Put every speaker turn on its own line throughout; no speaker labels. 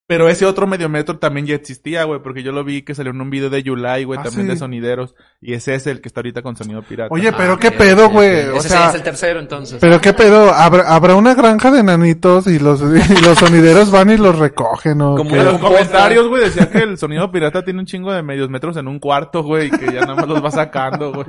Pero ese otro medio metro también ya existía, güey, porque yo lo vi que salió en un video de Yulai, güey,
Ah,
también
sí.
de Sonideros. Y ese es el que está ahorita con Sonido Pirata.
Oye,
Ah,
pero qué
ok,
pedo,
ok,
güey.
ok.
O
Ese
sea,
es el tercero, entonces.
pero qué pedo. ¿Habrá, habrá una granja de nanitos y los, y los sonideros van y los recogen, ¿no?
Como
¿Qué?
En los
Composta.
comentarios, güey, decía que el Sonido Pirata tiene un chingo de medios metros en un cuarto, güey, y que ya nada más los va sacando, güey.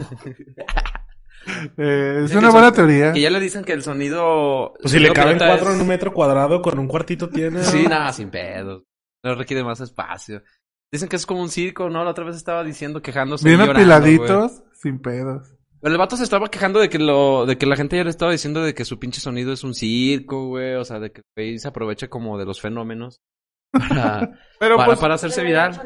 Eh, es
Que
una
son-
buena teoría.
Que ya le dicen que el sonido...
Pues si le
sonido
caben
pirata
cuatro
es-
en un metro cuadrado, con un cuartito tiene.
Sí, nada, sin pedos. No requiere más espacio. Dicen que es como un circo, ¿no? La otra vez estaba diciendo,
pues,
quejándose. y
Bien
llorando, güey.
apiladitos, sin pedos.
Pero el vato se estaba quejando de que lo, de que la gente ya le estaba diciendo de que su pinche sonido es un circo, güey. O sea, de que el güey se aprovecha como de los fenómenos para,
Pero
para,
pues,
para hacerse viral.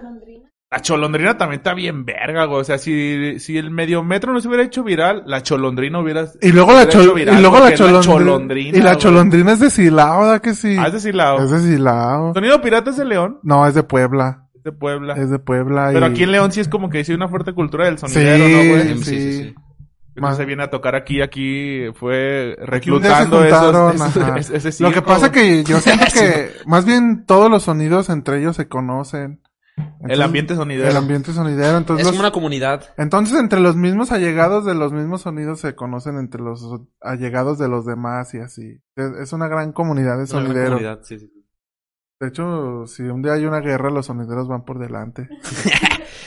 La cholondrina también está bien verga, güey. O sea, si, si el medio metro no se hubiera hecho viral, la cholondrina hubiera...
Y luego la,
hubiera
chol-
Pues hecho viral
y luego la,
porque es
cholondri-
cholondrina,
Y la
güey.
cholondrina es de Silao, ¿verdad que sí?
Ah, es de Silao.
Es de Silao.
Sonido pirata es de León,
No, es de Puebla.
es de Puebla.
Es de Puebla.
Pero
y-
aquí en León sí es como que sí hay una fuerte cultura del
Sí,
sonidero, ¿no, güey?
sí,
Sí,
sí.
Entonces se viene a tocar aquí, aquí fue
Un día se
reclutando esos,
juntaron,
esos-
ajá.
es- ese
Lo que
circo,
pasa
güey.
que yo siento que más bien todos los sonidos entre ellos se conocen.
El
Entonces,
ambiente sonidero.
El ambiente sonidero.
Es
Entonces, pues, los-
como una comunidad.
entonces entre los mismos allegados de los mismos sonidos se conocen entre los allegados de los demás y así. Es, es una gran comunidad de
una
sonideros.
comunidad, sí, sí.
De hecho, si un día hay una guerra, los sonideros van por delante.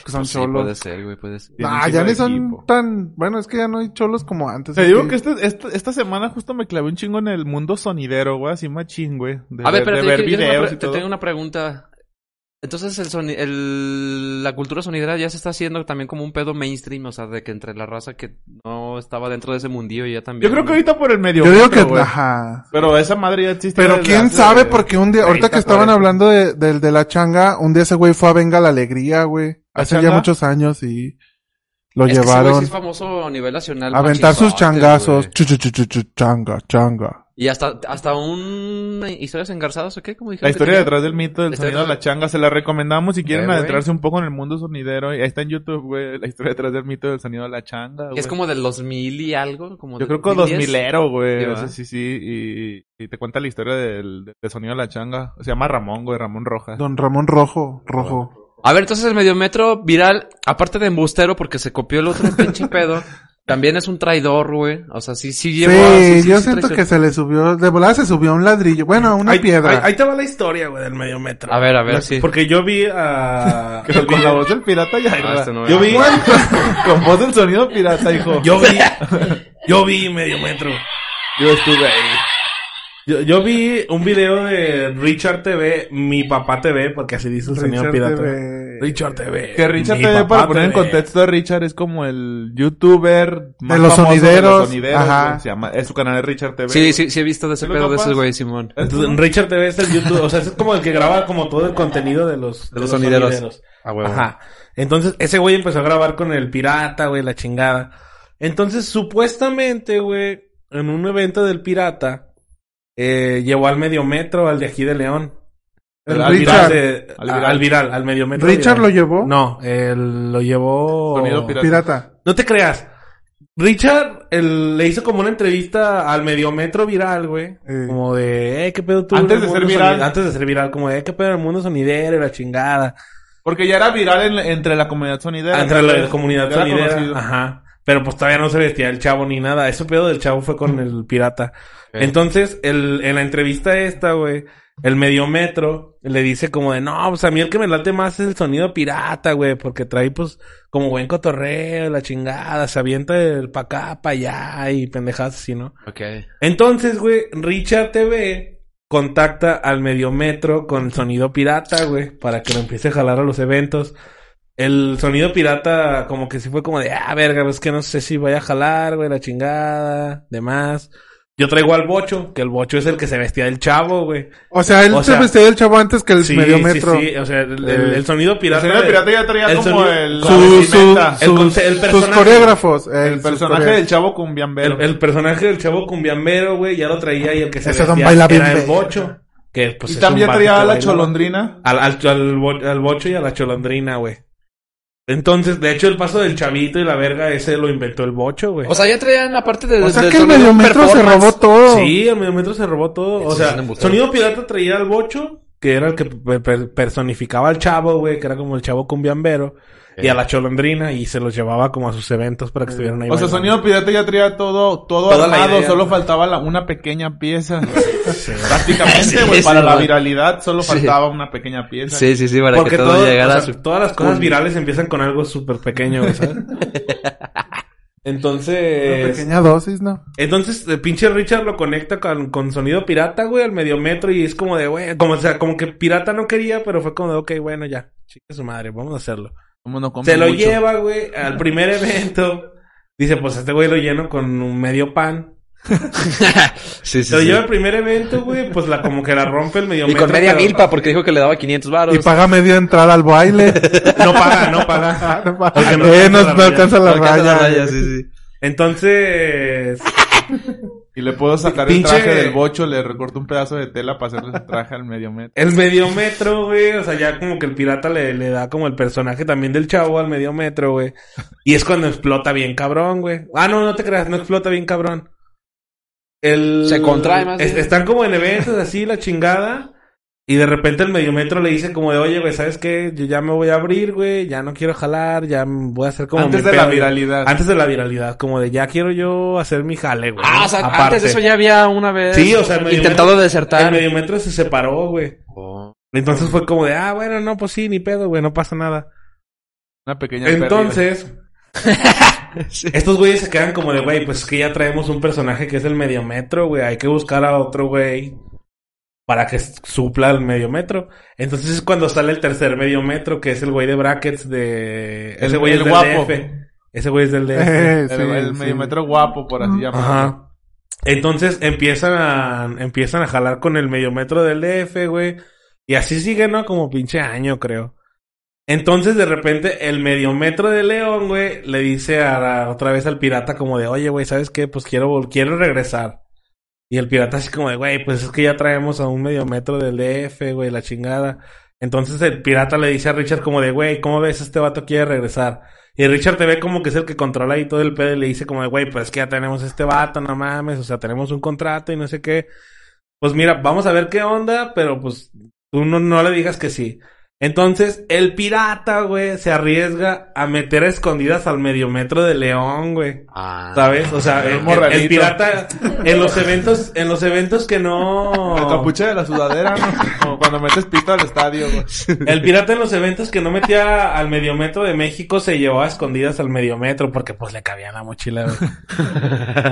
Que son
Pues sí,
cholos.
puede ser, güey, puede ser.
Tiene un
Ah,
chingo
ya ni
de
son
equipo.
tan... Bueno, es que ya no hay cholos como antes.
Te
es
digo que este- esta, esta semana justo me clavé un chingo en el mundo sonidero, güey, así machín, güey. De,
A ver,
de
espérate,
ver
yo- yo tengo una
videos
pre-
y
te
todo.
tengo una pregunta. Entonces, el soni- el- la cultura sonidera ya se está haciendo también como un pedo mainstream, o sea, de que entre la raza que no estaba dentro de ese mundillo ya también.
Yo creo que ahorita por el medio.
Yo digo
metro,
que...
güey.
Ajá.
Pero esa madre ya existe.
Pero
desde
quién
hace-
sabe, porque un día...
30,
Ahorita que estaban
40.
hablando de, del de la changa, un día ese güey fue a Venga la Alegría, güey.
¿La
Hace ya
changa?
muchos años y... Lo
Es que ese güey sí
llevaron
es famoso a nivel nacional.
a aventar sus
machizote,
changazos.
güey.
Chu, chu, chu, chu, chu, changa, changa.
Y hasta, hasta un... ¿Historias engarzadas o qué? Como dijeron
La
que
historia
Este,
tenía?
detrás del mito del
La
sonido de
historia-
la changa se la recomendamos si quieren
güey.
adentrarse un poco en el mundo sonidero. Ahí está en YouTube, güey, la historia detrás del mito del sonido de la changa.
Que Es
güey.
como del 2000 y algo. Como del
Yo creo que los
2010.
milero, güey.
Sí,
o
¿va?
sea, sí, sí. Y, y te cuenta la historia del, del sonido de la changa. Se llama Ramón, güey, Ramón Rojas.
Don Ramón Rojo, Rojo.
A ver, entonces el mediometro viral, aparte de embustero porque se copió el otro pinche pedo, también es un traidor, güey. O sea, sí, sí llevó...
Sí,
sí,
yo
sí
siento
traicionó.
que se le subió... De volada se subió a un ladrillo. Bueno, a una
Ahí-
piedra.
Ahí, ahí te va la historia, güey, del medio metro.
A ver, a ver, sí.
Porque yo vi a...
Pero con la voz del pirata ya
Ah, este no
Yo
era.
vi. con voz del sonido pirata, hijo.
Yo vi... Yo vi medio metro.
Yo estuve ahí.
Yo, yo vi un video de Richard TV, mi papá TV, porque así dice el señor
Richard
pirata.
TV.
Richard TV.
Que Richard
mi
TV, para
papá
poner en
TV.
contexto a Richard, es como el youtuber más
De los
famoso
sonideros,
los sonideros,
ajá.
güey. Se llama, es su canal de Richard TV.
Sí, sí, sí he visto de ese
¿Tú lo
pedo de
topas?
esos güey, Simón.
Entonces, Richard TV es el YouTube, o sea, es como el que graba como todo el contenido de los, de
los sonideros. Ah, huevo.
Ajá. Entonces, ese güey empezó a grabar con el pirata, güey, la chingada. Entonces, supuestamente, güey, en un evento del pirata, eh, llevó al medio metro, al de aquí de León.
El
al,
Richard.
viral de-
Al
a-
viral.
al viral, al medio metro.
¿Richard lo
viral.
llevó?
No, él lo llevó...
Sonido pirata.
Pirata.
No te creas. Richard el- le hizo como una entrevista al mediometro viral, güey.
Eh.
Como de, eh, qué pedo tú.
Antes
en el
de ser
mundo
viral.
sonidero? Antes de ser viral, como de, eh, qué pedo en el mundo sonidero y la chingada.
Porque ya era viral en- entre la comunidad sonidera.
Ah, Entre la comunidad
Ya era
sonidera.
conocido.
Ajá. Pero pues todavía no se vestía el chavo ni nada. Ese pedo del chavo fue con el pirata. Entonces, el, en la entrevista esta, güey, el mediometro le dice como de, no, pues a mí el que me late más es el sonido pirata, güey, porque trae pues como buen cotorreo, la chingada, se avienta el pa' acá, pa' allá y pendejadas así, ¿no?
Ok.
Entonces, güey, Richard TV contacta al Mediometro con el sonido pirata, güey, para que lo empiece a jalar a los eventos. El sonido pirata como que sí fue como de, ah, verga, es que no sé si vaya a jalar, güey, la chingada, demás. Yo traigo al bocho, que el bocho es el que se vestía del chavo, güey.
O sea, él
O
se
sea,
vestía del chavo antes que el
Sí,
medio metro.
sí, sí, o sea, el, el- el
Eh,
sonido
El
pirata.
sonido pirata ya traía
el
como
sonido-
el.
su-
la
Su- su-
vestimenta.
el
sus,
conce- el
sus
personaje.
coreógrafos.
el personaje del chavo cumbiambero.
El, el personaje del chavo cumbiambero, güey, ya lo traía y el que se
Ese don
vestía
baila bien
era el
verga.
bocho. Que, pues,
y
es
también
un vato
traía
que
a la
baila.
cholondrina.
Al, al, al bo- al bocho y a la cholondrina, güey. Entonces, de hecho, el paso del chavito y la verga, ese lo inventó el bocho, güey.
O sea, ya traían aparte de...
O sea
del
que el
sonido
medio metro se
performance.
robó todo.
sí, el mediometro se robó todo. O
Ese es
sea,
un embustero.
sonido pirata traía al bocho, que era el que per- per- personificaba al chavo, güey, que era como el chavo cumbiambero, y a la cholondrina, y se los llevaba como a sus eventos para que estuvieran ahí.
O sea,
bailando.
sonido pirata ya traía todo, todo
Toda la
armado,
idea.
solo faltaba la- una pequeña pieza.
Sí,
Prácticamente, güey,
sí,
para la
güey.
viralidad solo
Sí.
faltaba una pequeña pieza.
Sí, sí, sí, para
Porque
que todo,
todo-
llegara
o
a
sea,
su...
todas las cosas virales empiezan con algo súper pequeño, güey, ¿sabes?
Una
Entonces...
pequeña dosis, ¿no?
Entonces, el pinche Richard lo conecta con, con sonido pirata, güey, al medio metro y es como de, güey, como, o sea, como que pirata no quería, pero fue como de, ok, bueno, ya, chica su madre, vamos a hacerlo.
Como no come
Se lo
mucho.
lleva, güey, al primer evento. Dice, pues este güey lo lleno con un medio pan.
sí, sí,
Pero
sí.
yo al primer evento, güey, pues la como que la rompe el medio
Y con
metro,
media
pero-
milpa, porque dijo que le daba 500 varos.
Y paga media entrada al baile.
No paga, no paga.
Ah, no, pa-
Porque no
Eh,
alcanza la
no no
raya.
alcanza la
Porque anda
raya.
la raya,
güey.
sí, sí.
Entonces,
Y le puedo sacar
Pinche-
el traje del bocho, le recorto un pedazo de tela para hacerle su traje al medio metro.
el medio metro, güey, o sea, ya como que el pirata le, le da como el personaje también del chavo al medio metro, güey. Y es cuando explota bien cabrón, güey. Ah, no, no te creas, no explota bien cabrón. El,
Se contrae más
es-
bien.
están como en eventos así, la chingada. Y de repente el mediometro le dice como de, oye, güey, ¿sabes qué? Yo ya me voy a abrir, güey, ya no quiero jalar, ya m- voy a hacer como...
Antes
mi
de la
pedo".
viralidad.
Antes de la viralidad, como de, ya quiero yo hacer mi jale, güey.
Ah, o sea,
Aparte.
antes de eso ya había una vez
Sí, o sea, el medio
intentado
El
desertar.
mediometro se separó, güey.
Oh.
Entonces fue como de, ah, bueno, no, pues sí, ni pedo, güey, no pasa nada.
Una pequeña
Entonces, estos güeyes se quedan como de, güey, pues es que ya traemos un personaje que es el mediometro, güey, hay que buscar a otro güey para que s- supla el mediometro. Entonces es cuando sale el tercer mediometro, que es el güey de brackets de... Ese
El-
güey
el
es del
guapo.
DF. Ese güey es del DF.
Eh,
pérdida. El, el
sí,
medio metro guapo, por así llamarlo.
Ajá. Entonces empiezan a, empiezan a jalar con el mediometro del DF, güey. Y así sigue, ¿no? Como pinche año, creo. Entonces, de repente, el mediometro de León, güey, le dice a la- otra vez al pirata como de, oye, güey, ¿sabes qué? Pues quiero, vol- quiero regresar. Y el pirata así como de, güey, pues es que ya traemos a un mediometro del DF, güey, la chingada. Entonces el pirata le dice a Richard como de, güey, ¿cómo ves? Este vato quiere regresar. Y Richard te ve como que es el que controla ahí todo el pedo y le dice como de, güey, pues es que ya tenemos este vato, no mames, o sea, tenemos un contrato y no sé qué. Pues mira, vamos a ver qué onda, pero pues tú no, no le digas que sí. Entonces, el pirata, güey, se arriesga a meter a escondidas al mediometro de León, güey.
Ah.
¿Sabes? O sea, el, el- el
morralito.
pirata en los eventos, en los eventos que
La
no...
capucha de la sudadera, ¿no? Como cuando metes pito al estadio, güey.
El pirata en los eventos que no metía al mediometro de México se llevó a escondidas al mediometro porque pues le cabía en la mochila. güey.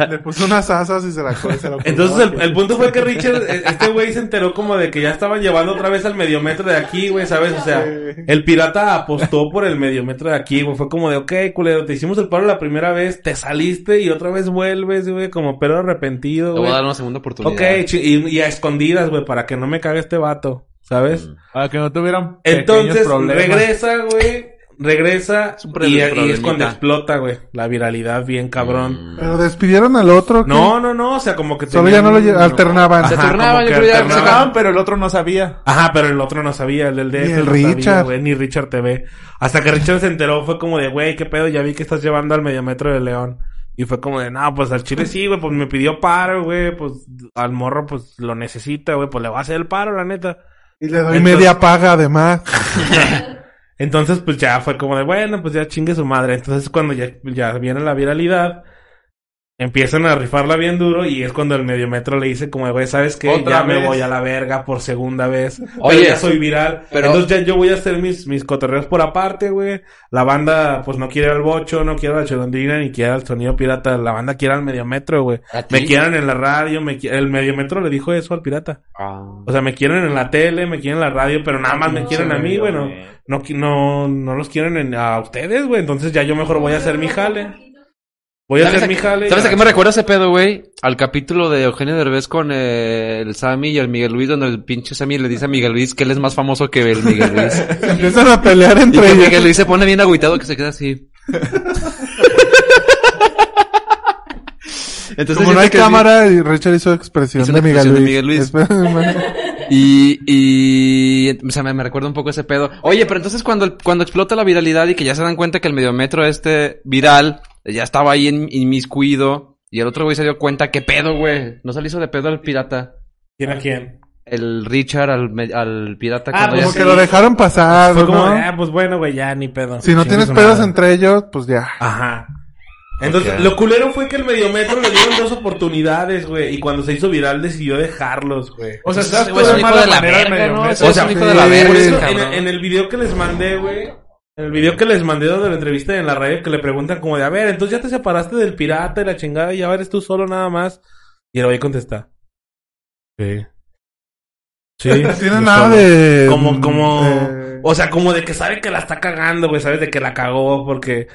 Le puso unas asas y se la co- se la
Entonces
colgó.
el, el punto fue que Richard, eh, este güey se enteró como de que ya estaban llevando otra vez al mediometro de aquí, güey, ¿sabes? O sea, el pirata apostó por el mediometro de aquí, güey. Fue como de, ok, culero, te hicimos el paro la primera vez, te saliste y otra vez vuelves, güey, como perro arrepentido,
Te voy a dar
güey.
una segunda oportunidad.
Ok, chi- y, y a escondidas, güey, para que no me cague este vato, ¿sabes?
Mm.
Para que no tuvieran
Entonces
pequeños problemas.
regresa, güey. Regresa
Es un
y, y es
problemita. Mm.
cuando explota, güey. La viralidad bien cabrón.
Pero despidieron al otro. ¿qué?
No, no, no, o sea, como que
Solo
tenían
ya no lo lle-
un-
alternaban.
Se
Ajá,
turnaba,
como
yo
que
creo ya
Se
alternaba.
acaban, Ah, pero el otro no sabía.
Ajá, pero el otro no sabía, el del DF.
Ni el
no sabía,
Richard.
güey, ni Richard TV. Hasta que Richard se enteró, fue como de, güey, qué pedo, ya vi que estás llevando al mediometro de León. Y fue como de, no, pues al chile sí, güey, pues me pidió paro, güey, pues al morro, pues lo necesita, güey, pues le va a hacer el paro, la neta.
Y le doy
Entonces-
media paga además.
Entonces, pues ya fue como de, bueno, pues ya chingue su madre. Entonces, cuando ya, ya viene la viralidad, empiezan a rifarla bien duro y es cuando el mediometro le dice como de, güey, ¿sabes qué?
Otra
ya me
vez.
voy a la verga por segunda vez. Oye,
Oye,
ya soy viral.
pero-
Entonces ya yo voy a hacer mis, mis cotorreos por aparte, güey. La banda, pues no quiere al bocho, no quiere a la chelondrina, ni quiere al sonido pirata. La banda quiere al mediometro, güey.
¿A ti?
Me quieran en la radio, me qui- el mediometro le dijo eso al pirata.
Ah.
O sea, me quieren en la tele, me quieren en la radio, pero nada más me quieren a mí, güey. No, no, qui- no, no los quieren en- a ustedes, güey. Entonces ya yo mejor voy a hacer mi jale. Voy a
¿Sabes
hacer
a-
mi jale.
¿Sabes
y
a qué me recuerda ese pedo, güey? Al capítulo de Eugenio Derbez con eh, el Sammy y el Miguel Luis, donde el pinche Sammy le dice a Miguel Luis que él es más famoso que el Miguel Luis.
Empiezan a pelear
y
entre
que
ellos.
Miguel Luis se pone bien agüitado que se queda así. Entonces,
Como no hay
siento que sí.
cámara, y Richard hizo expresión
Hizo
de
una
Miguel
expresión
Luis.
de Miguel Luis.
Espera,
Y, y, o sea, me, me recuerda un poco ese pedo. Oye, pero entonces cuando, el- cuando explota la viralidad y que ya se dan cuenta que el mediometro este viral eh, ya estaba ahí en, inmiscuido y el otro güey se dio cuenta, ¿qué pedo, güey? No se le hizo de pedo al pirata.
¿Quién a quién?
El Richard al, me- al pirata.
Ah,
cuando ya
Como
pues,
se-
que lo dejaron pasar,
Fue como,
¿no?
de, ah, pues bueno, güey, ya ni pedo.
Si no
Chingue
tienes
su
pedos
madre.
entre ellos, pues ya.
Ajá. Entonces,
Ok.
lo culero fue que el mediometro le dieron dos oportunidades, güey. Y cuando se hizo viral decidió dejarlos, güey.
O sea, estás
Ese
todo
güey es un
de
hijo
mala
de la
manera el
verga,
medio
¿no?
metro.
Ese es un
sea,
hijo de la
sí.
verga,
Por
Sí,
eso, en,
cabrón.
en el video que les mandé, güey. En el video que les mandé donde la entrevista en la radio que le preguntan como de, a ver, entonces ya te separaste del pirata y la chingada y ahora eres tú solo nada más. Y el güey contesta. Sí. Sí.
No tiene
yo
nada
solo".
de.
Como, como...
eh,
O sea, como de que sabe que la está cagando, güey. Sabes de que la cagó porque...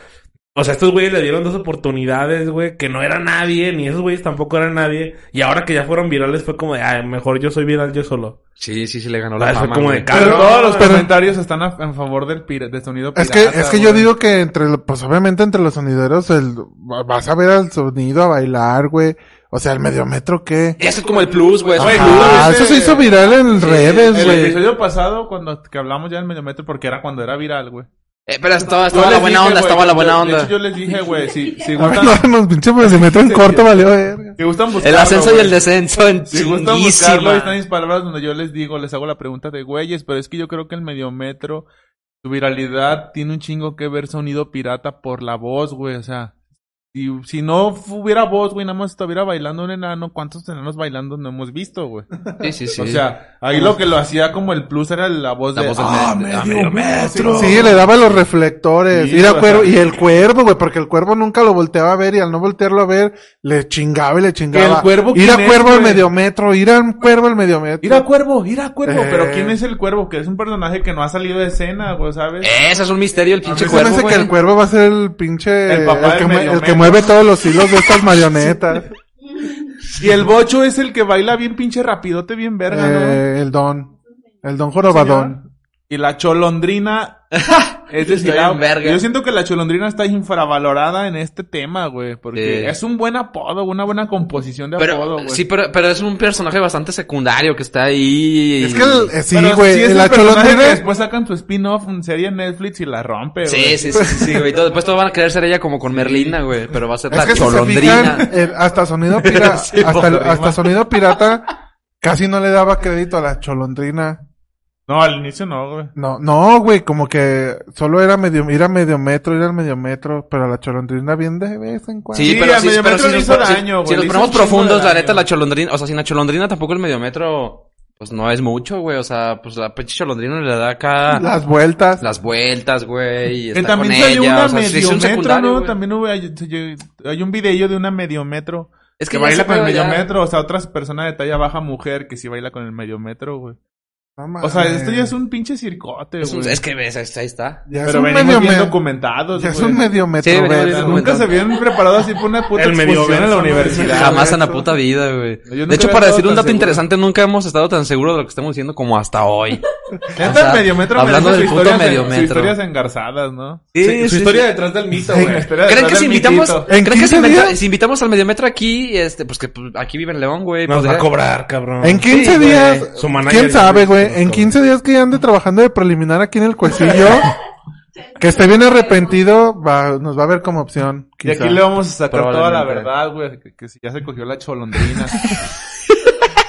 O sea, estos güeyes le dieron dos oportunidades, güey, que no era nadie, ni esos güeyes tampoco eran nadie. Y ahora que ya fueron virales fue como de, ah, mejor yo soy viral yo solo.
Sí, sí, sí, le ganó
Ah,
la
fue
fama.
como de
güey.
ca-
Pero
Pero-
todos los
pero-
comentarios están a, en favor del, pira- del sonido
Es que,
pirata,
es que yo
güey.
digo que entre, lo- pues obviamente entre los sonideros el, vas a ver al sonido a bailar, güey. O sea, el mediometro qué.
Ese es como el plus, güey.
Güey,
Ah,
seguramente-
eso se hizo viral en redes,
El
güey.
episodio pasado, cuando que hablamos ya del mediometro, porque era cuando era viral, güey.
Eh, pero estaba,
Yo
estaba la
les
buena
dije,
onda,
güey,
estaba la
yo-
buena
de
onda.
hecho, yo les dije, güey, si, si
A ver,
gustan,
no, nos pinche mediometro en corto valió, verga.
si gustan buscarlo,
El ascenso y
güey.
el descenso en
Si gustan buscarlo, ahí están
chinguísima.
mis palabras donde yo les digo, les hago la pregunta de güeyes, pero es que yo creo que el mediometro, su viralidad tiene un chingo que ver sonido pirata por la voz, güey, o sea, si, si no hubiera voz, güey, nada más estuviera bailando un enano, ¿cuántos enanos bailando no hemos visto, güey?
Sí, sí, sí.
O sea, ahí lo que lo hacía como el plus era la voz
La
de...
voz del
"Ah,
me-
medio
ah, medio
metro".
Sí, le daba los reflectores.
Sí,
ir a
güey.
cuervo, y el cuervo, güey, porque el cuervo nunca lo volteaba a ver y al no voltearlo a ver, le chingaba y le chingaba.
¿El cuervo
ir a
quién es,
cuervo al
güey?
mediometro, ir a un cuervo al mediometro.
Ir a cuervo, ir a cuervo.
Eh.
Pero ¿quién es el cuervo? Que es un personaje que no ha salido de escena, güey, ¿sabes?
Ese es un misterio, el
A mí
pinche
se me
cuervo,
hace que
güey.
el cuervo va a ser el pinche.
El papá
que,
del
mue- el que
mediometro.
mueve todos los hilos de estas marionetas.
Y el bocho es el que baila bien pinche rapidote, bien verga, ¿no?
Eh, el don. El don Jorobadón.
Y la cholondrina es
Está
decir,
bien verga.
yo siento que la cholondrina está infravalorada en este tema, güey, porque
Sí.
es un buen apodo, una buena composición de apodo,
Pero,
güey.
sí, pero, pero es un personaje bastante secundario que está ahí.
Es que el, eh, sí,
Pero
güey.
es
la
el personaje
cholondrina.
que Después sacan su spin-off, en serie en Netflix y la rompe, güey.
Sí, sí, sí, sí, sí, güey. Todo- Después todos van a querer ser ella como con Merlina, güey. Pero va a ser
Es
la
que si se
cholondrina.
fijan, el- hasta sonido pirata,
Sí,
hasta,
pobre,
hasta
man.
sonido pirata, casi no le daba crédito a la cholondrina.
No, al inicio no, güey.
No, no, güey, como que solo era medio, ir a medio metro, ir al medio metro, pero la cholondrina bien de vez en cuando.
Sí,
Sí,
pero
al
sí, pero
Mediometro
sí
le
nos-
hizo
si-
daño, güey,
Si
le
nos
hizo
ponemos
un chingo de
profundos, la
daño.
neta, la cholondrina, o sea, sin la cholondrina tampoco el mediometro, pues no es mucho, güey. O sea, pues la pinche cholondrina le da acá
Las vueltas.
las vueltas, güey. y
Que
Está
también
con
salió
ella,
una
o sea, sí, es un
mediometro,
secundario,
¿no?
güey.
También hubo, hay, hay un video de una mediometro.
Es
Que
ya ese
baila con el
pedo ya-
mediometro, o sea, otras personas de talla baja mujer que sí baila con el mediometro, güey.
No
O sea,
mames.
esto ya es un pinche circote,
Es, un-
güey.
es que ves, ahí está.
Ya es
Pero
un
venimos
medio
bien
me-
documentados,
ya es
güey.
un medio metro,
Sí, venimos bien
verga.
documentados.
Nunca se habían preparado así por una puta
El medio
exposición en la
verso, ¿no?
universidad.
Jamás
güey.
en la puta vida, güey. De hecho,
nunca había
para
estado
decir un dato
tan seguro.
interesante, nunca hemos estado tan seguros de lo que estamos diciendo como hasta hoy.
Neta,
O sea,
el mediometro
hablando
merece
del
su
puto
historia-
mediometro.
su historias engarzadas, ¿no?
Sí,
Sí, su
sí,
historia
sí.
detrás del mito,
La
güey.
historia detrás
¿Creen que
del
si invitamos,
mitito.
¿En
¿creen que si
15
invita-
días?
si invitamos al mediometro aquí, este, pues que pues, aquí vive en León, güey? pues,
Nos va a
podría-
cobrar, cabrón.
En 15
güey.
días,
Su manager
quién sabe,
dice que
güey,
nos
en
cobra.
15 días que ya ande trabajando de preliminar aquí en el cuecillo, que esté bien arrepentido, va- nos va a ver como opción.
Y
quizá.
aquí le vamos a sacar toda la
Probablemente.
verdad, güey. Que, que si ya se cogió la cholondrina.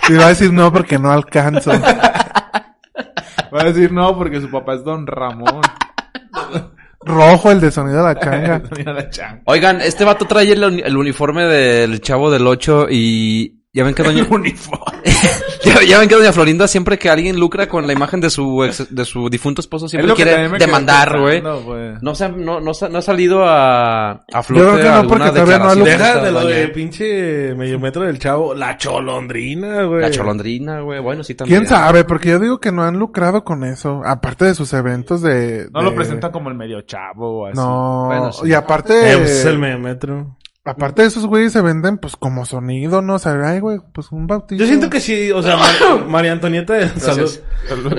Y va a decir no porque no alcanzo.
Va a decir no porque su papá es Don Ramón.
Rojo el de sonido de la canga.
Mira la chan.
Oigan, este vato trae el, uni- el uniforme del chavo del 8 y ya ven que doña
uniforme.
ya, ya ven que doña Florinda siempre que alguien lucra con la imagen de su ex- de su difunto esposo
Es
siempre
lo que
quiere
también me quedé
demandar, güey.
pensando, güey.
No se ha, no, no, se ha- no ha salido a, a flote
Yo creo que no,
alguna
porque todavía no ha
declaración.
lucrado.
esta
Deja de lo
doña.
de pinche mediometro del chavo. La cholondrina, güey.
La cholondrina, güey. Bueno, sí también.
¿Quién sabe? Porque yo digo que no han lucrado con eso. Aparte de sus eventos de...
No lo
de-
presenta como el medio chavo o así.
No.
Bueno, sí.
Y aparte...
Eh, pues es el mediometro.
Aparte de esos güeyes se venden pues como sonido, ¿no? O sea, ay, güey, pues un bautizo.
Yo siento que sí, o sea, Mar- María Antonieta de Salud.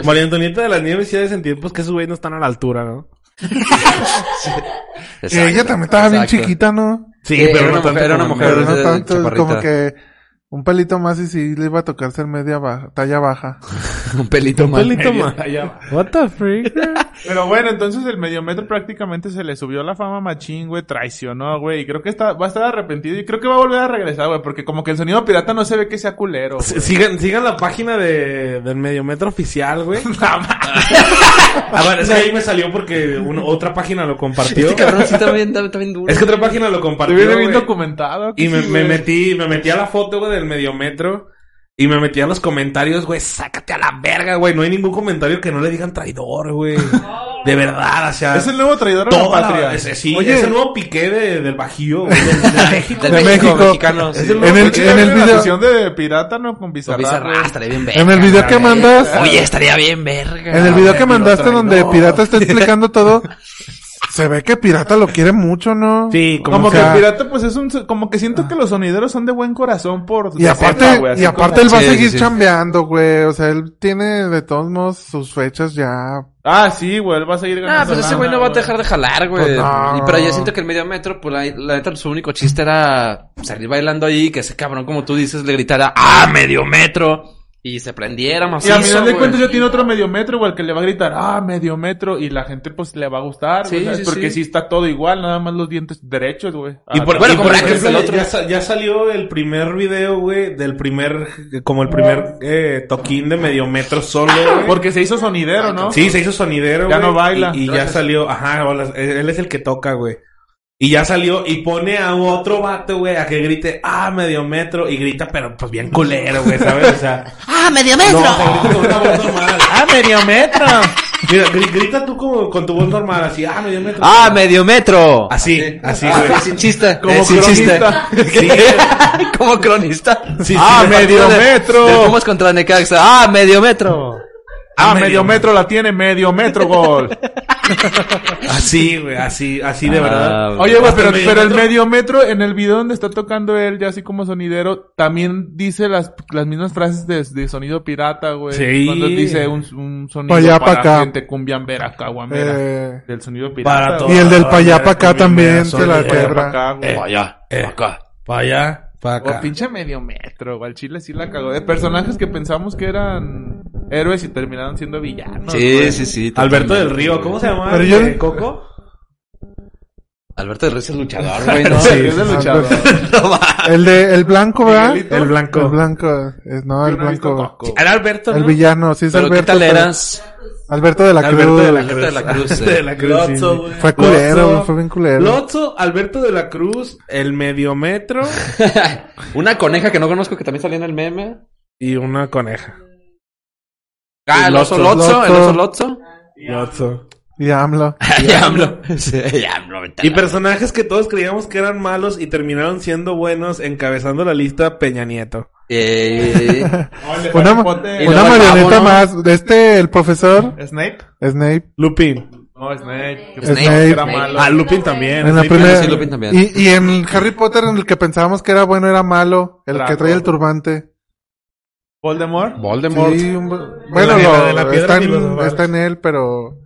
María Antonieta de las Nieves sí ha de sentir pues que esos güeyes no están a la altura, ¿no?
Que ella también estaba bien chiquita, ¿no?
Sí,
Eh,
pero
era
no
una mujer,
tanto
era una
como
mujer.
Pero
María.
no
de-
tanto,
chaparrita.
como que un pelito más y sí le iba a tocar ser media baja, talla baja.
Un pelito más.
Pelito más. What the freak?
Pero bueno, entonces el mediometro prácticamente se le subió la fama machín, güey, traicionó, güey, y creo que está, va a estar arrepentido y creo que va a volver a regresar, güey, porque como que el sonido pirata no se ve que sea culero. güey.
S- Sigan, sigan la página de, del mediometro oficial, güey. ah, bueno, es que ahí me salió porque una- otra página lo compartió.
Este cabrón sí también, también duro.
Es que otra página lo compartió.
Se viene bien
güey.
documentado.
Y me,
sí,
me
güey.
metí, me metí a la foto, güey, del mediometro. Y me metí a los comentarios, güey, sácate a la verga, güey. No hay ningún comentario que no le digan traidor, güey. De verdad, o sea.
Es el nuevo traidor de la
toda la-
patria.
es, sí,
Oye.
es el nuevo piqué de- del Bajío, güey, de, de México.
Del
de
México,
México.
mexicano.
Es
sí.
el
En el,
Oye,
en el
La
video,
sesión de pirata, ¿no? Con
Lo vi
Bizarra, güey.
cerrar, estaría bien verga.
en el video que
güey.
mandas,
Oye, estaría bien verga.
en el video
Ay,
que
me lo
mandaste donde
traidor.
Pirata está explicando todo, Se ve que Pirata lo quiere mucho, ¿no?
Sí,
Como,
como,
que
sea-
el pirata, pues es un. Como que siento que los sonideros son de buen corazón por.
Y aparte,
Decirla, güey, así
y
como-
aparte él va a
Sí, sí,
seguir
sí.
chambeando, güey. O sea, él tiene de todos modos sus fechas ya.
Ah, sí, güey, él va a seguir ganando.
Ah, pues ese
lana,
güey no va a dejar de jalar, güey.
Pues no.
Y Pero yo siento que el medio metro, pues la, la neta, su único chiste era salir bailando ahí, y que ese cabrón, como tú dices, le gritara, ¡ah, medio metro! Y se prendiera más.
Y al final de cuentas ya tiene otro medio metro, güey, el que le va a gritar, ah, medio metro, y la gente pues le va a gustar,
Sí,
güey, ¿sabes?
sí,
Porque
sí.
sí está todo igual, nada más los dientes derechos, güey.
Y
Ah,
por-
no.
bueno,
Y,
como
por
la que es el
ejemplo,
otro.
ya, sa- ya salió el primer video, güey, del primer, como el primer eh, toquín de medio metro solo, güey.
Porque se hizo sonidero, ¿no?
Sí, se hizo sonidero,
Ya
güey,
no baila.
Y, y ya
Gracias.
salió, ajá, hola, él es el que toca, güey. Y ya salió y pone a otro vato, güey, a que grite, ah, medio metro. Y grita, pero pues bien culero, güey, ¿sabes? O sea,
¡Ah, medio
no,
metro!
o sea, grita con una voz normal.
¡Ah, medio metro!
Mira, gri- grita tú como con tu voz normal, así, ah, medio metro.
¡Ah, medio metro!
Así, así, güey.
sin chiste.
Como
Eh, sin chiste.
cronista.
Sí,
como cronista.
Sí, sí,
¡Ah,
del
medio
partido
de-
metro!
del
Pumas contra Necaxa. ¡Ah, medio metro!
¡Ah, medio metro la tiene, medio metro gol!
así, güey, así, así de verdad.
Oye, Ah, güey, pero,
Medio
pero el
metro.
medio metro, en el video donde está tocando él, ya así como sonidero, también dice las, las mismas frases de, de sonido pirata, güey.
Sí.
Cuando dice un, un sonido
Pa' allá, pa'
para
acá.
gente cumbiambera, caguamera.
Eh,
Del sonido pirata.
Para todo.
güey.
Y el del pa' allá, pa' acá
Medio
también
metro,
se la
medio
Para
quebra.
metro.
acá, güey.
allá, acá.
Para allá, para acá.
O pinche medio metro, güey. Al chile sí la cagó. De personajes que pensamos que eran héroes y terminaron siendo villanos.
Sí, sí, sí.
Alberto del
totalmente,
Río,
güey.
¿cómo se llamaba?
Pero yo-
¿El de Coco?
Alberto del Río es el luchador, güey, ¿no?
Sí, es de luchador.
No va.
El de el blanco, ¿verdad?
Miguelito.
El blanco. El blanco. eh, no,
Yo
el
no he visto
blanco.
Coco.
Era Alberto,
El
¿no?
villano, sí es
Pero ¿qué
Alberto.
tal
pero-
eras?
Alberto de la
Alberto
Cruz.
de la
Alberto de la Cruz. eh.
Este, de la Cruz.
Lotso,
sí.
güey. Fue culero,
Lotso,
fue bien culero.
Lotso, Alberto de la Cruz, el mediometro
Una coneja que no conozco que también salía en el meme.
y una coneja.
Ah, el oso
Lotso.
Lotso, el oso
Lotso.
Lotso.
Lotso.
Y AMLO.
Ya hablo. Sí, ya hablo, ventana.
Y personajes que todos creíamos que eran malos y terminaron siendo buenos, encabezando la lista Peña Nieto.
Eh,
Una, ma-
Potter.
Y
una
luego el
marioneta
pavo, ¿no?
más. De este, el profesor
¿Snape?
Snape.
Lupin.
No, Snape. Que
Snape.
pensamos que era
Snape.
malo.
Ah, Lupin también.
En la
Snape
primera.
sí, Lupin también.
Y, y en Harry Potter, en el que pensábamos que era bueno, era malo. El que
Draco.
trae el turbante.
Voldemort.
Voldemort.
Sí, un- bueno,
la- la-
lo,
de la piedra
está, en,
filosofal.
está en él, pero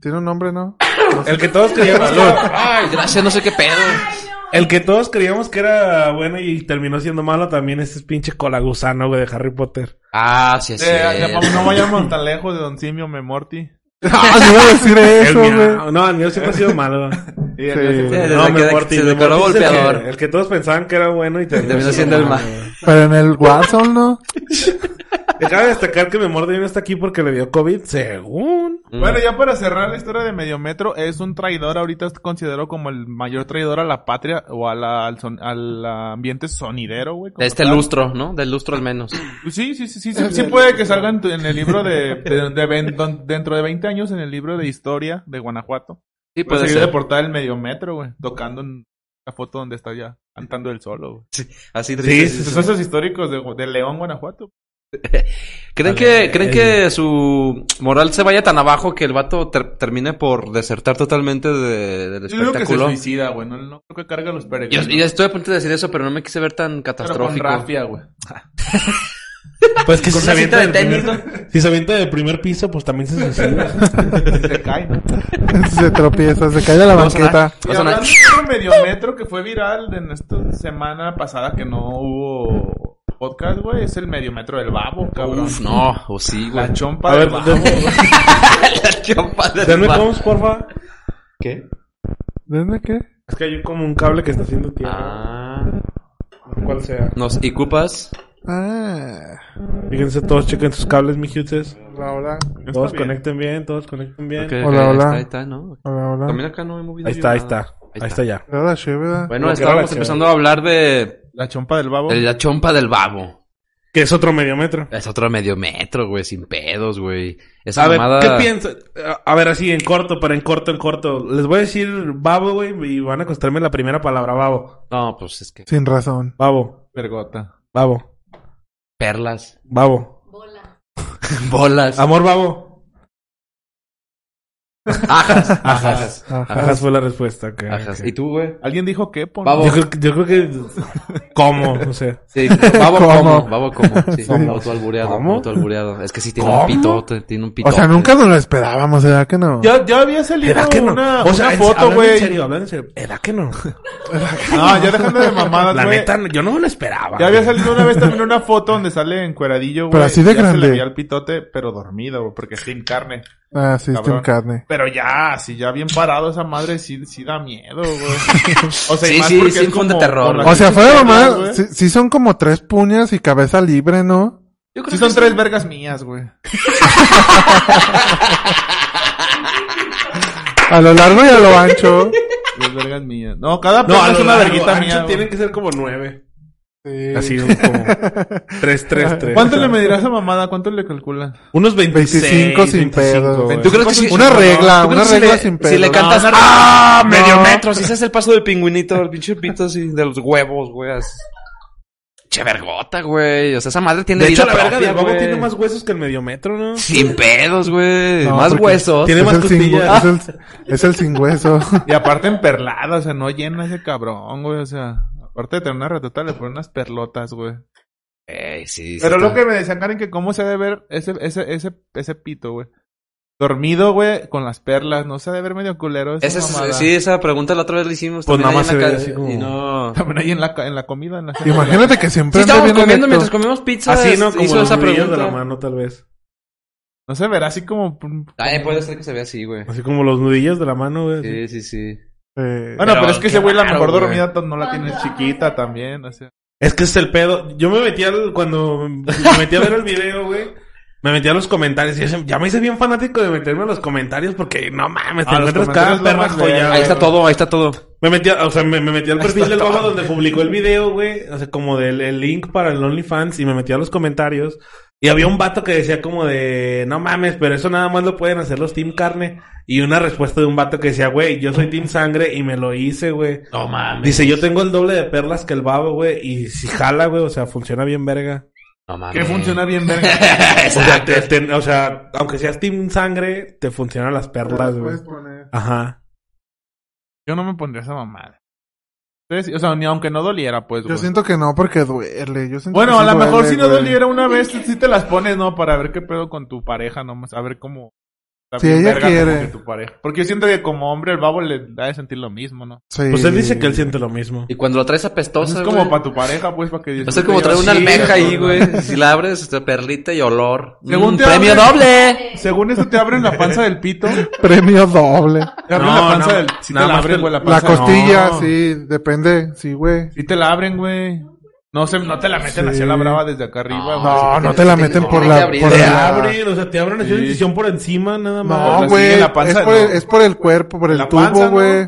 tiene un nombre, ¿no?
El que todos creíamos que era,
Ay, gracias, no sé qué pedo.
el que todos creíamos que era bueno y terminó siendo malo también es ese pinche colagusano, güey, de Harry Potter.
Ah, sí, sí.
Eh, vamos, no vayamos tan lejos de Don Simio Memorti.
Ah, yo iba a decir
El
eso, güey.
miau. No, el mío siempre ha sido malo.
Y el-
Sí.
ese-
Desde
no,
que-
Memorti,
se declaró
Memorti es el
golpeador.
que- El que todos pensaban que era bueno y terminó,
Terminó siendo el mal.
Pero en el Watson, ¿no?
Acaba de destacar que Memorti no está aquí porque le dio COVID, según.
Mm.
Bueno, ya para cerrar la historia de Mediometro, es un traidor, ahorita es considero como el mayor traidor a la patria o a la- al, son- al ambiente sonidero, güey. como
De este
tal.
lustro, ¿no? Del lustro al menos.
Sí, sí, sí, sí, sí, sí puede que salga en, tu- en el libro de, de- de ven- don- dentro de 20 años en el libro de historia de Guanajuato.
Sí, puede
Puede seguir pues,
ser.
de portada el Mediometro, güey, tocando en la foto donde está ya cantando el solo, güey.
Así
Sí,
triste. sí, sí.
sucesos históricos de, de León, Guanajuato.
¿Creen que, ¿creen que su moral se vaya tan abajo que el vato ter- termine por desertar totalmente de- del
Yo creo que se
espectáculo?
suicida, güey, no, no creo que carga los
Yo,
peregrinos.
y estoy a punto de decir eso, pero no me quise ver tan
Pero con
catastrófico.
rafia, güey.
Pues que
Con
si
una
se avienta
cinta de
del
tenis,
primer- Si se avienta del primer piso, pues también se suicida.
Se cae, ¿no?
Se tropieza, se cae de la
Vamos a sonar,
banqueta.
vamos a sonar.
Y hablando de otro mediometro que fue viral en esta semana pasada que no hubo podcast, güey, es el mediometro del babo, cabrón.
Uf, no, o sí, güey.
La chompa
A
del
ver,
babo.
denme-
La chompa del
denme
vato.
comms, porfa.
¿Qué?
¿Desde qué?
Es que hay como un cable que está haciendo tierra.
Ah.
Cual sea.
Nos, ¿Y cupas?
Ah,
Fíjense todos, chequen sus cables, mi Hughes.
hola, hola.
Todos
bien.
conecten bien, todos conecten bien.
Ok,
Hola,
ok,
hola.
Ahí está, ahí está, ¿no?
Hola, hola.
También acá no he movido
Ahí
yo
está, ahí
nada.
está. Ahí está ya.
Hola, sí,
Bueno,
Lo
¿verdad?
que era la
estábamos
chompa.
empezando a hablar de,
La chompa del babo.
de la chompa del babo.
Que es otro medio metro.
Es otro medio metro, güey, sin pedos, güey. Esa
A ver,
mamada...
¿qué piensas? A ver, así en corto, pero en corto, en corto. Les voy a decir babo, güey, y van a costarme la primera palabra, babo.
No, pues es que...
Sin razón.
Babo,
Vergota.
babo,
Perlas.
babo.
Bola.
Ah,
Bolas.
Amor, babo.
Ajas. Ajas.
Ajas fue la respuesta. ok,
Ajas.
ok.
¿Y tú, güey?
¿Alguien dijo que por
Babo.
Yo creo, que- yo creo que... ¿Cómo? O sea...
Sí, babo
¿Cómo?
como, babo como, sí,
¿Cómo?
auto albureado,
¿Cómo?
auto albureado. Es que sí tiene un
¿Cómo?
pitote, tiene un pitote.
O sea, nunca nos lo esperábamos, ¿verdad que no?
Ya, ya había salido
¿Era que no?
una,
o sea,
una
en-
foto,
hablando en
güey.
serio, hablando en serio. ¿Era que no?
No, ya dejando de mamadas,
La
güey.
neta, no- yo no me lo esperaba.
Ya había salido una vez también una foto donde sale encueradillo, güey.
Pero así de
ya
grande.
se le veía el pitote, pero dormido, güey, porque sin carne.
Ah, sí,
Cabrón.
Steam Carne.
Pero ya, si ya bien parado esa madre, sí, sí da miedo, güey. O sea, y
Sí,
más
sí,
porque
sí
es
infunde
como-
terror,
con las
güey.
O sea,
pinches
fuera de
piernas,
mamá,
güey.
sí, sí son como tres puñas y cabeza libre, ¿no?
Yo creo
Sí
que
son tres vergas mías, güey.
A lo largo y a lo ancho.
Tres vergas mías. No, cada
No,
pierna
a
es
lo
una
largo,
verguita
ancho
mía.
Tienen
güey.
que ser como nueve.
Sí.
Así un como... Tres, tres, tres.
¿Cuánto le medirás a esa mamada? ¿Cuánto le calculan?
Unos 26,
25 sin
25,
pedo.
güey.
¿Tú crees que sí?
Una regla,
¿Tú crees
una
que si
regla
le-
sin
Si le
pedo.
cantas,
No, no, no.
¡ah!
No.
Medio metro. Si ese es el paso del pingüinito, el pinche pito así, de los huevos, güey. así. Che vergota, güey. O sea, esa madre tiene
De hecho, la
vida
verga del
propia,
babo
güey.
tiene más huesos que el medio metro, ¿no?
Sin pedos, güey.
No,
más
porque
huesos.
tiene-
Es
más
el, sin,
costillas.
es, el, es el sin hueso.
Y aparte en perlada, o sea, no llena ese cabrón, güey. O sea, aparte de tener una ratota, le ponen unas perlotas, güey.
Ey, sí, sí
Pero
está.
lo que me decían, Karen, que cómo se ha de ver ese, ese, ese, ese pito, güey. Dormido, güey, con las perlas. No se ha de ver medio culero esa
Esa es-
mamada.
sí, esa pregunta la otra vez la hicimos.
Pues
también
nada
ahí
más
en la
se ve
ca-
así como-
Y no...
También ahí en la, ca- en la comida, en la
Imagínate que siempre
Sí,
anda
estábamos
bien
comiendo
erecto.
mientras comíamos pizza.
Así, ¿no? Como
Hizo
los
Ah, esa
nudillos de la
pregunta.
mano, tal vez.
No se verá así como... Bueno,
Ay, pues, puede ser que se vea así, güey.
Así como los nudillos de la mano, güey. así.
Ah, Sí, sí, sí.
Eh,
pero,
Pero
es que ese güey la
claro,
mejor
güey.
dormida to- no la tiene chiquita también, o sea.
Es que ese es el pedo. Yo me metí al... Cuando me metí a ver el video, güey. Me metí a los comentarios. Y ya- ya me hice bien fanático de meterme a los comentarios porque... No mames, te
Ah, los
encuentras
comentarios
cada
es lo
perra
más verga.
joya.
Ahí está
güey.
todo, ahí está todo.
Me metí, a- o sea, me, me metí al perfil del baba donde publicó el video, güey. O sea, como del el link para el OnlyFans y me metí a los comentarios. Y había un vato que decía como de, no mames, pero eso nada más lo pueden hacer los Team Carne. Y una respuesta de un vato que decía, güey, yo soy Team Sangre y me lo hice, güey.
No mames.
Dice, yo tengo el doble de perlas que el babo, güey. Y si jala, güey, o sea, funciona bien verga.
No mames.
Que funciona bien, verga.
O sea, te- te- o sea, aunque seas Team Sangre, te funcionan las perlas, güey. Ajá.
Yo no me pondría esa mamada. Entonces, o sea, ni aunque no doliera, pues,
Yo
güey.
siento que no, porque duele. Yo siento
Bueno,
que
a
sí
lo
duele,
mejor si no
güey.
doliera una vez, sí te las pones, ¿no? Para ver qué pedo con tu pareja, nomás. A ver cómo... está
Si
bien
ella
verga, ¿no?
quiere.
que tu pareja. Porque yo siento que como hombre el babo le da de sentir lo mismo, ¿no?
Sí.
Pues él dice que él siente lo mismo.
Y cuando lo traes
Pues
apestosa,
es como
güey,
para tu pareja, pues, para que...
Va a ser como traer
disfrute y
una
así,
almeja ahí,
¿no?
güey. Si la abres, esta perlita y olor.
Según
Mm,
te
premio
abren-
doble.
Según esto te abren la panza del pito.
Premio doble.
Te abren
No,
la panza
no,
del... Si
nada
te la
más
abren,
que
güey, la
La
panza...
costilla,
Pues no.
sí, depende. Sí, güey.
Si te la abren, güey. No, se, no te la meten así a la brava desde acá arriba, güey.
No, no te la meten
no, hay
por
que
la.
abrir.
Por
Te
la-
abren, o sea, te abren así una
Sí.
incisión por encima, nada más.
la
No,
sigue
güey.
la panza,
Es, por el-
no.
es por el cuerpo, por el
La
tubo,
panza, ¿no?
güey.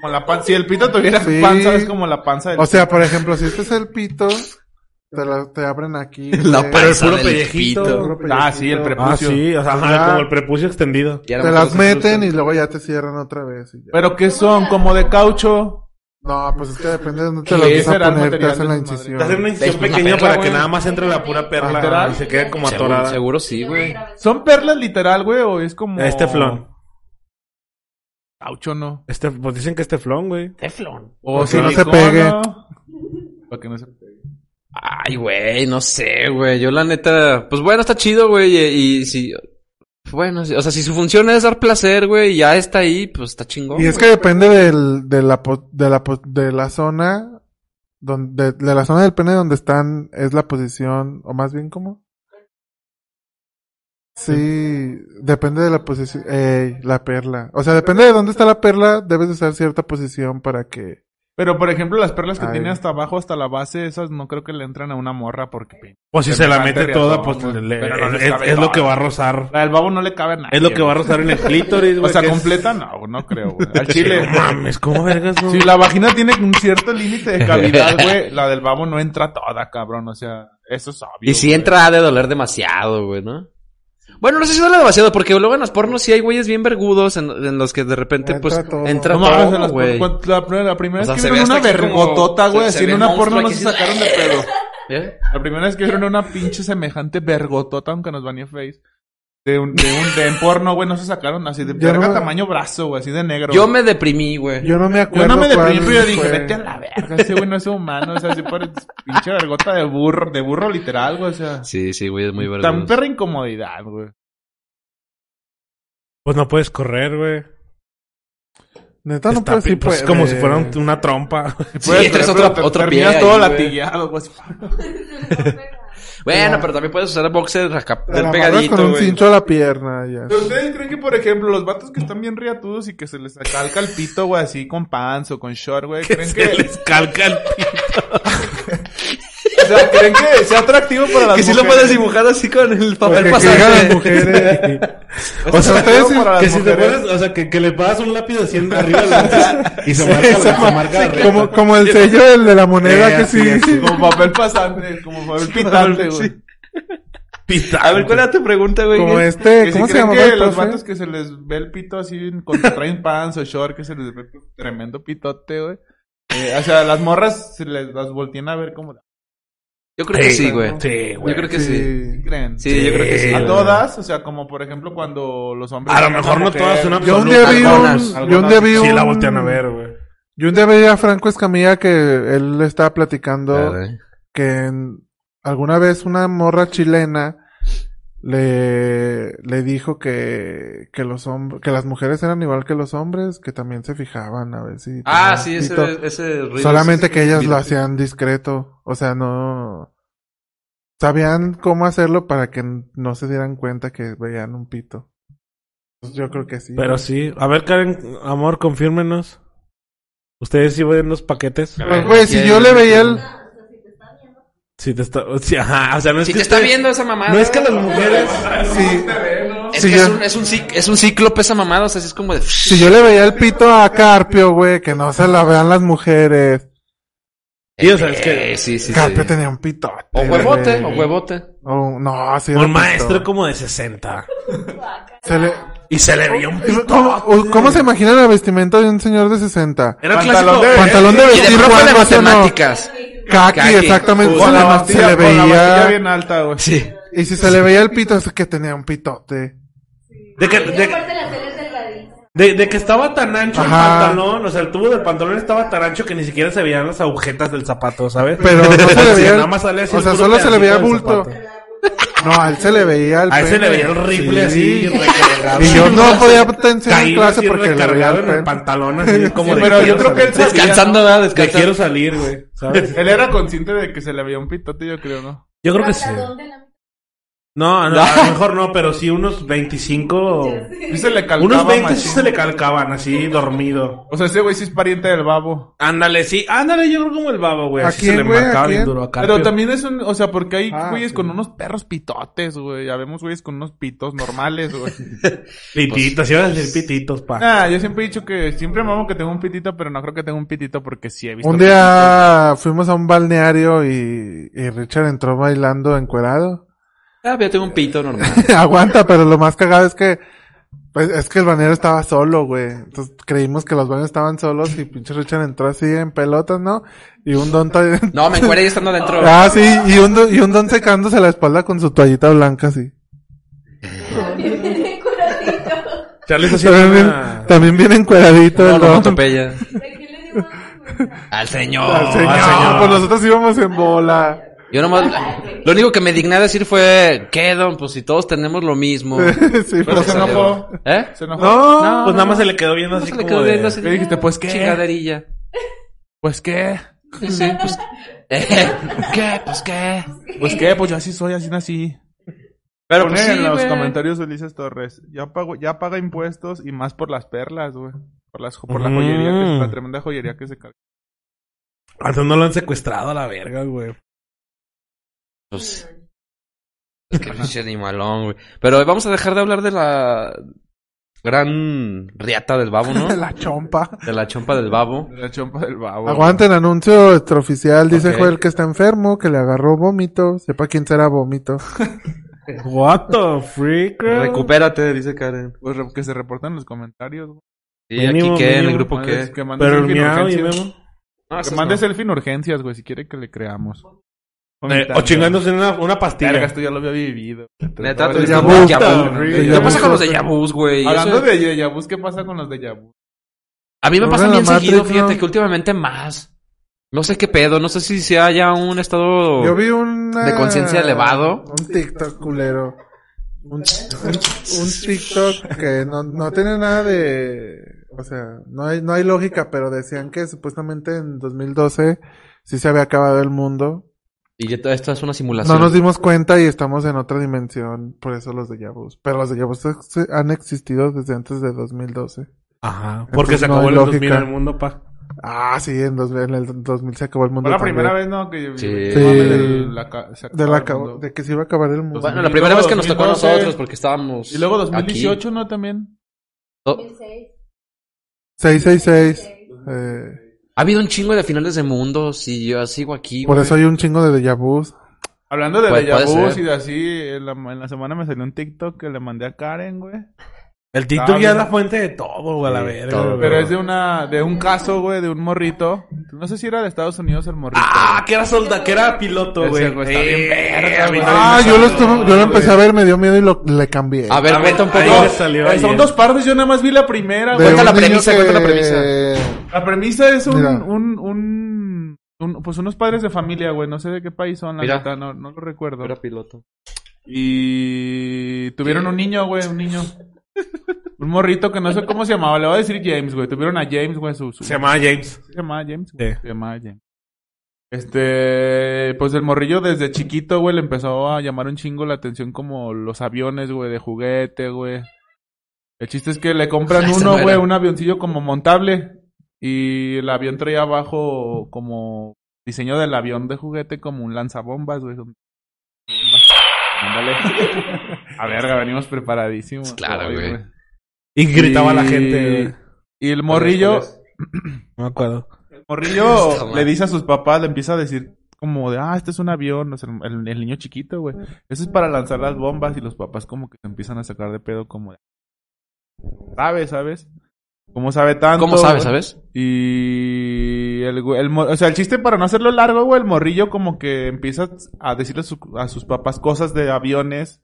Como la panza... Si el pito tuviera
Sí.
panza, es como la panza del...
O sea, por ejemplo, si este es el pito, te, la- te abren aquí.
La
güey.
panza
puro
del
pellejito.
pito.
Ah, sí, el prepucio.
Ah, sí, o sea, ajá,
Ya.
como el prepucio extendido.
Y a lo
Te
mejor
las
se
meten y
asustan.
luego ya te cierran otra vez. y ya.
¿Pero qué son? ¿Como de caucho?
No, pues es que depende de dónde te
Sí,
lo vas
ese era
a
el
poner, te
material
hacen la
de su madre.
incisión.
Te hacen
Pues,
una incisión
Es una
pequeña
perla,
para
güey.
que nada más entre la pura perla
Ajá.
y se quede como
Seguro,
atorada.
seguro sí, güey.
¿Son perlas literal, güey? ¿O es como...
Este flon.
Caucho, ¿no?
Este, pues dicen que este flon, güey.
O
Para que no se
silicona.
pegue.
Para que no se pegue.
Ay, güey, no sé, güey. Yo la neta, pues bueno, está chido, güey. Y, y si, bueno, si- o sea, si su función es dar placer, güey, y ya está ahí, pues está chingón.
Y es que depende del, de, la, po- de, la, po- de la zona donde de la zona del pene donde están es la posición o más bien cómo sí depende de la posición eh, la perla o sea depende de dónde está la perla debes usar cierta posición para que
Pero, por ejemplo, las perlas que
Ay.
tiene hasta abajo, hasta la base, esas no creo que le entran a una morra porque...
Pues si
Pero
se la
no
mete
cabe todo,
toda, pues
güey.
le-
Pero no
es,
les
es-
cabe
es lo
todo.
que va a rozar.
La del babo no le cabe nada.
Es lo que va a rozar en el clítoris,
O
güey.
sea,
que es-
completa no, no creo, güey. Al
Sí,
chile.
no mames, ¿cómo vergas,
Si
güey?
la vagina tiene un cierto límite de cavidad, güey, la del babo no entra toda, cabrón. O sea, eso es obvio.
Y si
güey.
entra ha de doler demasiado, güey, ¿no? Bueno, no sé si duele demasiado, porque luego en los pornos sí hay güeyes bien vergudos en, en los que de repente,
Entra
pues,
todo.
entra
No mames,
todo,
las-
güey.
cuando la, primera- la primera
O sea,
vez
se
que
ve
vieron una
hasta aquí como-
vergotota, güey,
se- se
así en
ve
una
monstruo
porno no
aquí,
se
sí.
sacaron de pedo.
¿Eh?
La primera vez que vieron una pinche semejante vergotota, aunque nos baneó Face. De un, de un de en porno, güey, no se sacaron así de
Yo no
verga
me-
tamaño brazo, güey, así de negro.
Yo
güey.
me deprimí, güey.
Yo no me
Yo
acuerdo.
no me deprimí,
cuál
pero yo dije,
fue.
vete a la verga, ese güey no es humano, o sea, así por pinche vergota de burro, de burro literal, güey, o sea.
Sí, sí, güey, es muy
Tan
vergonzoso.
perra incomodidad, güey.
Pues no puedes correr, güey.
Neta, no
Está
puedes
pi-
ir,
pues,
pues,
como
eh,
si fuera un- una trompa.
Sí, traes otra- otro pie
terminas
ahí,
todo
güey.
latigueado, güey. así,
Bueno, pero también puedes usar el boxer acá,
te la
del
amarras
pegadito,
con un
güey.
cincho a la pierna, ya.
Pero ustedes creen que, por ejemplo, los vatos que están bien riatudos y que se les calca el pito, güey, así con pants o con short, güey, creen que.
calca el
O sea, creen que sea atractivo para las
Que sí
mujeres.
lo puedes dibujar así con el
Porque
papel
que digan las
pasante.
mujeres.
O sea, ustedes
Para las
que si te
mujeres.
pones, o sea, que, que le pasas un lápiz así en- arriba de la y se marca,
Esa
se
ma-
marca la
como,
recta.
como el sello del de la moneda
Eh,
que
así
sí.
es, sí.
Como papel pasante, como papel pitante, güey.
A ver, ¿cuál era tu pregunta, güey?
Como
Que
este,
si
¿cómo se
creen
llama
que
el
los
profe?
vatos que se les ve el pito así cuando traen pants o short, que se les ve tremendo pitote, güey. Eh, o sea, las morras se les las voltean a ver como...
Yo creo que sí, güey.
Sí,
Yo
güey.
creo que sí.
¿Sí creen?
Sí, yo creo que sí.
A
güey.
todas, o sea, como por ejemplo cuando los hombres...
A lo mejor no todas una
Yo un día vi
Algunas,
un, yo un día vi un,
Sí, la voltean a ver, güey.
yo un día vi a Franco Escamilla que él estaba platicando que en- alguna vez una morra chilena le, le dijo que, que los hombres, que las mujeres eran igual que los hombres, que también se fijaban a ver si.
Ah,
tenían
sí,
pito.
ese, ese ruido.
Solamente que ellas lo
eh, Mira.
hacían discreto. O sea, no. Sabían cómo hacerlo para que n- no se dieran cuenta que veían un pito. Pues yo creo que sí.
Pero sí. A ver, Karen, amor, confírmenos. ¿Ustedes sí ven los paquetes?
Pues, güey, si yo le veía el.
Si te está... sí, ajá. O sea, no es
Si
que...
te está
este,
esté-
viendo esa mamada.
No es que las mujeres...
Si,
Es
si
que
yo-
es un, es un, cic- es un cíclope esa mamada, o sea, sí es como de...
si yo le veía el pito a Carpio, güey, que no se la vean las mujeres.
Sí, o sea, es que...
Eh, sí, sí, sí.
Carpio tenía un pito.
O huevote, o huevote.
no, sí. era
Un
pito.
maestro como de 60.
Se le-
Y se le veía un pito.
¿Cómo, o- cómo se imagina la vestimenta de un señor de 60?
Era
Pantalón
clásico.
de-
Pantalón de
Y de
vestir
profe de
blanco, ¿sí o no?
matemáticas.
Kaki,
Kaki.
exactamente.
Con
se
la
le-
bastilla,
se le
con la bastilla
veía.
bien alta, güey.
Sí.
Y si se le veía el pito, es que tenía un pitote.
De que, de, de- de que estaba tan ancho
Ajá.
el pantalón, o sea, el tubo del pantalón estaba tan ancho que ni siquiera se veían las agujetas del zapato, ¿sabes?
Pero no se le
Sí,
veía.
nada más salía así
o
el
sea,
puro
solo se le veía
pedacito del
bulto.
zapato.
No, a él se le veía el
A él se le
pene.
veía el rifle
Sí.
así, recargado.
Y yo no podía enseñar en
Caído
clase
así
porque le veía
recargado
el
en el
pene.
pantalón así como de
pero yo
quiero
creo que él
salir.
sabía,
Descansando, ¿verdad?
De
Descansando.
quiero salir, güey, ¿sabes?
Él era consciente de que se le veía un pitote, yo creo, ¿no?
Yo creo que sí. No, no, a lo mejor no, pero sí unos 25...
Sí se le calcaba
Unos 20 sí
machín.
se le calcaban así, dormido.
O sea, ese güey sí es pariente del babo.
Ándale, sí, ándale, yo creo como el babo, güey.
¿A
Así
quién,
se le
güey? ¿A
marcaba bien
quién?
duro a Carpio.
Pero también es un... O sea, porque hay
Ah,
güeyes
sí.
con unos perros pitotes, güey. Ya vemos güeyes con unos pitos normales, güey.
Pititos, iba a decir pititos, pa.
Ah, yo siempre he dicho que siempre mamo que tengo un pitito, pero no creo que tenga un pitito porque sí he visto.
Un día fuimos a un balneario y, y Richard entró bailando encuerado.
Ah, yo tengo un pito normal.
Aguanta, pero lo más cagado es que pues, es que el bañero estaba solo, güey. Entonces creímos que los baños estaban solos y pinche Richard entró así en pelotas, ¿no? Y un don ta-
No, me encuera yo estando dentro.
Ah, sí, y un, do- y un don secándose la espalda con su toallita blanca, sí.
Charlie está
También,
haciendo
bien-
una...
también bien encueradito
No,
el
lo
don.
atropella. Al señor.
Al señor, pues nosotros íbamos en bola.
Yo nomás... Lo único que me digné decir fue... ¿Qué, don? Pues si todos tenemos lo mismo.
sí,
Pero
pues,
se enojó.
¿eh?
Se enojó.
no,
Pues nada más se le quedó viendo así
Se le
como
quedó
de...
viendo así,
¿Qué dijiste? Pues, ¿qué?
Chingaderilla.
Pues qué.
Sí, pues... ¿Qué? Pues qué.
Pues qué, pues yo así soy, así nací. Pero pues Ponen en los comentarios Ulises Torres. Ya pago, ya paga impuestos y más por las perlas, güey. Por las por la joyería, que es
Mm.
la tremenda joyería que se carga.
Antes Ah, no lo han secuestrado a la verga, güey.
Pues. Es que pinche animalón, güey. Pero vamos a dejar de hablar de la gran riata del babo, ¿no?
la chompa.
De la chompa del babo.
La chompa del babo.
Aguanten, anuncio extraoficial. Dice
Ok.
Joel que está enfermo, que le agarró vómito. Sepa quién será vómito.
What the freak, girl?
Recupérate, dice Karen.
Pues re- que se reportan en los comentarios, güey.
Y aquí
Mínimo,
qué, en el
mínimo,
grupo
Mandes-
qué.
Que mandes
Pero el
selfie en
miau y
urgencias.
Memo.
No,
Que
esas
mande
no.
selfie en urgencias, güey, si quiere que le creamos.
Eh, o chingándose en una, una pastilla.
Verga, este- esto ya lo había vivido.
Neta, tú
Pero
eres
ya
un
vu,
déjà vu,
cabrón.
¿no?
Ya
¿Qué
vu
pasa con los
son-
déjà vus, güey?
Hablando
Eso-
de déjà vus, ¿qué pasa con los déjà vus?
A mí me
Bueno,
pasa bien
la
seguido,
Matrix, ¿no?
fíjate, que últimamente más. No sé qué pedo, no sé si sea ya un estado...
Yo vi una...
Oh. De conciencia elevado.
Un TikTok culero. Un, un- un TikTok que no, no tiene nada de... O sea, no hay, no hay lógica, pero decían que supuestamente en 2012 sí se había acabado el mundo.
Y ya todo esto es una simulación.
No nos dimos cuenta y estamos en otra dimensión, por eso los de Yabus. Pero los de Yabus han existido desde antes de 2012.
Ajá. Porque
Entonces
se
no
acabó el
hay lógica.
2000 en el mundo, pa.
Ah, sí, en, dos- en el 2000 se acabó el mundo.
Fue la
también.
primera vez, ¿no? Que yo vi.
Sí.
no
Sí.
mames, el- la ca- se
De,
acabó
la
el
acabó-
mundo.
de que se iba a acabar el mundo.
Bueno, la primera vez que nos tocó a
2012.
nosotros porque estábamos
Y luego
aquí.
2018, ¿no? También.
Oh,
666. Eh,
Ha habido un chingo de finales de mundos y yo sigo aquí.
por
güey.
eso hay un chingo de déjà vus.
Hablando de
Pues,
déjà
puede
vus
ser.
y de así, en la, en la semana me salió un TikTok que le mandé a Karen, güey.
El TikTok
Sabe.
ya es la fuente de todo, güey, a la verga.
todo,
güey.
Pero es de una, de un caso, güey, de un morrito. No sé si era de Estados Unidos el morrito.
Ah, que era solda, que era piloto,
Ese
güey.
güey está bien
Eh,
verga, güey.
Ah, yo lo, estuve- yo lo empecé a ver, me dio miedo y lo, le cambié.
A ver,
A ver,
cuenta un
ahí
poco.
me salió
Eh, son
ayer.
dos partes, yo nada más vi la primera,
De
güey.
cuenta
un
la
niño
premisa, cuenta la premisa.
La premisa es un,
Mira.
un, un, un- pues unos padres de familia, güey. No sé de qué país son, la
Mira.
neta, no, no lo recuerdo.
Era piloto.
Y tuvieron un niño, güey, un niño. un morrito que no sé cómo se llamaba, le voy a decir James, güey. Tuvieron a James, güey, su, su-
Se llamaba James.
se llamaba James, güey.
Sí.
Se llamaba James. Este, pues el morrillo desde chiquito, güey, le empezó a llamar un chingo la atención como los aviones, güey, de juguete, güey. El chiste es que le compran
Ay, se
uno,
muera.
güey, un avioncillo como montable. Y el avión traía abajo como diseño del avión de juguete como un lanzabombas, güey. Bombas. Ándale. a verga, venimos preparadísimos.
Claro,
Ay,
güey.
Pues Y gritaba a la gente, güey.
Y el morrillo,
No me acuerdo.
Está
Morrillo
mal.
le dice a sus papás, le empieza a decir como de, ah, este es un avión, o sea, el, el niño chiquito, güey. Eso es para lanzar las bombas y los papás como que se empiezan a sacar de pedo como de, ¿sabe, sabes? ¿Cómo sabe tanto?
¿Cómo sabes, sabes?
Y el, güey- el, mor- o sea, el chiste para no hacerlo largo, güey, el morrillo como que empieza a decirle a, su- a sus papás cosas de aviones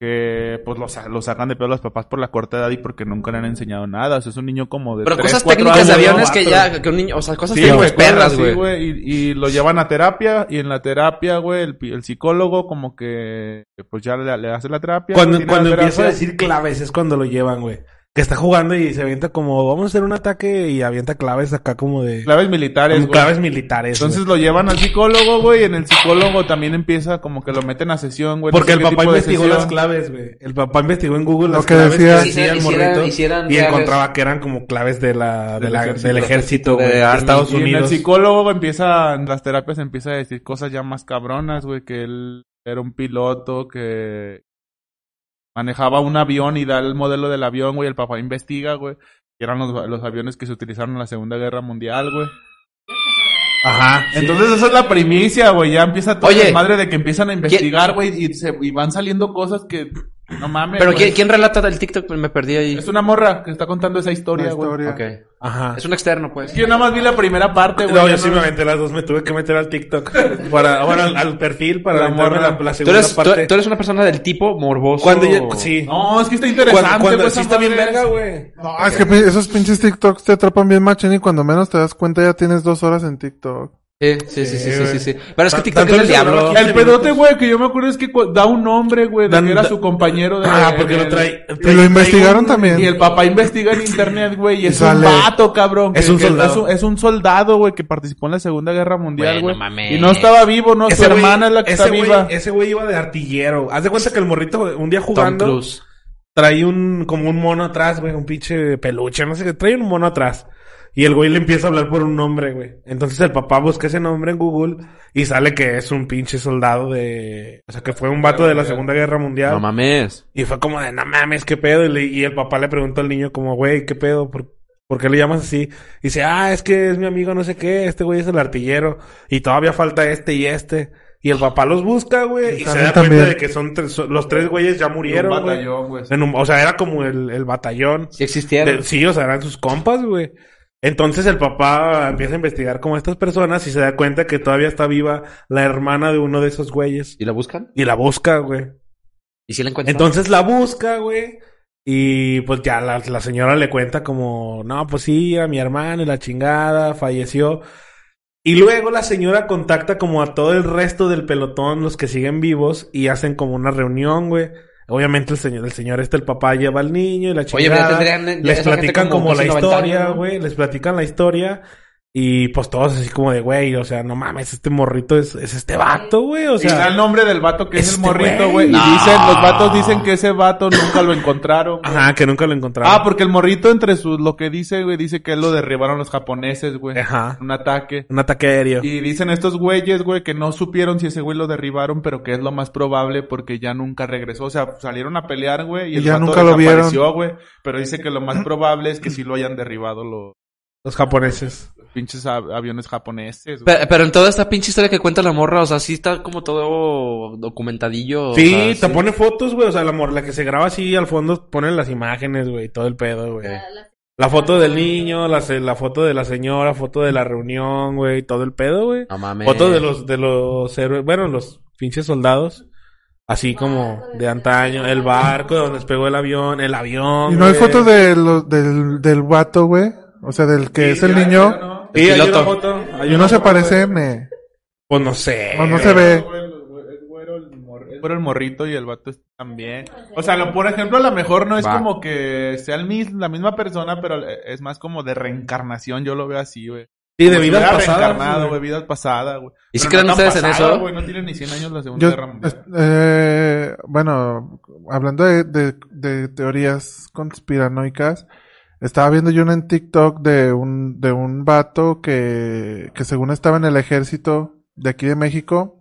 que pues los, sa- los sacan de pedo los papás por la corta edad y porque nunca le han enseñado nada. O sea, es un niño como de
Pero
tres,
cosas
cuatro
técnicas de
años,
aviones que
cuatro.
ya, que un niño, o sea,
Pues
cosas
Sí,
técnicas
güey,
perras,
cosas así,
güey.
Y, y lo llevan a terapia, y en la terapia, güey, el, pi- el psicólogo como que, pues ya le, le hace la terapia.
Cuando,
tiene la
cuando
terapia.
empieza a decir claves es cuando lo llevan, güey. Que está jugando y se avienta como, vamos a hacer un ataque y avienta claves acá como de...
Claves militares,
como
güey.
claves militares.
Entonces
güey.
lo llevan al psicólogo, güey, y en el psicólogo también empieza como que lo meten a sesión, güey. no
Porque
sé
el
qué
papá
tipo de
investigó
sesión.
las claves, güey. El papá investigó en Google
Lo
las
que
claves
decía-
que decía
Hicieran-
el
hicieran-
morrito
hicieran
y
reales.
encontraba que eran como claves de la, de
Del
la-
ejército.
del ejército,
De
güey, de
Army.
Estados
Y en el
Unidos.
psicólogo empieza, en las terapias empieza a decir cosas ya más cabronas, güey, que él era un piloto que manejaba un avión y da el modelo del avión, güey, el papá investiga, güey, que eran los, los aviones que se utilizaron en la Segunda Guerra Mundial, güey.
Ajá.
Entonces esa es la primicia, güey, ya empieza todo
Oye,
el madre de que empiezan a investigar, güey, y, se- y van saliendo cosas que no mames.
Pero
güey.
¿quién, quién relata el TikTok? Me perdí ahí.
Es una morra que está contando esa historia,
La
güey.
historia.
Ok.
Ajá.
Es un externo, pues.
Yo nada más vi la primera parte, güey.
No,
ya
yo sí me aventé las dos, me tuve que meter al TikTok. Para, bueno, al, al perfil, para
La
aventarme
morra.
la, la
Tú
segunda
eres, tú,
parte.
tú eres una persona del tipo morboso.
Cuando ya- sí.
No, es que está
cuando,
interesante,
cuando
güey,
sí
pues, esa
está bien
madre.
verga, güey.
No, es que pi- esos pinches TikToks te atrapan bien machín y cuando menos te das cuenta ya tienes dos horas en TikTok.
Sí, sí, sí, sí, sí, sí, sí. Pero es que
Tan-
TikTok
tanto
es el
les hablaba
diablo.
aquí.
El pedote, güey, que yo me acuerdo es que cu- da un nombre, güey, de
Dan-
que era
da-
su compañero de
Ah, porque lo
del-
trae.
Y lo investigaron también.
Y el papá investiga en internet, güey, y es un
sale-
vato, cabrón. que-
Es un
que
soldado.
Es un, es un soldado, güey, que participó en la Segunda Guerra Mundial,
Güey,
güey.
no mames.
y no estaba vivo, no, su
güey-
hermana es la que
ese
está
güey-
viva.
Ese güey iba de artillero. Haz de cuenta que el morrito un día
Tom
jugando
Cruise.
trae un como un mono atrás, güey, un pinche peluche, no sé qué, trae un mono atrás. Y el güey le empieza a hablar por un nombre, güey. Entonces el papá busca ese nombre en Google y sale que es un pinche soldado de, o sea, que fue un vato de la Segunda Guerra Mundial.
No mames.
Y fue como de, no mames, qué pedo. Y, le- y el papá le preguntó al niño como, güey, qué pedo, ¿Por, por qué le llamas así? Y dice, ah, es que es mi amigo no sé qué, este güey es el artillero. Y todavía falta este y este. Y el papá los busca, güey. Y se
salen
da cuenta
también.
de que son tres, son- los tres güeyes ya murieron, güey.
güey.
En un- o sea, era como el, el batallón.
Si existieron.
De- sí, o sea, eran sus compas, güey. Entonces el papá empieza a investigar como estas personas y se da cuenta que todavía está viva la hermana de uno de esos güeyes.
¿Y la buscan?
Y la busca, güey.
¿Y si la encuentran?
Entonces la busca, güey. Y pues ya la, la señora le cuenta como, no, pues sí, a mi hermano y la chingada, falleció. Y luego la señora contacta como a todo el resto del pelotón, los que siguen vivos, y hacen como una reunión, güey. Obviamente el señor, el señor este, el papá lleva al niño y la
Oye, pero
chingada.
tendrían- ya
les
esa gente
platican
como
como, la
casi 90 años,
historia,
¿no?
güey. Les platican la historia. Y pues todos así como de, güey, o sea, no mames, este morrito es, es este vato, güey. O
Y da el
sea,
nombre del vato que es el
este
morrito, güey.
güey.
Y dicen, los vatos dicen que ese vato nunca lo encontraron. güey.
ajá, que nunca lo encontraron.
Ah, porque el morrito entre sus, lo que dice, güey, dice que lo derribaron los japoneses,
pues,
güey.
Ajá.
Un ataque.
Un ataque aéreo.
Y dicen estos güeyes, güey, que no supieron si ese güey lo derribaron, pero que es lo más probable porque ya nunca regresó. O sea, salieron a pelear, güey, y,
Y
el
ya
vato
nunca lo vieron.
desapareció, güey. Pero dice que lo más probable es que sí lo hayan derribado los
Los japoneses.
pinches av- aviones japoneses, güey.
Pero, pero en toda esta pinche historia que cuenta la morra, o sea, sí está como todo documentadillo. o
sí,
sea,
te pone fotos, güey. O sea, la, mor- la que se graba así al fondo ponen las imágenes, güey. Todo el pedo, güey. La foto del niño, la, se- la foto de la señora, foto de la reunión, güey. Todo el pedo, güey.
No mames.
Fotos de los, de los héroes, bueno, los pinches soldados. Así como de antaño. El barco donde despegó el avión, el avión.
Y no hay
güey.
fotos de los, del, del guato, güey. O sea, del que es el niño.
Sí, hay
piloto.
una foto. Hay
Y
una
uno se
foto,
parece,
güey.
me.
Pues no sé.
No, no
Eh,
güey.
se ve.
Pero el morrito y el vato es- también. O sea, lo, por ejemplo, a lo mejor no es
Va.
como que sea el mis- la misma persona, pero e, es más como de reencarnación, yo lo veo así, güey.
Sí, de
Como si
vida
hubiera
pasada.
Pues reencarnado, güey, vida pasada, güey.
¿Y si
Pero
creen
no tan
ustedes en
pasada,
eso?
güey, no tiene ni 100 años la Segunda
Yo,
Guerra
es-
Mundial.
eh, bueno, hablando de, de- de teorías conspiranoicas, estaba viendo yo una en TikTok de un, de un vato que, que según estaba en el ejército de aquí de México,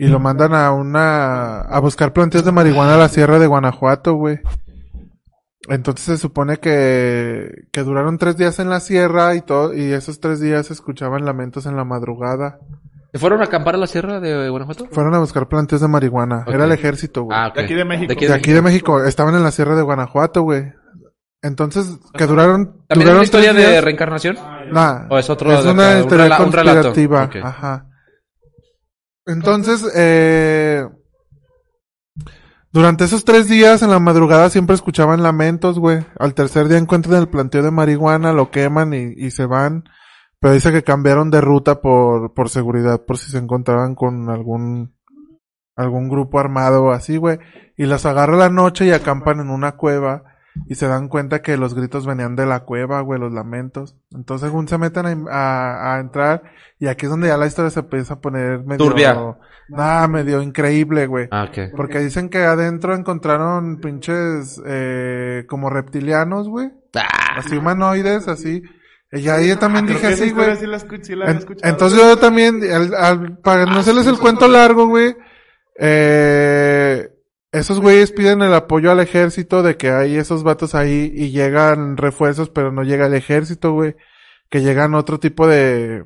y lo mandan a una, a buscar plantíos de marihuana a la sierra de Guanajuato, güey. Entonces se supone que, que duraron tres días en la sierra y todo, y esos tres días se escuchaban lamentos en la madrugada.
¿Se fueron a acampar a la sierra de Guanajuato?
Fueron a buscar plantíos de marihuana.
Ok.
Era el ejército, güey.
Ah, ok.
De aquí de México.
de aquí de México. Estaban en la sierra de Guanajuato, güey. Entonces, que duraron.
¿También es
duraron
una historia
tres
de
días. Ah.
reencarnación?
Nah,
¿O es otro?
es
de
una
acá,
historia
rela- relato?
conspirativa.
Ok.
Ajá. Entonces, eh, durante esos tres días en la madrugada siempre escuchaban lamentos, güey. Al tercer día encuentran el planteo de marihuana, lo queman y, y se van. Pero dice que cambiaron de ruta por, por seguridad, por si se encontraban con algún, algún grupo armado o así, güey. Y las agarra la noche y acampan en una cueva. Y se dan cuenta que los gritos venían de la cueva, güey, los lamentos. Entonces, según se meten a, in- a- a entrar, y aquí es donde ya la historia se empieza a poner medio...
Turbia.
Nah, medio increíble, güey.
Ah, ok.
Porque dicen que adentro encontraron pinches eh, como reptilianos, güey. Así humanoides, así. Y ahí yo también
Ah, Creo
dije
que esa
así,
historia
güey.
sí la escu- sí la había
En-
escuchado. Ah,
Entonces yo también, al, al- para no hacerles el cuento largo, güey, eh, esos güeyes piden el apoyo al ejército de que hay esos vatos ahí y llegan refuerzos, pero no llega el ejército, güey, que llegan otro tipo de,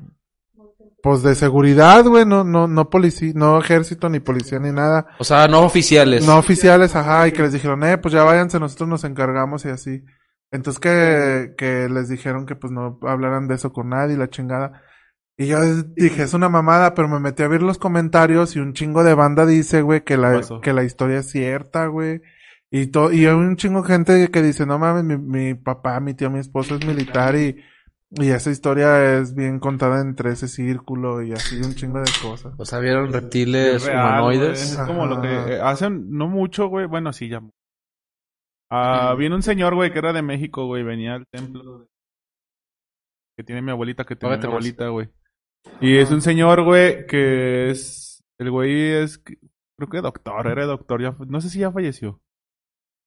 pues de seguridad, güey, no, no, no policía, no ejército, ni policía, ni nada.
O sea, no oficiales.
No oficiales, ajá, y que les dijeron, eh, pues ya váyanse, nosotros nos encargamos y así. Entonces que, que les dijeron que pues no hablaran de eso con nadie, la chingada. Y yo dije, es una mamada, pero me metí a ver los comentarios y un chingo de banda dice, güey, que la,
Pasó.
que la historia es cierta, güey. Y to y hay un chingo de gente que dice, no mames, mi, mi papá, mi tío, mi esposo es militar y, y esa historia es bien contada entre ese círculo y así un chingo de cosas.
O sea, vieron
Es
reptiles
real, güey,
humanoides.
Es como lo que eh, hacen, no mucho, güey. Bueno, sí, ya. Ah, vino un señor, güey, que era de México, güey. Venía al templo. de- Que tiene mi abuelita, que tiene mi
Págate más.
abuelita, güey. Y es un señor, güey, que es... El güey es... Creo que doctor, era doctor. Ya, no sé si ya falleció.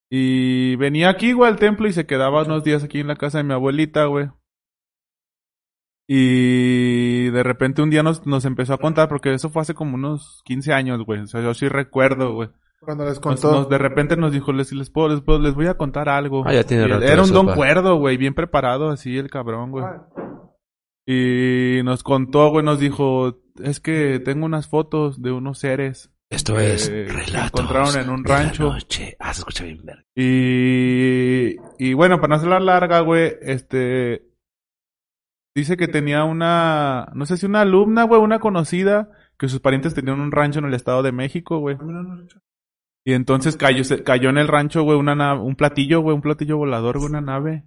Y venía aquí, güey, al templo y se quedaba unos días aquí en la casa de mi abuelita, güey. Y de repente un día nos, nos empezó a contar, porque eso fue hace como unos 15 años, güey. O sea, yo sí recuerdo, güey.
Cuando les
Nos-
contó.
nos- de repente nos dijo, les, les, puedo, les, puedo- les voy a contar algo.
Ah, ya tiene
Y
rato
Era un
eso,
don
pa.
cuerdo, güey, bien preparado, así el cabrón, güey. Y nos contó, güey, nos dijo, es que tengo unas fotos de unos seres
Esto
Eh,
es
que
relatos.
encontraron en un
de la
rancho.
noche. Ah, se escucha bien verga.
Y, y bueno, para no hacerla larga, güey, este, Dice que tenía una, no sé si una alumna, güey, una conocida, que sus parientes tenían un rancho en el Estado de México, güey. Y entonces cayó, se- cayó en el rancho, güey, una na- un platillo, güey, un platillo volador, güey, una nave.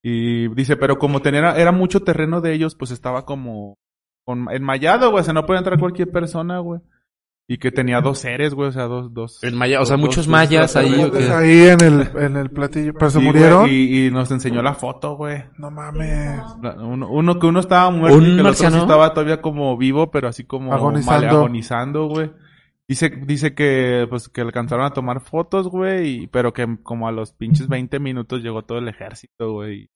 Y dice, pero como tenía, era mucho terreno de ellos, pues estaba como con- enmayado, güey, o sea, no puede entrar cualquier persona, güey. Y que tenía dos seres, güey, o sea, dos, dos.
En maya, o sea,
dos-
muchos
dos-
mayas
dos-
ahí.
dos-
¿o qué?
Ahí en el, en el platillo. Pero se
Sí, güey,
murieron.
Y, y nos enseñó la foto, güey.
No mames.
La- Uno, uno que uno estaba muerto
¿Un
y que el otro sí
marciano?
estaba todavía como vivo, pero así como
Agonizando.
mal- agonizando, güey. Dice, dice que pues que alcanzaron a tomar fotos, güey, y- pero que como a los pinches 20 minutos llegó todo el ejército, güey.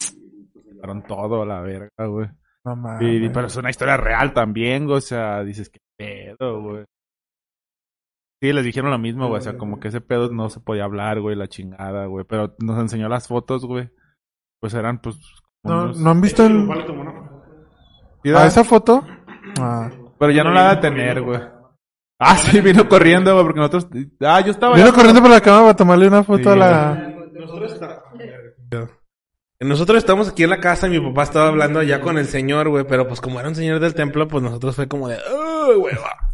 Fueron todo a la verga, güey.
No mames.
Y- y- pero es una historia real también, güey, o sea, dices qué pedo, güey. Sí, les dijeron lo mismo, güey, o sea, como que ese pedo no se podía hablar, güey, la chingada, güey, pero nos enseñó las fotos, güey. Pues eran pues
¿No,
unos-
¿no han visto el-
¿Tira?
¿A esa foto? Ah.
Pero ya no la va a tener, güey. Ah, sí, vino corriendo, güey, porque nosotros... Ah, yo estaba...
Vino corriendo por la cama para tomarle una foto a la...
Nosotros estamos aquí en la casa y mi papá estaba hablando allá con el señor, güey, pero pues como era un señor del templo, pues nosotros fue como de, ¡ay, hueva!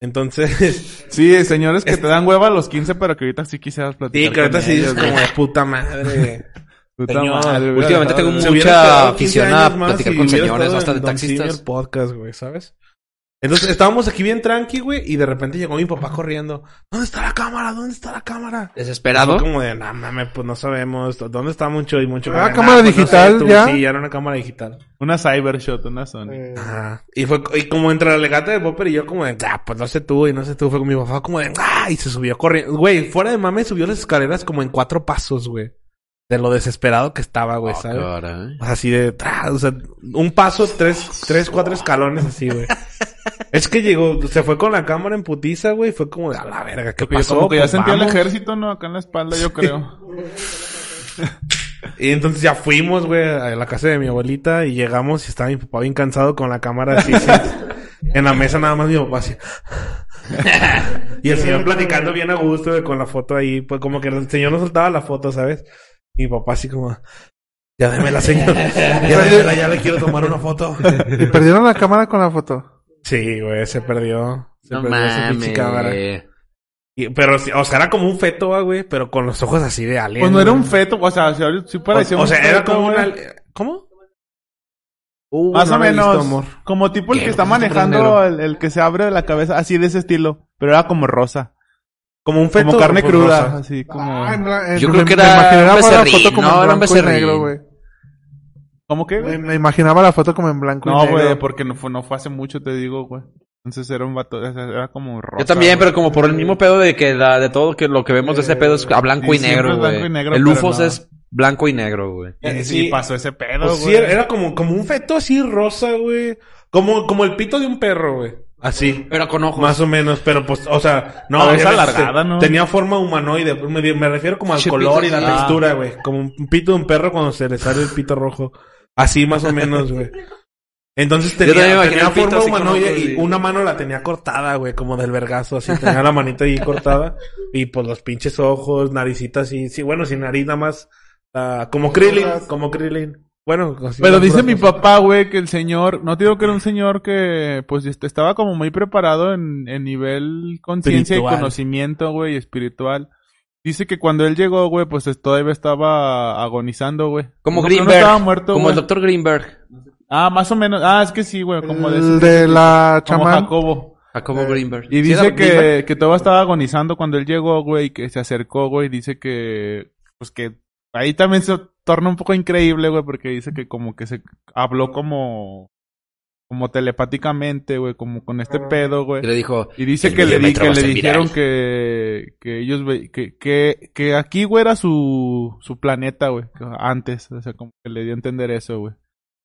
Entonces,
Sí, señores que te dan hueva a los 15, pero que ahorita sí quisieras platicar
sí, que ahorita
con
sí dices
ellos, güey.
como de puta madre.
Puta
Señor,
madre, güey.
últimamente tengo
Se
mucha
hubiera quedado
afición
15
a
años más
platicar
y
con
hubiera
señores,
estado
hasta
en
de
Don
taxistas.
Senior podcast, güey, ¿sabes? Entonces estábamos aquí bien tranqui, güey, y de repente llegó mi papá corriendo. ¿Dónde está la cámara? ¿Dónde está la cámara?
Desesperado.
Fue como de, no mames, pues no sabemos. ¿Dónde está mucho y mucho?
Ah,
Nah,
cámara
pues, no sé,
digital,
tú,
ya.
Sí, ya era una cámara digital.
Una Cybershot, una Sony.
Ajá. Y fue y como entre la legata de Popper y yo como de, ah, pues no sé tú y no sé tú. Fue con mi papá como de, ah, y se subió corriendo. Güey, fuera de mame subió las escaleras como en cuatro pasos, güey. De lo desesperado que estaba, güey,
Ah,
¿sabes?
caray.
O sea, Así de, tra- o sea, un paso, tres, tres, cuatro escalones así, güey. es que llegó, se fue con la cámara en putiza, güey, y fue como de, a la verga, ¿qué
Porque yo
pasó?
como que ya
Pues,
sentía el
vamos.
ejército, ¿no? Acá en la espalda, yo creo.
Y entonces ya fuimos, güey, a la casa de mi abuelita y llegamos y estaba mi papá bien cansado con la cámara así. sí. en la mesa nada más mi papá así. y el señor platicando bien a gusto güey, con la foto ahí. Pues como que el señor no soltaba la foto, ¿sabes? Y mi papá así como... Ya démela, señor. Ya démela, ya le quiero tomar una foto.
¿Y perdieron la cámara con la foto?
sí, güey, se perdió. Se
No
perdió esa pinche cámara.
mames.
Y- pero, sí, o sea, era como un feto, ah, güey, pero con los ojos así de alien.
Pues no era
güey.
un feto, o sea, sí sí parecía
O, o
un
sea, era
feto,
como
güey.
una... ¿Cómo? Uh,
Más
no
o
la he visto,
menos,
amor.
como tipo el que
¿Qué?
está
¿Por qué se pone negro?
manejando, el, el que se abre la cabeza, así de ese estilo, pero era como rosa,
Como un feto.
como carne
pues,
cruda,
rosa.
así como...
Ah, en la- en-
Yo creo
me-
que
me
era
imaginaba
un
la
becerrín.
foto como en
No, era un
blanco y
becerrín.
negro, güey.
¿Cómo que? güey?
Me, me imaginaba la foto como en blanco y
No,
negro.
güey, porque no fue, no fue hace mucho, te digo, güey. Entonces era un vato, o sea, era como rosa.
Yo también,
güey.
pero como por el mismo pedo de que la, de todo que lo que vemos de ese pedo es a blanco
sí,
y negro,
siempre es blanco
güey.
y negro,
El
pero
UFOs
no.
es blanco y negro, güey.
Y
eh, Sí.
Eh, sí, pasó ese pedo,
Pues sí,
güey.
era era como, como un feto así rosa, güey. Como, como el pito de un perro, güey. Así.
Pero con ojos.
Más o menos, pero pues, o sea, no,
Cabeza
obviamente,
alargada, ¿no?
Tenía forma humanoide. Me, me refiero como al
Che,
color
pito,
y la
ah.
textura, güey. Como un pito de un perro cuando se le sale el pito rojo. Así más o menos, güey. Entonces
también me
tenía,
imaginé
tenía
el pito
forma
así con
humanoide
ojos
y
y-
una mano la tenía cortada, güey, como del vergazo, así. Tenía la manita ahí cortada. Y pues los pinches ojos, naricita así. Sí, bueno, sin nariz nada más. ah, como Krillin, como Krillin. Bueno, así
Pero
las
dice
puras
mi
cosas.
papá, güey, que el señor, no te digo que era un señor que, pues, este, estaba como muy preparado en, en nivel conciencia y
Espiritual.
conocimiento, güey, y espiritual. Dice que cuando él llegó, güey, pues es- todavía estaba agonizando, güey.
como
No, no
Greenberg.
estaba muerto,
como
güey.
el doctor Greenberg.
Ah, más o menos. Ah, es que sí, güey, como de,
El de la
como
chamán.
Jacobo.
Jacobo Greenberg.
Eh, Y
¿Sí
dice
era Greenberg?
que, que todavía estaba agonizando cuando él llegó, güey, y que se acercó, güey, y dice que, pues que ahí también se torna un poco increíble, güey, porque dice que como que se habló como, como telepáticamente, güey, como con este pedo,
Y
güey.
le dijo,
Y dice
El
que le, di-
milímetro
que
va a
le
ser
dijeron
viral.
que, que ellos, ve- que, que, que aquí, güey, era su, su planeta, güey, que antes, o sea, como que le dio a entender eso, güey.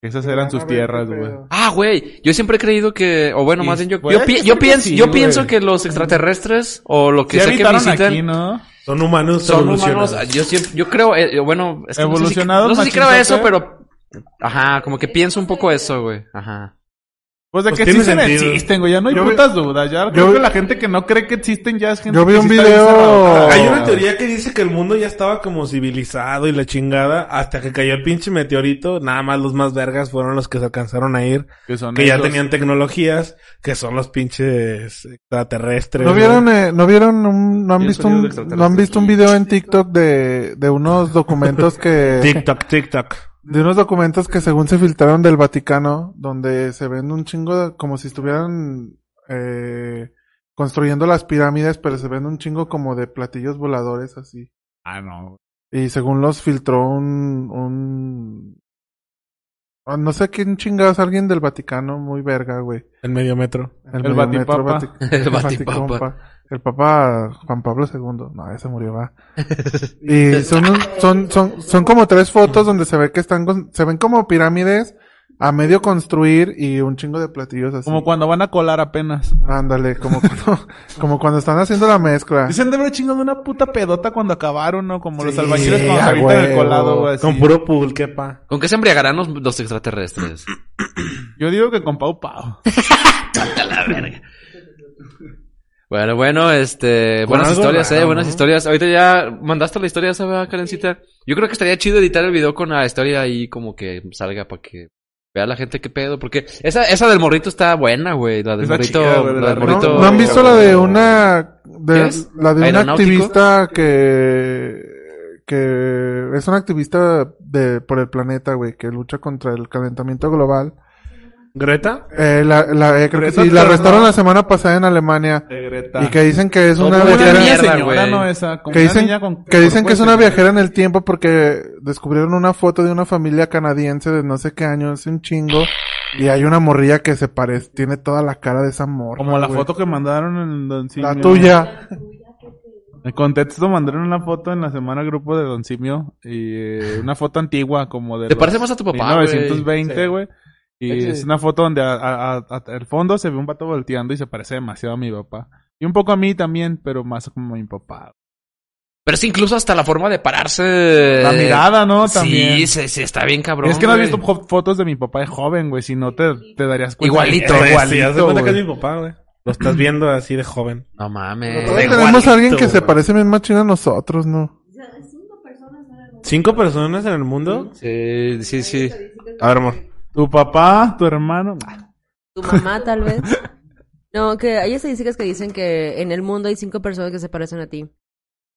Que esas pues, eran
este
sus tierras, güey.
ah, güey, yo siempre he creído que, o bueno,
Y
más bien yo,
puede
yo, pi-
ser
yo
que
pienso,
sí,
yo
güey.
pienso que los extraterrestres o lo que
Sí
sea que
habitaron
visitan
aquí, ¿no?
Son humanos,
son
evolucionados.
humanos. Ah, Yo siempre, yo creo, eh, bueno, es que no sé si-
Evolucionados,
No sé si creo
machinzote.
eso, pero, ajá, como que pienso un poco eso, güey. Ajá.
Pues de
Pues
que sí
tiene
se
sentido.
existen, güey. Ya no hay
Yo vi-
putas dudas. Ya
vi-
creo que la gente que no cree que existen ya es gente
Yo vi
que
un
sí está bien Ah,
video-
cerrada.
Ah, Hay una teoría que dice que el mundo ya estaba como civilizado y la chingada hasta que cayó el pinche meteorito. Nada más los más vergas fueron los que se alcanzaron a ir,
Que, son
que ya
ellos.
tenían tecnologías, que son los pinches extraterrestres.
¿No
güey.
vieron, eh, ¿no, vieron un- no han
Y el
visto
sonido
un,
de
no han
extraterrestres.
visto un video en TikTok de, de unos documentos que,
TikTok, TikTok.
de unos documentos que según se filtraron del Vaticano, donde se ven un chingo de- como si estuvieran, eh, construyendo las pirámides, pero se ven un chingo como de platillos voladores así.
Ah, no.
Y según los filtró un, un, ah, no sé quién chingados, alguien del Vaticano, muy verga, güey.
En medio metro.
El
Mediometro
Vatipapa.
Vati-
El
Vaticompa.
batipapa.
El Papa Juan Pablo II. No, ese murió, va. Y son, un- son, son, son como tres fotos donde se ve que están, con- se ven como pirámides a medio construir y un chingo de platillos así.
Como cuando van a colar apenas.
Ándale, como cuando, como cuando están haciendo la mezcla.
Dicen de haber chingado una puta pedota cuando acabaron, ¿no? Como los
Sí,
albañiles cuando se
a
avientan el
huevo.
colado,
Ah,
güey, así.
Con puro pulque, pa.
¿Con qué se embriagarán los, los extraterrestres?
Yo digo que con Pau Pau.
Bueno, bueno, este,
Con
buenas
algo
historias, eh,
raro,
buenas
¿no?
historias. Ahorita ya mandaste la historia esa, ¿verdad, Karencita? Yo creo que estaría chido editar el video con la historia ahí como que salga para que vea la gente qué pedo, porque esa, esa del morrito está buena, güey, la del
Está
morrito,
chida, güey,
la
la
del
de-
¿No,
morrito.
no han visto la de una,
¿Qué
de,
es?
la de una
¿Aeronáutico?
activista que, que es una activista de, por el planeta, güey, que lucha contra el calentamiento global.
¿Greta?
Eh, la, la, eh, creo que
Greta
sí, la
Thunberg,
arrestaron
¿no?
la semana pasada en Alemania.
De Greta.
Y que dicen que es
No,
una
como una
viajera,
mierda,
señora,
güey.
¿no? Esa, como
que
una
dicen,
niña con-
que dicen que es una
cuerpo de señora.
viajera en el tiempo porque descubrieron una foto de una familia canadiense de no sé qué año, es un chingo. Y hay una morrilla que se parece, tiene toda la cara de esa morra.
Como la
güey.
foto que mandaron en Don Simio.
La tuya.
En contexto mandaron una foto en la semana grupo de Don Simio. Y eh, una foto antigua, como de.
Te
los
parece más a tu papá, güey.
1920, güey. Y
Sí.
es una foto donde a- a- a- a- el fondo se ve un vato volteando y se parece demasiado a mi papá. Y un poco a mí también, pero más como a mi papá.
Pero es incluso hasta la forma de pararse.
La mirada, ¿no? También.
Eh, Sí, sí, sí, está bien cabrón.
es que no has
güey.
visto jo- fotos de mi papá de joven, güey. Si no, te, te darías cuenta.
Igualito,
Eh,
güey,
Sí, haz de
Igualito,
cuenta que
güey.
es mi papá, güey. Lo estás viendo así de joven.
No mames.
Todos tenemos
igualito,
a alguien que se
güey.
parece bien más chino a nosotros, ¿no?
¿Cinco personas en el mundo?
Sí, sí, sí.
A ver, amor.
Tu papá, tu hermano. ah,
Tu mamá, tal vez. No, que hay estadísticas que dicen que en el mundo hay cinco personas que se parecen a ti.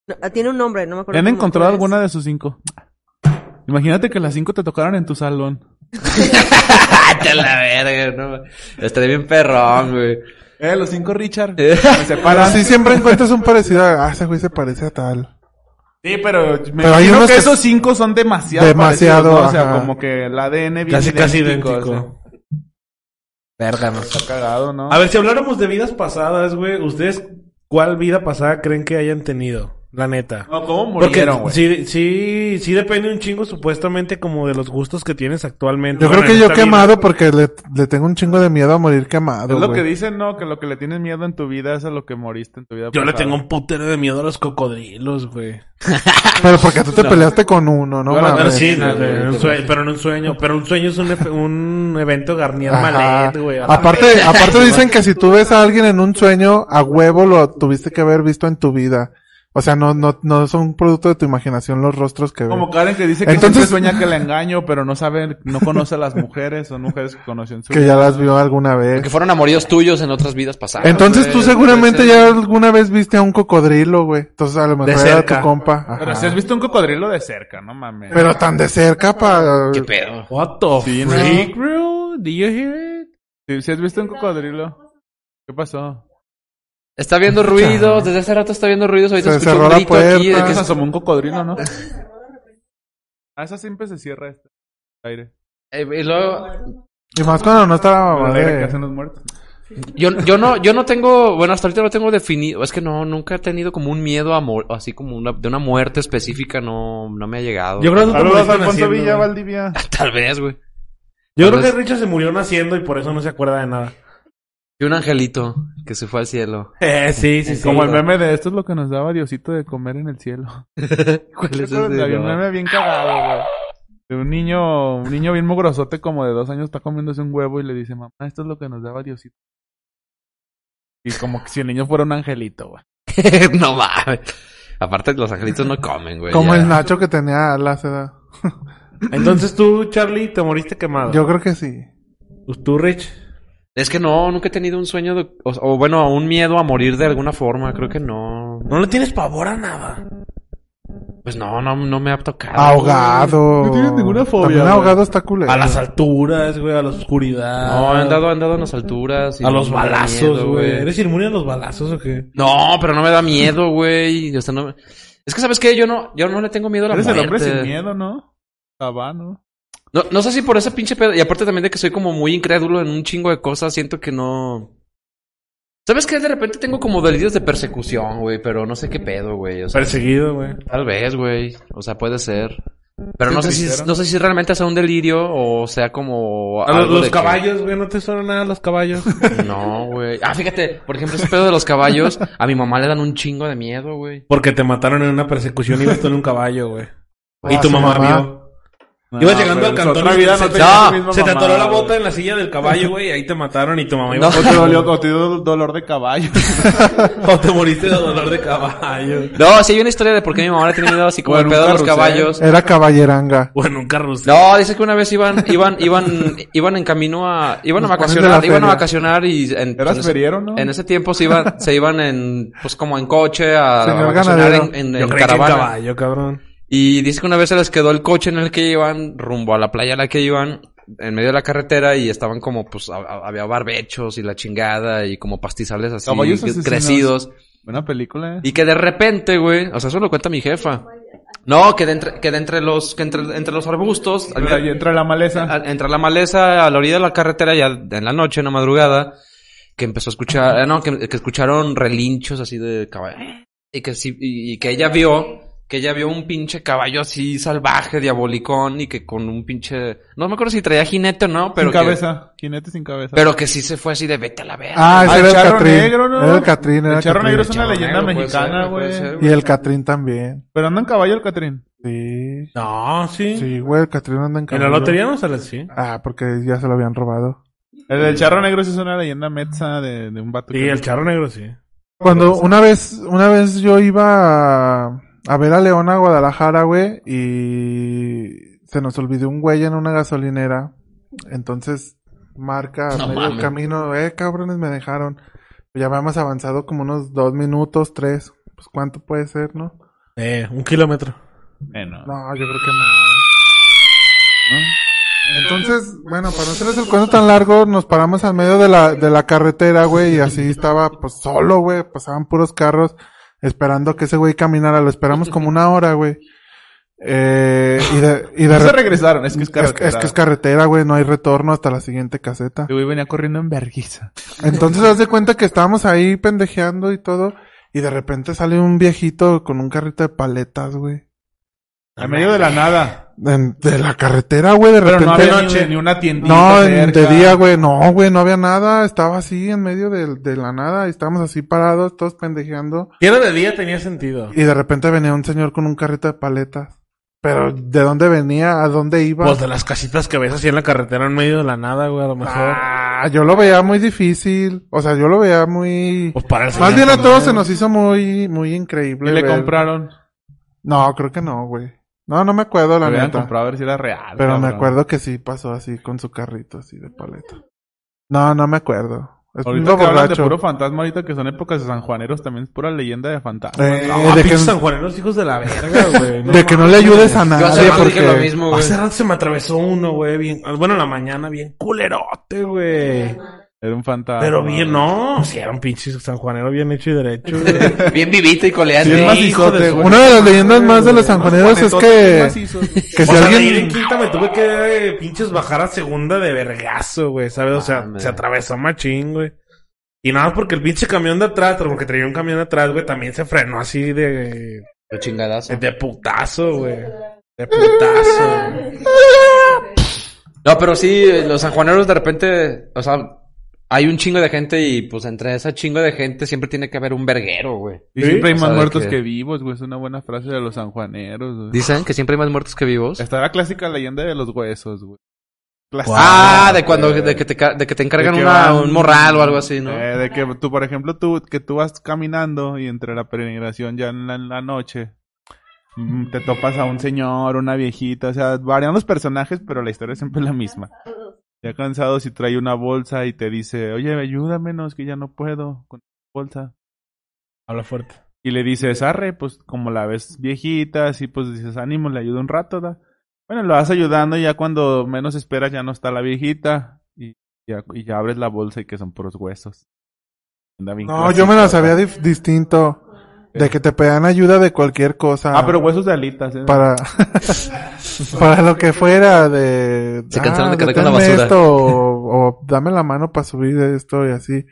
No, ah, tiene un nombre, no me acuerdo.
¿Han
cómo-
encontrado
cuál es.
alguna de sus cinco? Imagínate que las cinco te tocaron en tu salón.
Vete a la verga, no. Estaré bien perrón, güey.
Eh, los cinco Richard.
Eh.
Me separan.
Así siempre encuentras un parecido. a- Ah, ese güey se parece a tal.
Sí, pero me
Pero
imagino
hay
que,
unos que-
esos cinco son demasiado.
Demasiado,
parecidos, ¿no? O sea,
ajá.
como que el ADN viene
Casi, casi idéntico.
o sea, está cagado, ¿no?
A ver, si habláramos de vidas pasadas, güey, ¿ustedes cuál vida pasada creen que hayan tenido? La neta.
No, ¿Cómo
Porque
murieron, güey?
sí, sí, sí depende un chingo supuestamente como de los gustos que tienes actualmente.
Yo
Bueno,
creo que
en
yo
esta
quemado
vida.
porque le, le tengo un chingo de miedo a morir quemado.
Es lo
güey.
que dicen, ¿no? Que lo que le tienes miedo en tu vida es a lo que moriste en tu vida.
Yo le
pasada.
tengo un putero de miedo a los cocodrilos, güey.
Pero porque tú te peleaste con uno, ¿no?
Yo la-
Pero
mames.
Ah, sí,
sí,
no,
güey.
en un sue- pero en un sueño. Pero un sueño es un, efe- un evento Garnier
Ajá.
Malet, güey. a la
Aparte, aparte dicen que si tú ves a alguien en un sueño, a huevo lo tuviste que haber visto en tu vida. O sea, no, no, no son producto de tu imaginación los rostros que ves.
Como Karen que dice que
Entonces-
siempre sueña que la engaño, pero no sabe, no conoce a las mujeres, son mujeres que conocen su
que ya las vio alguna
Porque
vez.
fueron amoríos tuyos en otras vidas pasadas.
Entonces
güey.
tú seguramente
Ah, Puede
ya
ser.
alguna vez viste a un cocodrilo, güey. Entonces a lo mejor era
cerca.
tu compa. Ajá.
Pero si has visto un cocodrilo de cerca, no mames.
Pero tan de cerca para...
¿Qué pedo?
What the
Sí, ¿no?
freak?
bro? Do you hear it? Si, si has visto un cocodrilo. ¿Qué pasó?
Está viendo ruidos, desde hace rato está viendo ruidos, ahorita
Se
escucho
cerró
un
la
grito aquí de
puerta.
que
Ah, Se
es-
asomó un cocodrilo, ¿no? A esa siempre se cierra este aire.
Eh, y luego,
Y más cuando no estaba
Pero
mamá
el aire que
de-
hacen los muertos.
yo, yo no, yo no tengo, bueno, hasta ahorita no tengo definido, es que no, nunca he tenido como un miedo a mor- así como una, de una muerte específica, no, no me ha llegado.
Yo creo que tú te
Saludos
moriste
a Alfonso
naciendo,
Villa,
güey.
Valdivia.
Tal vez, güey.
Yo creo que
Entonces-
Richard se murió naciendo y por eso no se acuerda de nada.
Y un angelito que se fue al cielo.
Eh, sí, sí, sí.
Como el meme de esto es lo que nos daba Diosito de comer en el cielo.
¿Cuál es
Había un
ese?
meme bien cagado, güey. de un niño, un niño bien mugrosote como de dos años está comiéndose un huevo y le dice, mamá, esto es lo que nos daba Diosito. Y como que si el niño fuera un angelito, güey.
no mames. Aparte, los angelitos no comen, güey.
Como
ya.
el Nacho que tenía alas, ¿verdad?
Entonces tú, Charlie, te moriste quemado.
Yo creo que sí.
¿Tú, Rich?
Es que no, nunca he tenido un sueño de- o, o bueno, un miedo a morir de alguna forma. Creo que no.
No le tienes pavor a nada.
Pues no, no, no me ha tocado.
Ahogado.
No tienes ninguna fobia,
También
güey.
ahogado está culero.
A las alturas, güey, a la oscuridad.
No, han dado, han dado en las alturas. y
A
no
los
me da
balazos,
miedo,
güey. ¿Eres inmune a los balazos o qué?
No, pero no me da miedo, güey. O sea, no me- Es que, ¿sabes qué? Yo no, yo no le tengo miedo a la
Eres el
muerte.
hombre sin miedo, ¿no? Sabano.
No, no sé si por esa pinche pedo. Y aparte también de que soy como muy incrédulo en un chingo de cosas, siento que no. ¿Sabes qué? De repente tengo como delirios de persecución, güey, pero no sé qué pedo, güey. O sea,
Perseguido, güey.
tal vez, güey. O sea, puede ser. Pero no
¿Sí
sé
te
si
hicieron?
no sé si realmente sea un delirio o sea como
A los,
algo
los
de que-
caballos, güey, no te suenan nada los caballos.
No, güey. Ah, fíjate, por ejemplo, ese pedo de los caballos, a mi mamá le dan un chingo de miedo, güey.
Porque te mataron en una persecución y ibas tú en un caballo, güey. y
Ah,
tu
su
mamá,
mamá.
vio. Ibas llegando al cantón
Otra
y
vida
se,
no
te,
te
se te atoró la bota en la silla del caballo, güey, y ahí te mataron y tu mamá iba
No.
O te dolió, o te dio dolor de caballo.
O te moriste de dolor de caballo.
No, sí hay una historia de por qué mi mamá le tiene miedo así como
O
el
en un
pedo de los
carrusel.
caballos.
Era caballeranga.
Bueno, un carrusel.
No, dice que una vez iban, iban, iban, iban en camino a, iban a
Los ponen de
vacacionar,
la
iban a
feria.
vacacionar y en,
Eras
en ese-
feriero, ¿no?
en ese tiempo se iban, se iban en, pues como en coche a
Señor
vacacionar
ganadero.
en, en,
Yo
en
creí que en
caravana.
caballo, cabrón.
Y dice que una vez se les quedó el coche en el que iban, rumbo a la playa a la que iban, en medio de la carretera y estaban como, pues, a- a- había barbechos y la chingada y como pastizales así,
Caballos
que-
asesinos.
crecidos.
Buena película, ¿eh?
Y que de repente, güey, o sea, eso lo cuenta mi jefa. No, que de entre, que de entre los, que entre, entre los arbustos,
Entra, y entra la maleza.
a- entre la maleza a la orilla de la carretera ya en la noche, en la madrugada, que empezó a escuchar, eh, no, que, que escucharon relinchos así de caballo. Y que sí, y, y que ella vio, que ella vio un pinche caballo así salvaje, diabolicón, y que con un pinche, no me acuerdo si traía jinete o no, pero
sin
que,
cabeza. Jinete sin cabeza.
pero que sí se fue así de vete a la verga.
Ah, ese
Ah, el
era el
charro
Catrín.
negro, ¿no?
Era el Catrín. era
el charro
Catrín.
negro es una
Charro
leyenda
negro, puede
mexicana,
ser, puede
güey.
ser,
Y el Catrín también.
Pero anda en caballo el Catrín.
Sí.
No, sí.
Sí, güey, el Catrín anda
En
en
la
caballo.
lotería no sale así.
Ah, porque ya se lo habían robado.
El del charro negro sí es una leyenda mezza de, de un vato.
Sí,
que-
el charro negro sí.
Cuando una vez, una vez yo iba a, a ver a León a Guadalajara, güey, y se nos olvidó un güey en una gasolinera. Entonces, marca
No
medio
mames.
camino, eh, cabrones, me dejaron. Ya habíamos avanzado como unos dos minutos, tres. Pues cuánto puede ser, ¿no?
Eh, un kilómetro.
Eh, no.
No, yo creo que más. Entonces, bueno, para no hacerles el cuento tan largo, nos paramos al medio de la, de la carretera, güey, y así estaba, pues, solo, güey, pasaban puros carros, esperando que ese güey caminara, lo esperamos como una hora, güey. Eh, y de, y de
No se
re-
regresaron, es que es
es,
carretera.
es que es carretera, güey, no hay retorno hasta la siguiente caseta.
Este güey venía corriendo en vergüenza.
Entonces, haz de cuenta que estábamos ahí pendejeando y todo, y de repente sale un viejito con un carrito de paletas, güey.
En medio de la nada.
En- De la carretera, güey, de
Pero
repente.
no había ni, ni una tiendita
No, en-
cerca.
de día, güey, no, güey, no había nada, estaba así en medio de, de la nada, y estábamos así parados, todos pendejeando,
Si era de día tenía sentido.
y de repente venía un señor con un carrito de paletas. Pero, ¿de dónde venía? ¿A dónde iba?
Pues de las casitas que ves así en la carretera en medio de la nada, güey, a lo mejor.
Ah, yo lo veía muy difícil, o sea, yo lo veía muy...
Pues para el
Más
señor
bien a
también.
todos se nos hizo muy, muy
Y
increíble.
le
ver-
compraron.
No, creo que no, güey. No, no me acuerdo,
Le
la
habían
neta.
comprado a ver si era real.
Pero me
cabrón.
acuerdo que sí pasó así con su carrito así de paleta. No, no me acuerdo. Es un
Ahorita que hablan de
borracho.
puro fantasma, ahorita que son épocas de sanjuaneros, también es pura leyenda de fantasma.
Eh,
Ah,
de que,
pinches sanjuaneros, hijos de la verga, güey.
de que no le ayudes a
Yo hace
nadie
rato dije
porque...
lo mismo, güey.
Hace rato se me atravesó uno, güey, bien. ah, Bueno, en la mañana, bien culerote, güey.
Era un fantasma.
Pero bien, no. Si era un pinche sanjuanero bien hecho y derecho, güey.
Bien vivito y coleando.
Sí,
Hijo
hijo
de
de
su-
güey.
Una de las leyendas más de los sanjuaneros es que... Que
O
si
sea, de ir en
alguien...
quinta me tuve que eh, pinches bajar a segunda de vergazo, güey, ¿sabes? O sea,
Mames.
se atravesó machín, güey. Y nada más porque el pinche camión de atrás, porque traía un camión de atrás, güey, también se frenó así de...
de chingadazo.
De putazo, güey. De putazo. güey.
No, pero sí, eh, los sanjuaneros de repente, o sea, hay un chingo de gente y pues entre esa chingo de gente siempre tiene que haber un verguero, güey.
Y siempre hay
O sea,
más
de
muertos
que-
que... vivos, güey. Es una buena frase de los sanjuaneros, güey.
Dicen que siempre hay más muertos que vivos.
Está la clásica leyenda de los huesos, güey. Clásica.
Ah, de cuando de que te, ca- de que te encargan
De que
una-
van-
un morral o algo así, ¿no?
Eh, de que tú, por ejemplo, tú, que tú vas caminando y entre la peregrinación ya en la, en la noche mm, te topas a un señor, una viejita, o sea, varían los personajes, pero la historia es siempre la misma. Ya cansado si trae una bolsa y te dice, oye, ayúdame, no, es que ya no puedo con la bolsa.
Habla fuerte.
Y le dices, arre, pues como la ves viejita, así pues dices, ánimo, le ayudo un rato, ¿da? Bueno, lo vas ayudando y ya cuando menos esperas ya no está la viejita y ya, y ya abres la bolsa y que son puros huesos. Anda bien
No,
clásico,
yo me la
¿verdad?
sabía dif- distinto. De que te pedían ayuda de cualquier cosa.
Este. Ah, pero huesos de alitas, ¿eh?
Para, para lo que fuera de...
Se cansaron de cargar con la
deténme
basura.
esto, o, o dame la mano para subir esto y así.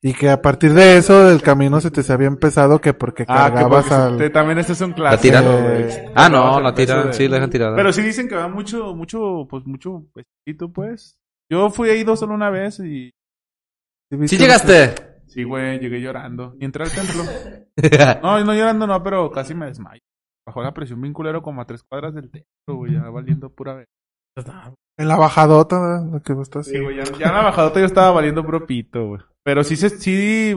Y que a partir de eso el camino se te se había empezado que porque
Ah, que
cargabas
porque se-
al...
te- también ese es un
¿La
clásico.
tiran?
güey.
Ah, no, la
Cargabas el peso
tiran,
de-
sí, la dejan tirada.
Pero sí dicen que va mucho, mucho, pues mucho pesito, pues. Yo fui ahí dos solo una vez y...
¡Sí llegaste!
Sí, güey, llegué llorando. Y entré al templo. No, no llorando, no, pero casi me desmayo. Bajó la presión vinculero como a tres cuadras del templo, güey, ya valiendo pura vez.
En la bajadota, ¿verdad? lo que está así.
Sí, güey, ya, ya en la bajadota yo estaba valiendo propito, güey. Pero sí se, sí.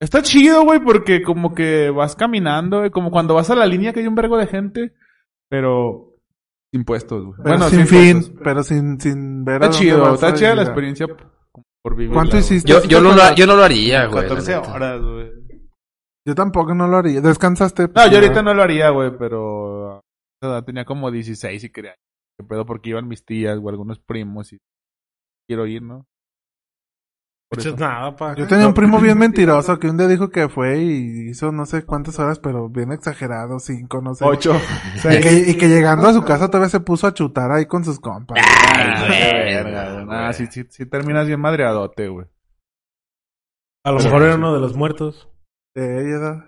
Está chido, güey, porque como que vas caminando, güey, como cuando vas a la línea que hay un vergo de gente, pero sin puestos, güey.
Pero
Bueno,
sin fin,
puestos.
pero sin, sin ver
Está
a dónde
chido,
vas a
está chida la
llegar.
experiencia p- por vivir.
¿Cuánto hiciste?
Yo, yo, no lo, yo no lo haría, güey. la
14
neta.
horas, güey.
Yo tampoco no lo haría. ¿Descansaste?
No, yo ahorita no lo haría, güey, pero a esa edad tenía como 16 y quería. ¿Qué pedo? Porque iban mis tías o algunos primos y quiero ir, ¿no? Por
Eso
eso.
es nada, pa.
Yo tenía un primo bien mentiroso que un día dijo que fue y hizo no sé cuántas horas, pero bien exagerado, cinco, no sé.
Ocho.
O
Pues,
sea, y, que, y que llegando a su casa todavía se puso a chutar ahí con sus compas.
Ah, sí, sí, sí terminas bien madreadote, güey.
A lo mejor era uno de los muertos.
De ella.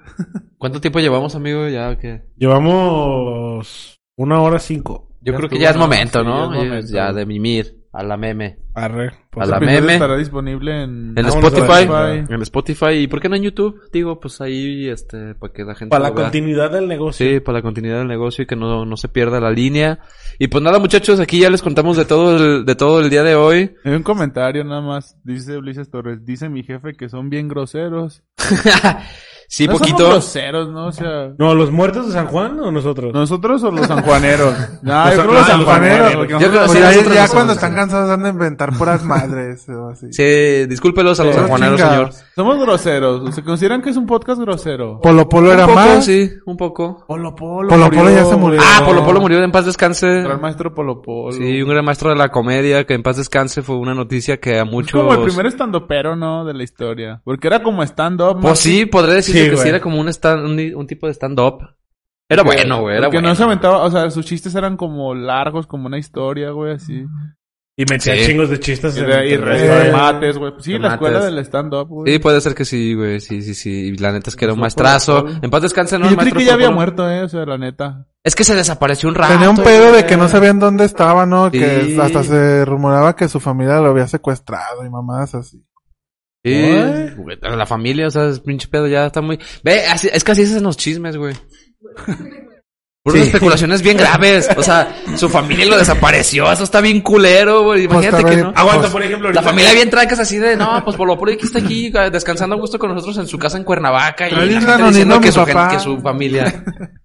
¿Cuánto tiempo llevamos, amigo? Ya, ¿qué?
Llevamos una hora cinco.
Yo
Ya
creo que
estuvo,
ya es
¿no?
momento,
Sí,
¿no?
ya es momento.
Ya de mimir. A la meme.
Arre.
A
pues,
la
Primero
meme.
Estará disponible en...
En
Vámonos
Spotify.
a Spotify.
En Spotify. ¿Y por qué no en YouTube? Digo, pues ahí, este, para que la gente.
Para la
lo vea.
continuidad del negocio.
Sí, para la continuidad del negocio y que no, no se pierda la línea. Y pues nada, muchachos, aquí ya les contamos de todo el, de todo el día de hoy.
Hay un comentario nada más. Dice Ulises Torres. Dice mi jefe que son bien groseros.
sí,
No somos
poquito.
groseros, ¿no? O sea...
No, ¿los muertos de San Juan o nosotros?
¿Nosotros o los sanjuaneros? No,
Los
yo creo los
sanjuaneros,
sanjuaneros.
los
sanjuaneros.
porque nosotros-
Sí,
Pues ya
nosotros
ya
no
cuando
somos-
están cansados han de inventar puras madres o así.
Sí, discúlpelos a los
Son
sanjuaneros, señor.
chingados.
Somos groseros. ¿Se consideran que es un podcast grosero?
Polo Polo era
un poco,
más.
sí, un poco.
Polo Polo.
Polo Polo ya se murió.
Ah, Polo Polo murió, en paz descanse.
Gran maestro Polo Polo.
Sí, un gran maestro de la comedia, que en paz descanse fue una noticia que a
Es
muchos...
como el primer estandopero, ¿no? De la historia. Porque era como stand-up. ¿no?
Pues sí, podría decirse
Sí,
que
güey.
sí era como un, stand- un, un tipo de stand-up. Era bueno, güey, era
Porque
bueno.
no se aventaba, o sea, sus chistes eran como largos, como una historia, güey, así.
Y metía
Sí.
chingos de chistes.
Y,
en
re- y
internet. Eh,
re-
Eh,
remates, güey. Sí, la
Remates.
escuela del stand-up, güey.
Sí, puede ser que sí, güey, sí, sí, sí. Y la neta es que era un
Polo
maestrazo.
Polo.
En paz descanse, ¿no?
Y
El
yo creí
maestro
que ya había
Polo.
muerto, eh, o sea, la neta.
Es que se desapareció un rato.
Tenía un pedo de que no sabían dónde estaba, ¿no?
Sí.
Que hasta se rumoraba que su familia lo había secuestrado y mamadas así.
Sí, güey, la familia, o sea, es pinche pedo ya está muy... Ve, así- es que así es en los chismes, güey. Puras especulaciones bien graves. O sea, su familia lo desapareció. Eso está bien culero, güey.
Pues,
Imagínate que no.
también-
Aguanta, por ejemplo,
La
ahorita.
familia bien trancas así de, no, pues por lo puro que está aquí eh, descansando a gusto con nosotros en su casa en Cuernavaca y la
Ay,
gente
no, no,
diciendo
no,
que,
mi
su gen-
papá.
que su familia.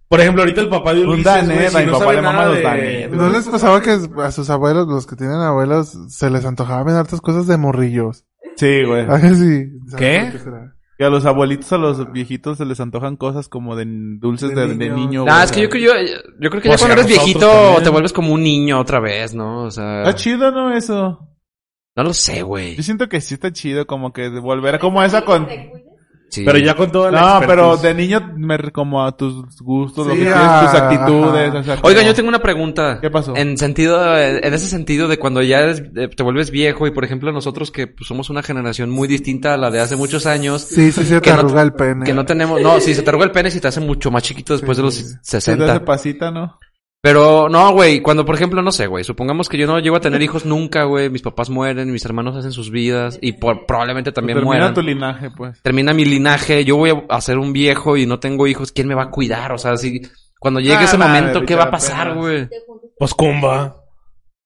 Por ejemplo, ahorita el papá de Ulises,
Daneta,
güey, si
mi
no
papá
sabe
le mama
nada
los
de-
Daneta.
¿No les pasaba que a sus abuelos, los que tienen abuelos, se les antojaban bien hartas cosas de morrillos?
Sí, güey.
Ay, sí.
¿Qué?
Y a los abuelitos, a los viejitos se les antojan cosas como de n- dulces
De
de, de
niños.
niño,
Nah,
güey.
Ah, es que yo, creo- yo, yo creo que ya
Pues,
cuando
que
eres
nosotros
viejito
también.
te vuelves como un niño otra vez, ¿no? O sea,
Está chido, ¿no? Eso.
no lo sé, güey.
Yo siento que Ah, sí está chido, como que de volver como a esa con...
Sí.
Pero ya con toda la
No, pero
expertise.
de niño me re- como a tus gustos, lo
Sí,
que quieres,
ah,
tus actitudes.
ajá.
O sea,
Oiga,
como-
yo tengo una pregunta.
¿Qué pasó?
En sentido, eh, en ese sentido de cuando ya eres- eh, te vuelves viejo y por ejemplo nosotros que pues, somos una generación muy distinta a la de hace muchos años.
Sí, sí, se te
Que no-
arruga el pene.
Que no tenemos, no, si se te arruga el pene si te hace mucho más chiquito después de los
Sí, te hace
60.
pasita, ¿no?
Pero no, güey, cuando por ejemplo, no sé, güey, supongamos que yo no llego a tener hijos nunca, güey, mis papás mueren, mis hermanos hacen sus vidas y por, probablemente también
Termina
mueran.
tu linaje, pues.
Termina mi linaje, yo voy a ser un viejo y no tengo hijos, ¿quién me va a cuidar? O sea, si cuando llegue
Ah,
ese
madre,
momento, ¿qué va a
ahorita
pasar,
apenas.
güey?
Pues Kumba.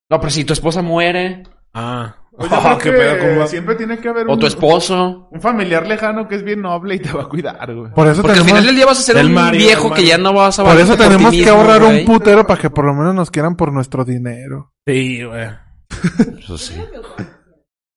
No, pero si tu esposa muere
Ah.
Pues yo
Oh,
creo
qué
que
pedo, Kumba.
Siempre tiene que haber
o
un,
tu esposo,
un familiar lejano que es bien noble y te va a cuidar, güey.
Por eso
Porque al final
tenemos,
del día vas a ser
Del
un
Mario,
viejo
del
que ya
Mario.
no vas a
por eso
valer por ti
tenemos que
mismo,
ahorrar
güey.
un putero para que por lo menos nos quieran por nuestro dinero.
Sí, güey.
Eso sí.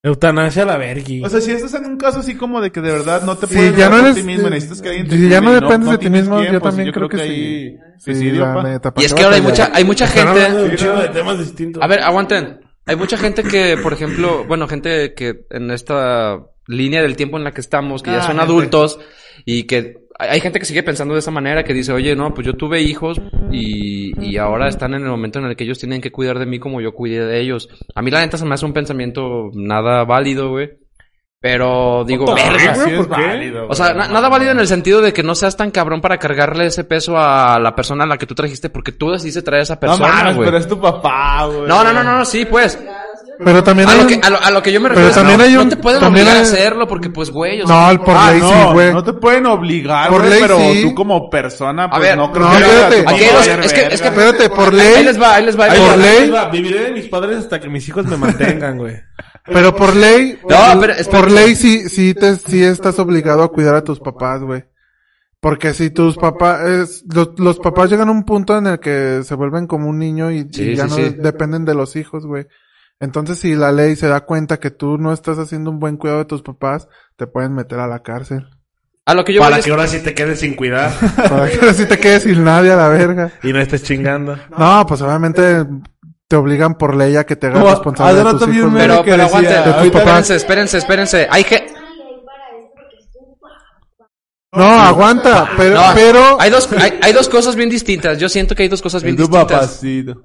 Eutanasia a la vergui.
O sea, si estás en un caso así como de que de verdad no te
Si
puedes
ya no
cuidar
eres-
por ti mismo, necesitas que alguien te
si ya no
cuide y
dependes de ti
tienes
mismo, yo
tiempo,
también creo que
ahí
Sí,
suicidio,
la
pa.
neta, ¿para
Y es
qué
que ahora hay
batallar?
mucha, hay mucha
Están hablando de un
gente.
chico de temas distintos.
A ver, aguanten. Hay mucha gente que, por ejemplo, bueno, gente que en esta línea del tiempo en la que estamos, que ya
Ah,
son
gente.
adultos y que hay hay gente que sigue pensando de esa manera, que dice, oye, no, pues yo tuve hijos y, y ahora están en el momento en el que ellos tienen que cuidar de mí como yo cuidé de ellos. A mí la neta se me hace un pensamiento nada válido, güey. Pero digo, verga.
Sí,
¿por
es pues,
qué?
válido,
O sea, na- nada válido en el sentido de que no seas tan cabrón para cargarle ese peso a la persona a la que tú trajiste porque tú decidiste traer a esa
No
persona,
mames,
güey.
pero es tu papá, güey.
No, no, no, no, no, sí, pues.
Pero también
A
hay
Ah, lo
un-
que, a lo, a lo que yo me
Pero
refiero es,
también
no,
hay un-
no te pueden
también
obligar a
hay-
hacerlo porque, pues, güey, o sea,
No, el por
Ah,
ley
no,
sí, güey.
no te pueden obligar,
Por
güey,
ley
pero
sí.
tú como persona,
A
pues
ver,
no creo
no,
que hagas a tu
espérate.
papá
Aquí hay dos-
valer
es que- es que-
verga.
Espérate, por
ahí,
ley,
les va, ahí les va. ahí
Ahí
les
va,
va.
por
ahí
ley.
va. Viviré de mis padres hasta que mis hijos me mantengan, güey.
pero por ley,
No, pero espera.
por ley sí, sí, te, sí estás obligado a cuidar a tus papás, güey. Porque si tus papás, es- los, los papás llegan a un punto en el que se vuelven como un niño y, y
Sí,
ya
sí,
no
sí.
dependen de los hijos, güey. Entonces si la ley se da cuenta que tú no estás haciendo un buen cuidado de tus papás, te pueden meter a la cárcel.
A lo que yo voy
Para
es-
que ahora sí te quedes sin cuidar
Para que así te quedes sin nadie a la verga.
y no estés chingando.
No, pues obviamente te obligan por ley a que te hagas
No,
responsable
hace
de tus
rato vi un
hijos.
meme
Pero,
que
pero
decía,
aguante.
de tus papás.
Espérense, espérense, espérense. Hay que...
No, aguanta, pero,
No,
pero
hay dos, hay, hay dos cosas bien distintas. Yo siento que hay dos cosas bien
Es tu
distintas.
papacito.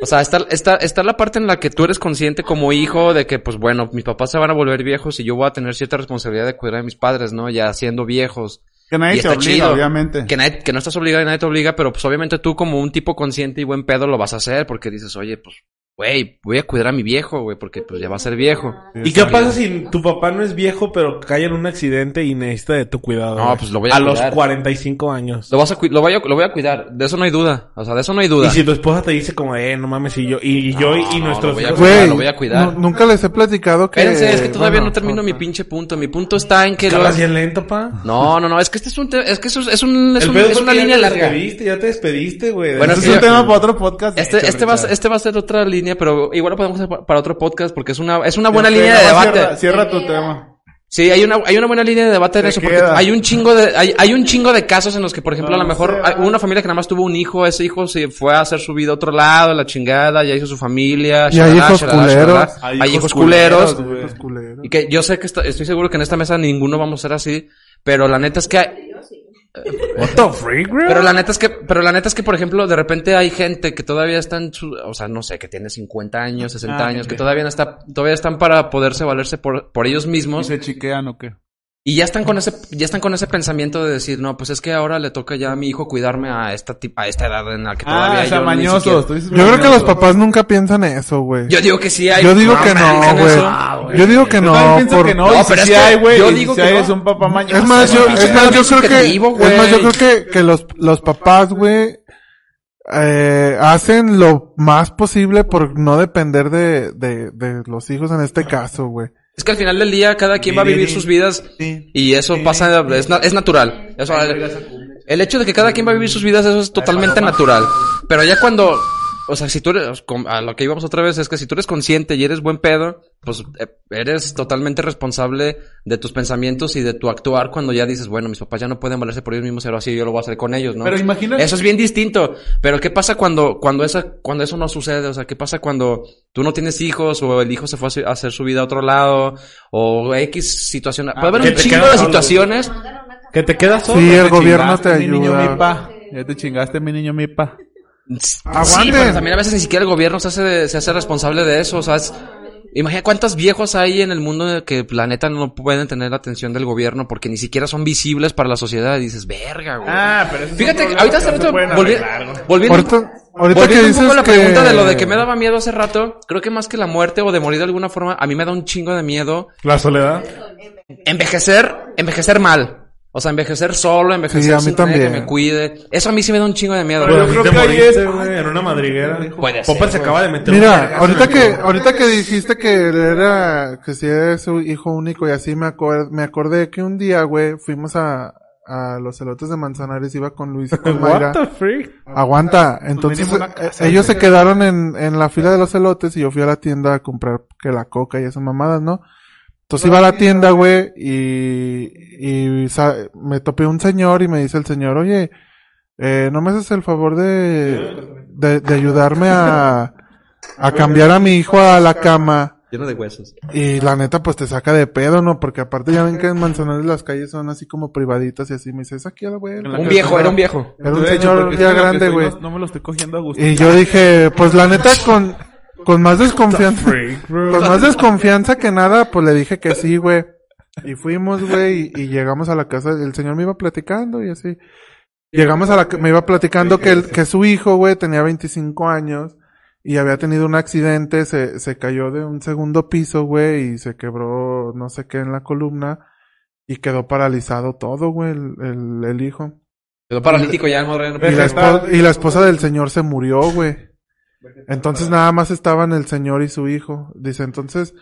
O sea, está, está, está la parte en la que tú eres consciente como hijo de que, pues bueno, mis papás se van a volver viejos y yo voy a tener cierta responsabilidad de cuidar a mis padres, ¿no? Ya siendo viejos.
Que
Y
nadie te
está
obliga,
chido.
obviamente.
Que, nadie- que no estás obligado y nadie te obliga, pero pues obviamente tú como un tipo consciente y buen pedo lo vas a hacer porque dices, oye, pues, güey, voy a cuidar a mi viejo, güey, porque pues ya va a ser viejo.
¿Y qué pasa si tu papá no es viejo, pero cae en un accidente y necesita de tu cuidado?
No,
güey?
pues lo voy a
los
cuidar.
45 años.
Lo vas a cui- lo, voy a, lo voy a cuidar, de eso no hay duda, o sea, de eso no hay duda.
Y si tu esposa te dice como, eh, no mames, y yo, y, yo y- y
no,
nuestros
lo voy a
hijos-
cuidar,
Güey,
lo voy a cuidar.
nu- nunca les he platicado que...
Espérense, es que todavía
bueno,
no termino
o
mi
sea,
pinche punto, mi punto está en que... lo-
Hablas bien lento, pa.
No, no, no, es que este es un... te- Es que eso es, es un, es
El
un-
pedo
es
fue
una
que ya
línea
te
larga.
despediste, ya te despediste, güey.
Bueno,
Este
sí,
es un
ya-
tema para otro podcast. de hecho,
Este, este, va, a ser-
Richard.
este va a ser otra línea, pero igual lo podemos hacer pa- para otro podcast porque es una, es una buena
Ok,
línea de
nomás
debate.
Cierra, cierra tu tema.
Sí, hay una, hay una buena línea de debate en
Se
eso, porque
queda.
hay un chingo de, hay, hay un chingo de casos en los que, por ejemplo, a lo
No
mejor
sé,
hay
ah.
una familia que nada más tuvo un hijo, ese hijo se fue a hacer su vida a otro lado, la chingada, ya hizo su familia,
Y hay hijos culeros.
hay, hijos culeros,
güey.
los culeros.
y que yo sé que esta- estoy seguro que en esta mesa ninguno vamos a ser así, pero la neta es que hay-
What the freak, güey?
pero la neta es que, pero la neta es que, por ejemplo, de repente hay gente que todavía está en su, o sea, no sé, que tiene 50 años, 60
Ah,
años, que
ok.
todavía no está, todavía están para poderse valerse por, por ellos
¿Y
mismos.
se chiquean o qué?
Y ya están con ese, ya están con ese pensamiento de decir, no, pues es que ahora le toca ya a mi hijo cuidarme a esta tip- a esta edad en la que todavía
Ah, o sea,
yo ni
mañosos.
siquiera-".
Yo creo que los papás nunca piensan eso, güey. Yo,
Yo digo que sí hay.
digo
mames,
que no,
en
Ah, güey.
eso.
Yo digo que
No,
no.
pienso
por-
que no.
No,
y
pero
si sí
es que
hay, güey.
yo
y si
digo
sí
que
hay,
no.
es un papá mañoso.
Es más, yo,
Pinche
es más, yo creo
pinche
que,
creativo, güey.
es más, yo creo que, que los, los papás, güey, eh, hacen lo más posible por no depender de, de, de los hijos en este caso, güey.
Es que al final del día cada quien va a vivir sus vidas y eso pasa, es, na- es natural. O sea, el, el hecho de que cada quien va a vivir sus vidas, eso es totalmente natural. Pero ya cuando, o sea, si tú eres, com- a lo que íbamos otra vez, es que si tú eres consciente y eres buen pedo, pues eh, eres totalmente responsable de tus pensamientos y de tu actuar cuando ya dices, bueno, mis papás ya no pueden valerse por ellos mismos, pero así yo lo voy a hacer con ellos, ¿no?
Pero imagínate-
Eso es bien distinto. Pero ¿qué pasa cuando, cuando, esa, cuando eso no sucede? O sea, ¿qué pasa cuando tú no tienes hijos o el hijo se fue a hacer- a hacer su vida a otro lado o X
Ah,
situación? Puede haber
que
un
te
chingo
quedas
de
solo.
situaciones.
Que te quedas solo.
Sí, el gobierno te
Mi niño, mi
ayuda.
pa. Ya te chingaste, mi niño, mi pa.
Sí,
Aguante.
pero también a veces ni siquiera el gobierno se hace, se hace responsable de eso. O sea, es- Imagina cuántos viejos hay en el mundo de que la neta no pueden tener la atención del gobierno porque ni siquiera son visibles para la sociedad. Y dices, verga, güey.
Ah, pero eso es un
Fíjate, que
problema
ahorita
que
hace
no se
rato
pueden
volvi-
arreglar, güey.
volviendo,
Ahorita, ahorita
volviendo
que
un
dices
poco a la
que...
pregunta de lo de que me daba miedo hace rato, creo que más que la muerte o de morir de alguna forma, a mí me da un chingo de miedo
La soledad.
envejecer, envejecer mal. O sea, envejecer solo, envejecer
Sí, a mí
sin nadie que
también.
me cuide. Eso a mí sí me da un chingo de miedo.
Pero
güey.
yo creo
te
que ahí
moriste,
es... en una madriguera.
Puede ser,
Popper se acaba de meter un
Mira,
vergazo
ahorita
en el
que,
culo.
ahorita que dijiste que él era, que si es su hijo único y así me acordé, me acordé que un día, güey, fuimos a, a los elotes de Manzanares, iba con Luis y con Mayra.
What the freak?
Aguanta, entonces
mínimo una casa,
eh, ellos se quedaron en, en la fila de los elotes y yo fui a la tienda a comprar que la coca y esas mamadas, ¿no? Entonces iba a la tienda, güey, y, y sa- me topé un señor y me dice el señor, oye, eh, ¿no me haces el favor de, de, de ayudarme a, a cambiar a mi hijo a la cama?
Lleno de huesos.
Y la neta, pues te saca de pedo, ¿no? Porque aparte ya ven que en Manzanares las calles son así como privaditas y así. Me dice, es aquí a la vuelta.
Un viejo, era un viejo.
Era un
De hecho,
señor
porque es
ya
que lo que
grande,
estoy-
güey.
No, no me lo estoy cogiendo a gusto.
Y yo dije, pues la neta con, con más desconfianza, con más desconfianza que nada, pues le dije que sí, güey. Y fuimos, güey, y, y llegamos a la casa, el señor me iba platicando y así. Llegamos a la, ca- me iba platicando que, el- que su hijo, güey, tenía 25 años y había tenido un accidente, se, se cayó de un segundo piso, güey, y se quebró no sé qué en la columna y quedó paralizado todo, güey, el, el, el hijo.
Quedó paralítico ya el moreno.
Y la, esposa, y la esposa del señor se murió, güey. Entonces nada más estaban el señor y su hijo. Dice, entonces,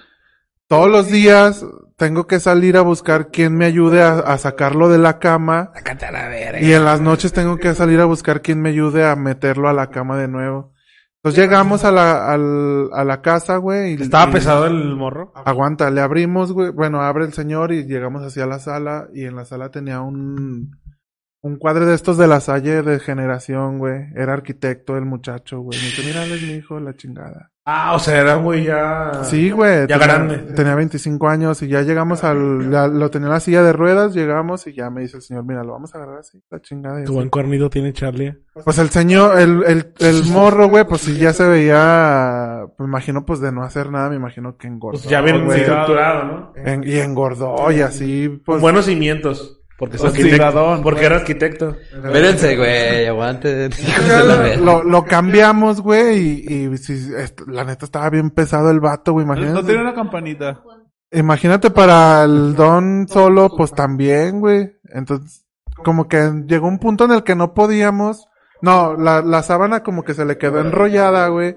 todos los días tengo que salir a buscar quien me ayude a, a sacarlo de la cama.
Sácate a la verga.
Y en las noches tengo que salir a buscar quien me ayude a meterlo a la cama de nuevo. Entonces llegamos a la, al- a la casa, güey. y-
¿Estaba
y-
pesado el morro?
Aguanta, le abrimos, güey. Bueno, abre el señor y llegamos hacia la sala. Y en la sala tenía un, un cuadro de estos de la Salle de generación, güey. Era arquitecto el muchacho, güey. Me dice, mira, él es mi hijo, la chingada.
Ah, o sea, era güey ya...
Sí, güey.
Ah, Ya
tenía-
grande.
Tenía 25 años y ya llegamos al, la- lo tenía en la silla de ruedas, llegamos y ya me dice el señor, mira, lo vamos a agarrar así, la chingada. y
Tu
así.
buen cuernito tiene Charlie.
Pues el señor, el, el, el morro, güey, pues sí ya se veía, me imagino pues de no hacer nada, me imagino que engordó.
Pues ya bien
güey.
estructurado, ¿no?
En- y engordó y así,
Con
pues.
buenos cimientos. Porque, es arquitecto,
Oxidadón,
porque era arquitecto.
Espérense, güey, aguanten. Hijos de la verga.
Lo, lo cambiamos, güey, y, y sí, est- la neta estaba bien pesado el vato, güey,
No, no
imagínate.
tiene una campanita.
Imagínate para el don solo, pues también, güey. Entonces, como que llegó un punto en el que no podíamos. No, la, la sábana como que se le quedó enrollada, güey.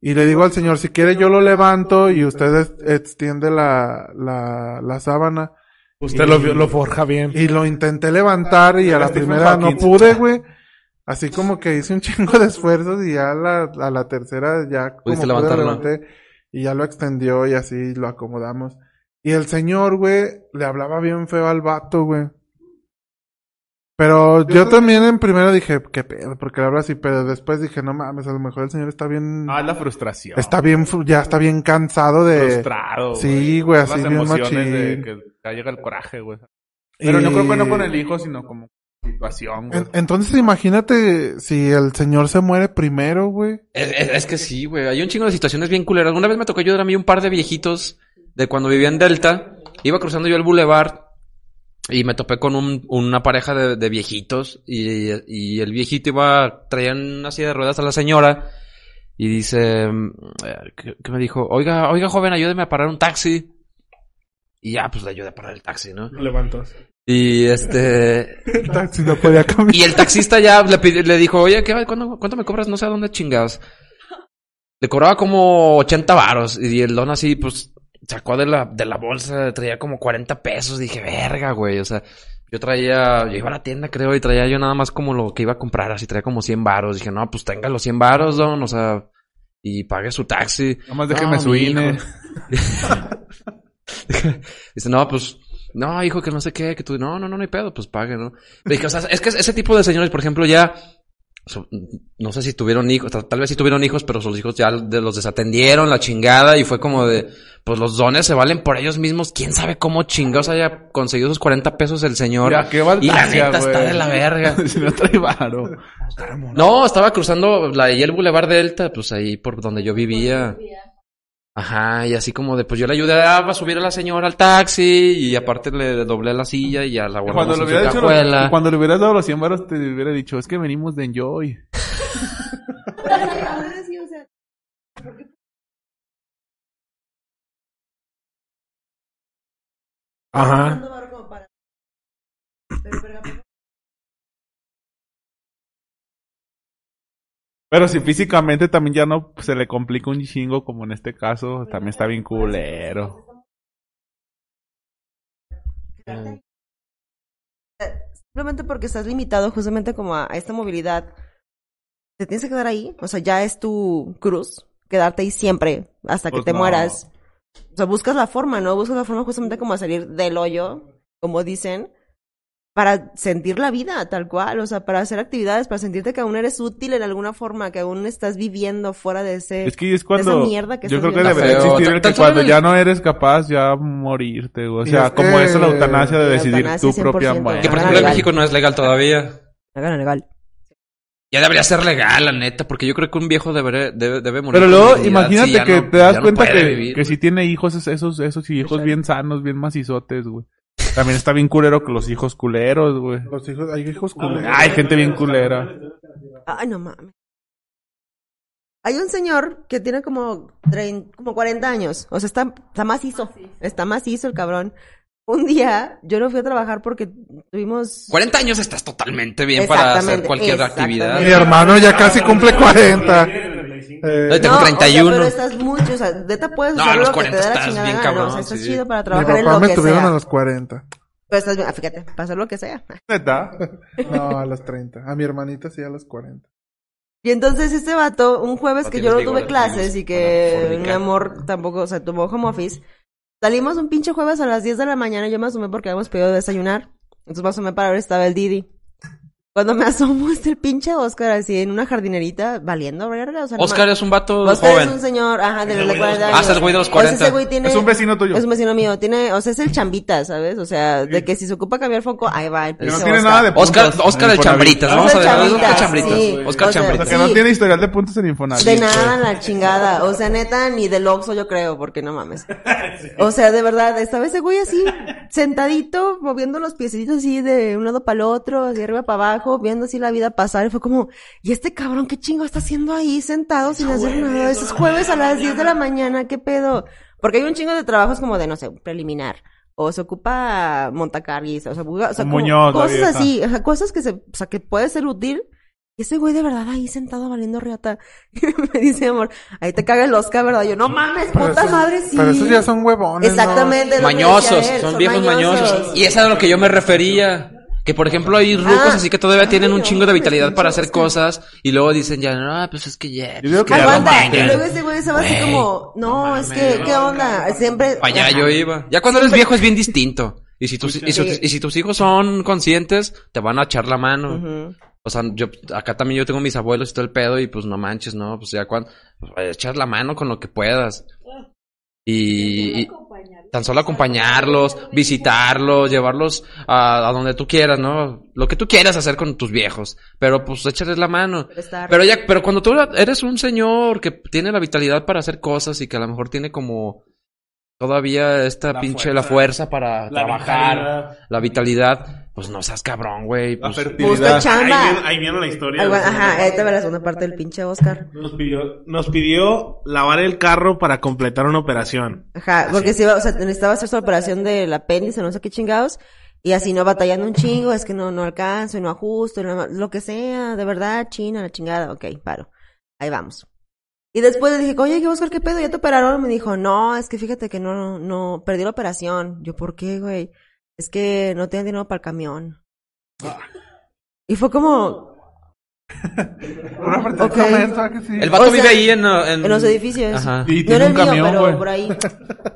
Y le digo al señor, si quiere yo lo levanto y usted es- extiende la, la, la sábana.
Usted
Y-
lo, lo forja bien.
Y lo intenté levantar y a la
Stephen
primera no
Hawking.
pude, güey. Así como que hice un chingo de esfuerzos y ya a la, a la tercera ya como
Pudiste
pude,
levantarlo.
levanté y ya lo extendió y así lo acomodamos. Y el señor, güey, le hablaba bien feo al vato, güey. Pero yo también en primera dije, qué pedo, porque le habla así, pero después dije, no mames, a lo mejor el señor está bien,
Ah, la frustración.
está bien, fu- ya está bien cansado de...
frustrado.
Sí, güey,
Son
así
Las
bien
emociones de
machín.
que ya llega el coraje, güey. Pero no creo que no con el hijo, sino como situación, güey.
En- entonces imagínate si el señor se muere primero, güey.
Es, es- es que sí, güey. Hay un chingo de situaciones bien culeras. Una vez me tocó ayudar a mí un par de viejitos de cuando vivía en Delta. Iba cruzando yo el boulevard y me topé con un- una pareja de, de viejitos. Y, y el viejito iba, traía en una silla de ruedas a la señora. Y dice, mm, eh, ¿qué, qué me dijo? Oiga, oiga, joven, ayúdeme a parar un taxi. Y ya, pues le ayudé a parar el taxi, ¿no?
Lo levantas.
Y este,
El taxi no podía caminar.
y el taxista ya le, pidió- le dijo, oye, ¿qué, ¿cuándo- ¿cuánto me cobras? No sé a dónde chingados. Le cobraba como 80 varos. Y el don así, pues, sacó de la, de la bolsa, traía como 40 pesos. Dije, verga, güey. O sea, yo traía, yo iba a la tienda, creo, y traía yo nada más como lo que iba a comprar. Así traía como 100 varos. Dije, no, pues tenga los 100 varos, don. O sea, y pague su taxi.
Nada más
No,
déjeme
mi
su INE.
hijo. Dice, no, pues, no, hijo, que no sé qué, que tú, no, no, no, no hay pedo, pues pague, ¿no? Le dije, o sea, es que ese tipo de señores, por ejemplo, ya, so- no sé si tuvieron hijos, tal, tal vez sí tuvieron hijos, pero sus hijos ya de- los desatendieron, la chingada, y fue como de, pues los dones se valen por ellos mismos, quién sabe cómo chingados haya conseguido esos 40 pesos el señor.
Mira, qué
y la
baldacia,
neta está
güey.
de la verga.
si no trae varo.
No, estaba cruzando la y el Boulevard Delta, pues ahí por donde yo vivía. Ajá, y así como de, pues yo le ayudé a subir a la señora al taxi y aparte le doblé la silla y ya la guardamos
Cuando
en
lo,
su
hubiera dicho,
cajuela.
cuando le hubieras dado los 100 baros, te hubiera dicho, es que venimos de Enjoy.
Ajá.
Pero si físicamente también ya no se le complica un chingo, como en este caso, también está bien culero.
Eh, Simplemente porque estás limitado justamente como a, a esta movilidad. Te tienes que quedar ahí. O sea, ya es tu cruz. Quedarte ahí siempre hasta que
Pues
te
no.
mueras. O sea, buscas la forma, ¿no? Buscas la forma justamente como a salir del hoyo, como dicen, para sentir la vida tal cual. O sea, para hacer actividades, para sentirte que aún eres útil en alguna forma, que aún estás viviendo fuera de ese...
Es que es cuando.
Eh, esa mierda que
yo
estás
creo que
viendo.
debería
Está feo.
existir el
Tan- tan
que
solo
cuando
el-
ya no eres capaz, ya morirte. O sea,
es
como
que-
es la eutanasia de
La
decidir
eutanasia
tu propia
100%.
Que
muerte.
por
Ahora
ejemplo en
legal.
México no es legal todavía.
Háganlo legal.
Ya debería ser legal, la neta, porque yo creo que un viejo deberé- debe, debe morir. con
Pero luego,
dignidad,
imagínate
sí, ya
que
no-
te das
ya no
cuenta
puede
que,
vivir,
que
güey.
si tiene hijos, es- esos, esos hijos bien sanos, bien macizotes, güey. También está bien culero que los hijos culeros, güey.
Los hijos, hay hijos culeros.
Ay, gente bien culera.
Ay, no mames. Hay un señor que tiene como, trein- como 40 años. O sea, está, está macizo. Está macizo el cabrón. Un día yo no fui a trabajar porque tuvimos...
40 años estás totalmente bien para hacer
Exactamente,
cualquier
exactamente.
actividad.
Mi hermano ya casi cumple 40.
Ay,
Eh,
tengo
No, o sea,
31.
pero estás mucho. O sea, neta puedes
No,
usar
a los
lo que te
40
da la
estás
chingada
bien
gana,
cabrón,
O sea, estás
sí.
chido para
mi
trabajar en
papá
lo
me
que
tuvieron
sea.
a los 40.
Pero estás bien, ah, fíjate, para hacer lo que sea.
Neta.
No, a los 30. A mi hermanita sí a los 40.
Y entonces este vato, un jueves
No
que
tienes
yo no
vigor
tuve
de
clases
niños
y
para
que mi
fornicar.
amor tampoco, o sea, tuvo home office, salimos un pinche jueves a las 10 de la mañana, yo me asomé porque habíamos pedido desayunar, entonces me asomé para ver si estaba el Didi. Cuando me asomo está el pinche Oscar así en una jardinerita, valiendo verga, o sea, no
Oscar
ma-
es un vato
Oscar
joven.
es un señor, ajá, de los 40 años.
Ah, es el güey de los
O sea,
40.
ese güey tiene...
Es un vecino tuyo.
Es un vecino mío, tiene, o sea, es el chambita, ¿sabes? O sea, de que si se ocupa cambiar foco, ahí va el
Que no
pinche
tiene
Oscar.
nada de puntos.
Oscar, Oscar el
Infonavit.
chambritas.
Oscar
Vamos a dejar
Chambritas,
Oscar chambritas.
sí.
Oscar
O sea,
O sea,
chambritas.
que no
Sí.
tiene historial de puntos en Infonavit.
De
güey.
nada, la chingada. O sea, neta, ni del Oxxo yo creo, porque no mames. O sea, de verdad, estaba ese güey así, sentadito, moviendo los piecitos así de un lado para el otro, así arriba para abajo, viendo así la vida pasar. Y fue como, ¿y este cabrón qué chingo está haciendo ahí sentado sin hacer nada? Es jueves a las 10 de la mañana, ¿qué pedo? Porque hay un chingo de trabajos como de, no sé, preliminar. O se ocupa montacarguis, o sea, buga- o sea, como
Muñoz, la
cosas
vieja.
así, o sea, cosas que se, o sea, que puede ser útil. Y ese güey de verdad ahí sentado valiendo riata. Y me dice, amor, ahí te caga el Oscar, ¿verdad? Yo, no mames,
Pero
puta
esos-
madre, sí.
Pero esos ya son huevones. ¿no?
Exactamente. es lo que decía
Mañosos,
él,
son viejos mañosos. Y es a lo que yo me refería. Que por ejemplo hay rucos
Ah,
así que todavía tienen
ay,
un
no,
chingo de
mames,
vitalidad para hacer
pinche Oscar.
cosas y luego dicen ya, no, pues es que ya.
Yo digo que ya lo
Aguanta. Y
mandan.
luego ese güey se va así como, no, es que, ¿qué onda? Siempre.
Para allá yo iba. Ya cuando eres viejo es bien distinto. Y si, tus, y, su- y si tus hijos son conscientes, te van a echar la mano.
Ujú.
O sea, yo acá también yo tengo mis abuelos y todo el pedo y pues no manches, no, pues ya cuando echar la mano con lo que puedas. Y, y tan solo acompañarlos, visitarlos, llevarlos a, a donde tú quieras, ¿no? Lo que tú quieras hacer con tus viejos, pero pues échales la mano.
Estar-
Pero ya, pero cuando tú eres un señor que tiene la vitalidad para hacer cosas y que a lo mejor tiene como todavía esta pinche la fuerza para trabajar, la vitalidad, pues no seas cabrón, güey,
La
pues,
Busca
fertilidad.
chamba.
Ahí viene, ahí viene la historia.
Algu-
del señor.
Ajá, ahí te va la segunda parte del pinche Oscar.
Nos pidió, nos pidió lavar el carro para completar una operación.
Ajá, porque si iba, o sea, necesitaba hacer su operación de la apéndice, no sé qué chingados. Y así no batallando un chingo, es que no, no alcanzo, y no ajusto, y no- lo que sea, de verdad, china, la chingada, ok, paro. Ahí vamos. Y después le dije, oye, ¿qué Oscar, qué pedo? ¿Ya te operaron? Me dijo, no, es que fíjate que no, no, no, perdí la operación. Yo, ¿por qué, güey? Es que no tenía dinero para el camión.
Ah.
Y fue como,
Una parte
Ok.
que sí?
El vato
O sea,
vive ahí en, en...
en los edificios.
Ajá.
Y
No
tiene
era el
un
mío,
camión,
pero
güey.
por ahí.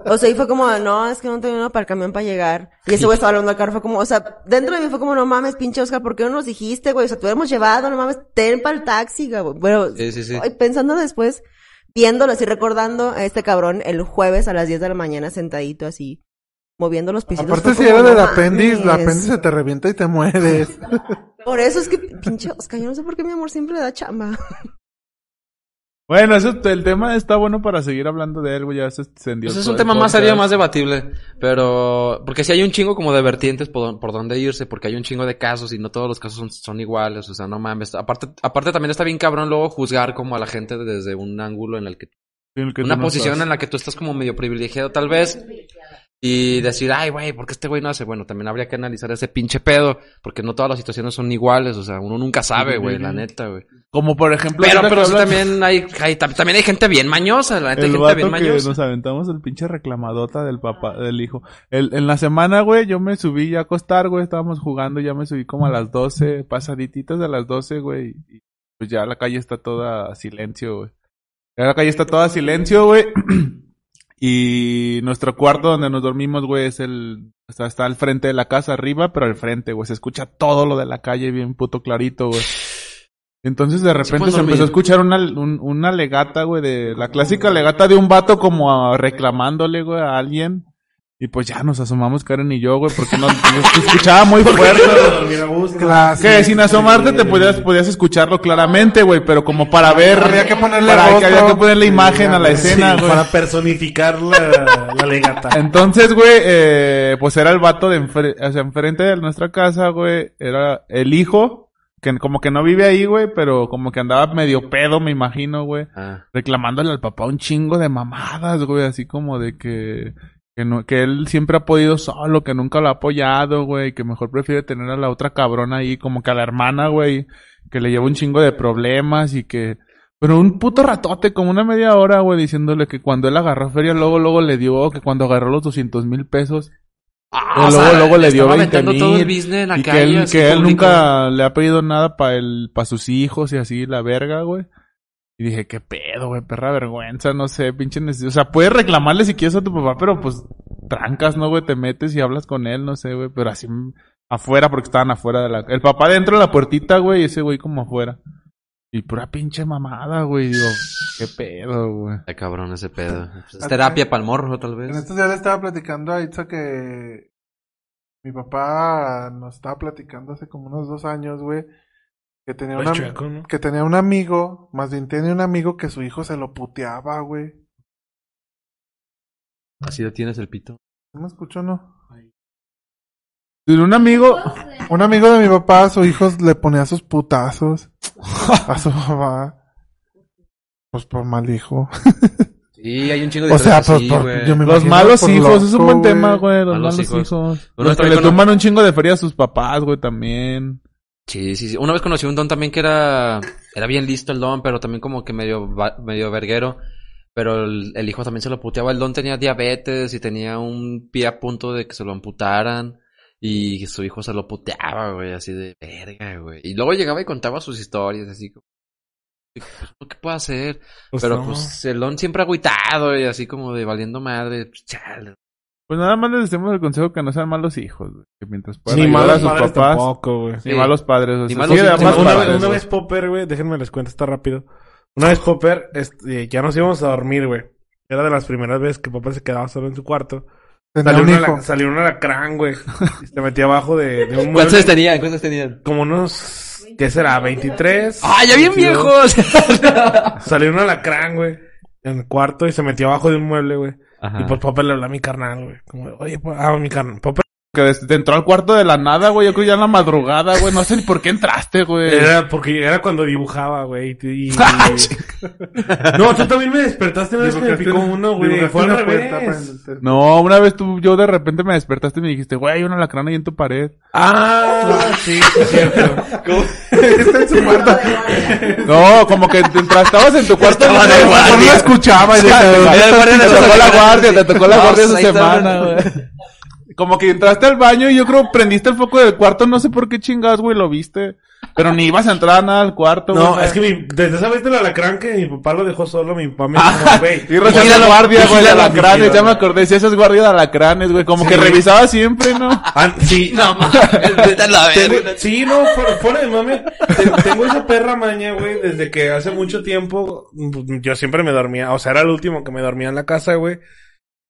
O sea, y fue como, no, es que no tenía uno para el camión para llegar. Y ese güey estaba hablando al carro, fue como, o sea, dentro de mí fue como, no mames, pinche Oscar, ¿por qué no nos dijiste, güey? O sea, te hubiéramos llevado, no mames, ten para el taxi, güey. Bueno,
Sí, sí, sí.
ay, pensándolo después, viéndolo así, recordando a este cabrón el jueves a las 10 de la mañana sentadito así, moviendo los pisos.
Aparte si era del apéndice, la apéndice se te revienta y te mueres.
Por eso es que, pinche Oscar, yo no sé por qué mi amor siempre le da chamba.
Bueno, eso, el tema está bueno para seguir hablando de él, güey. Ya se extendió.
Pues es
todo
un
el
tema más
podcast.
serio, más debatible. Pero. Porque si hay un chingo como de vertientes por, don- por dónde irse, porque hay un chingo de casos y no todos los casos son, son iguales. O sea, no mames. Aparte, aparte también está bien cabrón luego juzgar como a la gente desde un ángulo en el que.
En el que
una
tú no
posición
estás.
en la que tú estás como medio privilegiado, tal vez. Y decir, ay, güey, ¿por qué este güey no hace? Bueno, también habría que analizar ese pinche pedo, porque no todas las situaciones son iguales, o sea, uno nunca sabe, güey, la neta, güey.
Como por ejemplo.
Pero,
ahorita
pero
que
sí
hablas-
también hay, hay- tam- también hay gente bien mañosa, la neta, hay
El
gente
vato
bien
que
mañosa.
nos aventamos el pinche reclamadota del papá, del hijo. El- en la semana, güey, yo me subí ya a acostar, güey, estábamos jugando, ya me subí como a las 12, pasadititas de las 12, güey, y pues ya la calle está toda silencio, güey. Ya la calle está toda silencio, güey. y nuestro cuarto donde nos dormimos, güey, es el, está, está al frente de la casa arriba, pero al frente, güey, se escucha todo lo de la calle bien puto clarito, güey. Entonces de repente
pueden
se empezó a
dormir.
escuchar una, un- una legata, güey, de la clásica legata de un vato como a- reclamándole, güey, a alguien. Y pues ya nos asomamos Karen y yo, güey, porque nos, nos escuchaba muy fuerte. güey.
Clásico.
Que sin asomarte te podías, podías escucharlo claramente, güey, pero como para ver.
Había que ponerle
para que-
rostro.
había que ponerle imagen a la
Sí,
escena,
Sí,
güey.
para personificar la, la legata.
Entonces, güey, eh, pues era el vato de enfre- o sea, enfrente de nuestra casa, güey, era el hijo, que como que no vive ahí, güey, pero como que andaba medio pedo, me imagino, güey,
Ah.
reclamándole al papá un chingo de mamadas, güey, así como de que, que, no, que él siempre ha podido solo, que nunca lo ha apoyado, güey, que mejor prefiere tener a la otra cabrona ahí, como que a la hermana, güey, que le lleva un chingo de problemas y que... Pero un puto ratote, como una media hora, güey, diciéndole que cuando él agarró feria, luego, luego le dio, que cuando agarró los 200 mil pesos,
Ah,
luego, luego le dio
estaba
20
aventando todo el
mil,
business en la
y que
calle,
él,
así,
que él
público.
nunca le ha pedido nada para el, para sus hijos y así, la verga, güey. Y dije, qué pedo, güey, perra vergüenza, no sé, pinche neces- O sea, puedes reclamarle si quieres a tu papá, pero pues trancas, ¿no, güey? Te metes y hablas con él, no sé, güey, pero así mm, afuera, porque estaban afuera de la... El papá dentro de la puertita, güey, y ese güey como afuera. Y pura pinche mamada, güey, digo, qué pedo, güey.
Está cabrón ese pedo. Es terapia para el morro, tal
En
vez.
estos días le estaba platicando a Itza que mi papá nos estaba platicando hace como unos dos años, güey, que tenía,
Pues
una-
chueco, ¿no?
que tenía un amigo, más bien tenía un amigo que su hijo se lo puteaba, güey.
Así lo tienes el pito.
¿No me escuchó, no? Pues
Y un amigo...
Un amigo de mi papá, su hijo le ponía sus putazos a su papá. Pues por mal hijo.
Sí, hay un chingo de
O sea,
historias
pues
así,
por,
güey.
yo me
Los
imagino
malos
por
hijos,
loco,
es un buen tema, güey, los
Malos
malos,
hijos.
hijos.
Bueno,
Los que
también
le
cono-
toman un chingo de feria a sus papás, güey, también.
Sí, sí, sí. Una vez conocí un don también que era... Era bien listo el don, pero también como que medio, va- medio verguero. Pero el, el hijo también se lo puteaba. El don tenía diabetes y tenía un pie a punto de que se lo amputaran. Y su hijo se lo puteaba, güey, así de verga, güey. Y luego llegaba y contaba sus historias, así como... ¿Qué puedo hacer? pero
no.
pues el don siempre agüitado y así como de valiendo madre. pues, Chale.
Pues nada más les demos el consejo que no sean malos hijos, güey. Que mientras puedan
Ni
ayudar
malos
a sus
padres
papás.
tampoco, güey.
Ni malos padres. O sea,
malos
sí,
hijos,
además
ni
una,
malos
padres,
vez- una
güey.
vez Popper, güey, déjenme les cuento, está rápido. Una vez Popper, este, ya nos íbamos a dormir, güey. Era de las primeras veces que Popper se quedaba solo en su cuarto.
Tenía
Salió
un
un,
hijo.
ala- salió un alacrán, güey. Y se metió abajo de, de un
¿Cuántos
mueble.
tenían? ¿Cuántos tenían?
Como unos, ¿qué será? ¿23?
¡Ah, ya bien
22.
viejos!
Salió un alacrán, güey. En el cuarto y se metió abajo de un mueble, güey.
Ajá.
Y pues Popper le habló a mi carnal, güey. Como, oye, po- ah, mi carnal. Popper
Que des- te entró al cuarto de la nada, güey. Yo creo ya en la madrugada, güey. No sé ni por qué entraste, güey.
Era porque era cuando dibujaba, güey. y- y-
Ah,
no, tú también me despertaste una vez que me
Dibujaste
picó
un-
uno, güey.
dibujaste
Fue al
una puerta
revés.
para el-
No, una vez tú, yo de repente me despertaste y me dijiste, güey, hay una alacrán ahí en tu pared.
Ah, sí, sí, es cierto.
Está en su cuarto.
No, como que te entra- estabas en tu cuarto
Estaba de
y no,
guardia.
no lo escuchaba. Y dije,
Era de guardia de esa
te tocó la
semana".
guardia, te tocó la
No,
guardia esa
ahí está.
semana, güey. Como que entraste al baño y yo creo prendiste el foco del cuarto, no sé por qué chingados, güey, lo viste. Pero ni ibas a entrar nada al cuarto, güey.
No, es que mi, desde esa vez del alacrán que mi papá lo dejó solo, mi papá me dijo, güey.
Ah, Y rezas la
vigila la-
guardia, güey, de
vigila la
alacranes,
vigila.
ya me acordé, si esas guardias de alacranes, güey, como que revisaba siempre, ¿no?
Ah, sí,
No, mames, vete a la verga.
Tengo- sí, no, fuera, fuera de mame. Te- Tengo esa perra maña, güey, desde que hace mucho tiempo mm, yo siempre me dormía, o sea, era el último que me dormía en la casa, güey.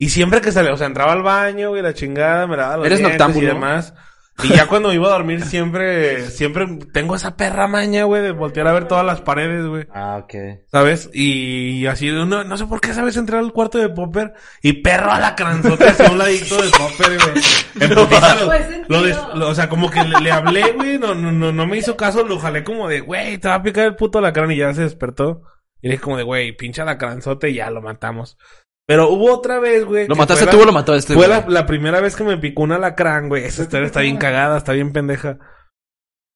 Y siempre que salía, o sea, entraba al baño, güey, la chingada, me daba los
Eres
dientes
noctámbulo,
y
¿no?
demás. Y ya cuando iba a dormir siempre, siempre tengo esa perra maña, güey, de voltear a ver todas las paredes, güey.
Ah, ok.
¿Sabes? Y así, de una- no sé por qué sabes entrar al cuarto de Popper y perro a la cranzote a un ladito de Popper, güey. En putiza lo-
Pues, sentido.
lo des- lo- o sea, como que le, le hablé, güey, no, no, no, no me hizo caso, lo jalé como de, güey, te va a picar el puto alacrán y ya se despertó. Y le dije como de, güey, pincha alacranzote y ya lo matamos. Pero hubo otra vez, güey.
¿Lo
que
mataste
fue
tú
la-
o lo mató este?
fue
güey?
la, la primera vez que me picó un alacrán, güey. Esa historia está bien cagada, está bien pendeja.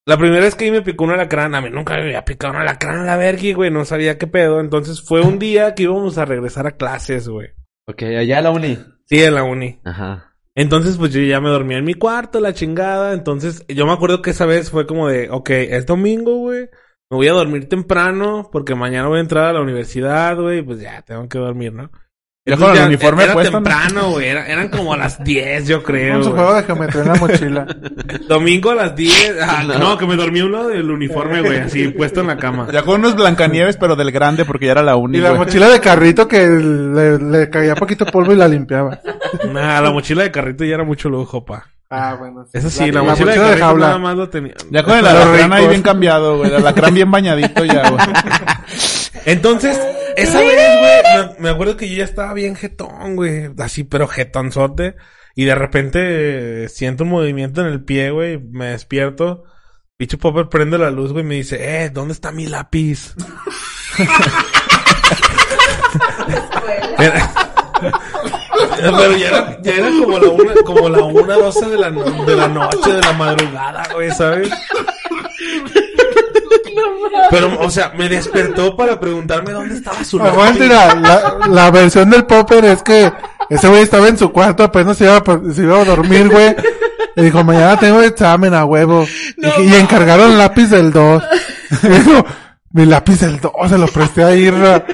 La primera vez que me picó un alacrán, a mí nunca me había picado un alacrán a la verga, güey. No sabía qué pedo. Entonces fue un día que íbamos a regresar a clases, güey.
Ok, allá la uni.
Sí, en la uni.
Ajá.
Entonces, pues yo ya me dormía en mi cuarto, la chingada. Entonces, yo me acuerdo que esa vez fue como de, ok, es domingo, güey. Me voy a dormir temprano porque mañana voy a entrar a la universidad, güey. Pues ya, tengo que dormir, ¿no?
Ya con el
Entonces,
uniforme
era
puesto, ¿no?
temprano, güey. Era- eran como a las 10, yo creo.
Vamos a
güey.
juego de geometría en la mochila.
Domingo a las 10. Ah, no. que me dormí uno del uniforme, güey, así puesto en la cama.
Ya con unos Blancanieves, pero del grande, porque ya era la
Y
única.
la mochila de carrito que le, le caía poquito polvo y la limpiaba.
Nah, la mochila de carrito ya era mucho lujo, pa.
Ah, bueno.
Eso sí, la, mochila, de, carrito nada más lo tenía.
Ya con el
Los
alacrán ahí
ricos.
bien cambiado, güey. El alacrán bien bañadito ya, güey.
Entonces, esa vez, güey, me, me acuerdo que yo ya estaba bien jetón, güey. Así, pero jetonzote. Y de repente eh, siento un movimiento en el pie, güey. Me despierto. Pichu Popper prende la luz, güey, y me dice, eh, ¿dónde está mi lápiz? Era- Pero ya era, ya era como la una, como la una, doce de la, no- de la noche, de la madrugada, güey, ¿sabes? Pero, o sea, me despertó para preguntarme dónde estaba su lápiz.
Aguante, mira, la, la versión del Popper es que ese güey estaba en su cuarto, apenas se iba, a pa- se iba a dormir, güey. Y dijo, mañana tengo examen a huevo. y, y encargaron el lápiz del 2. dijo, mi lápiz del 2, se lo presté a Irra.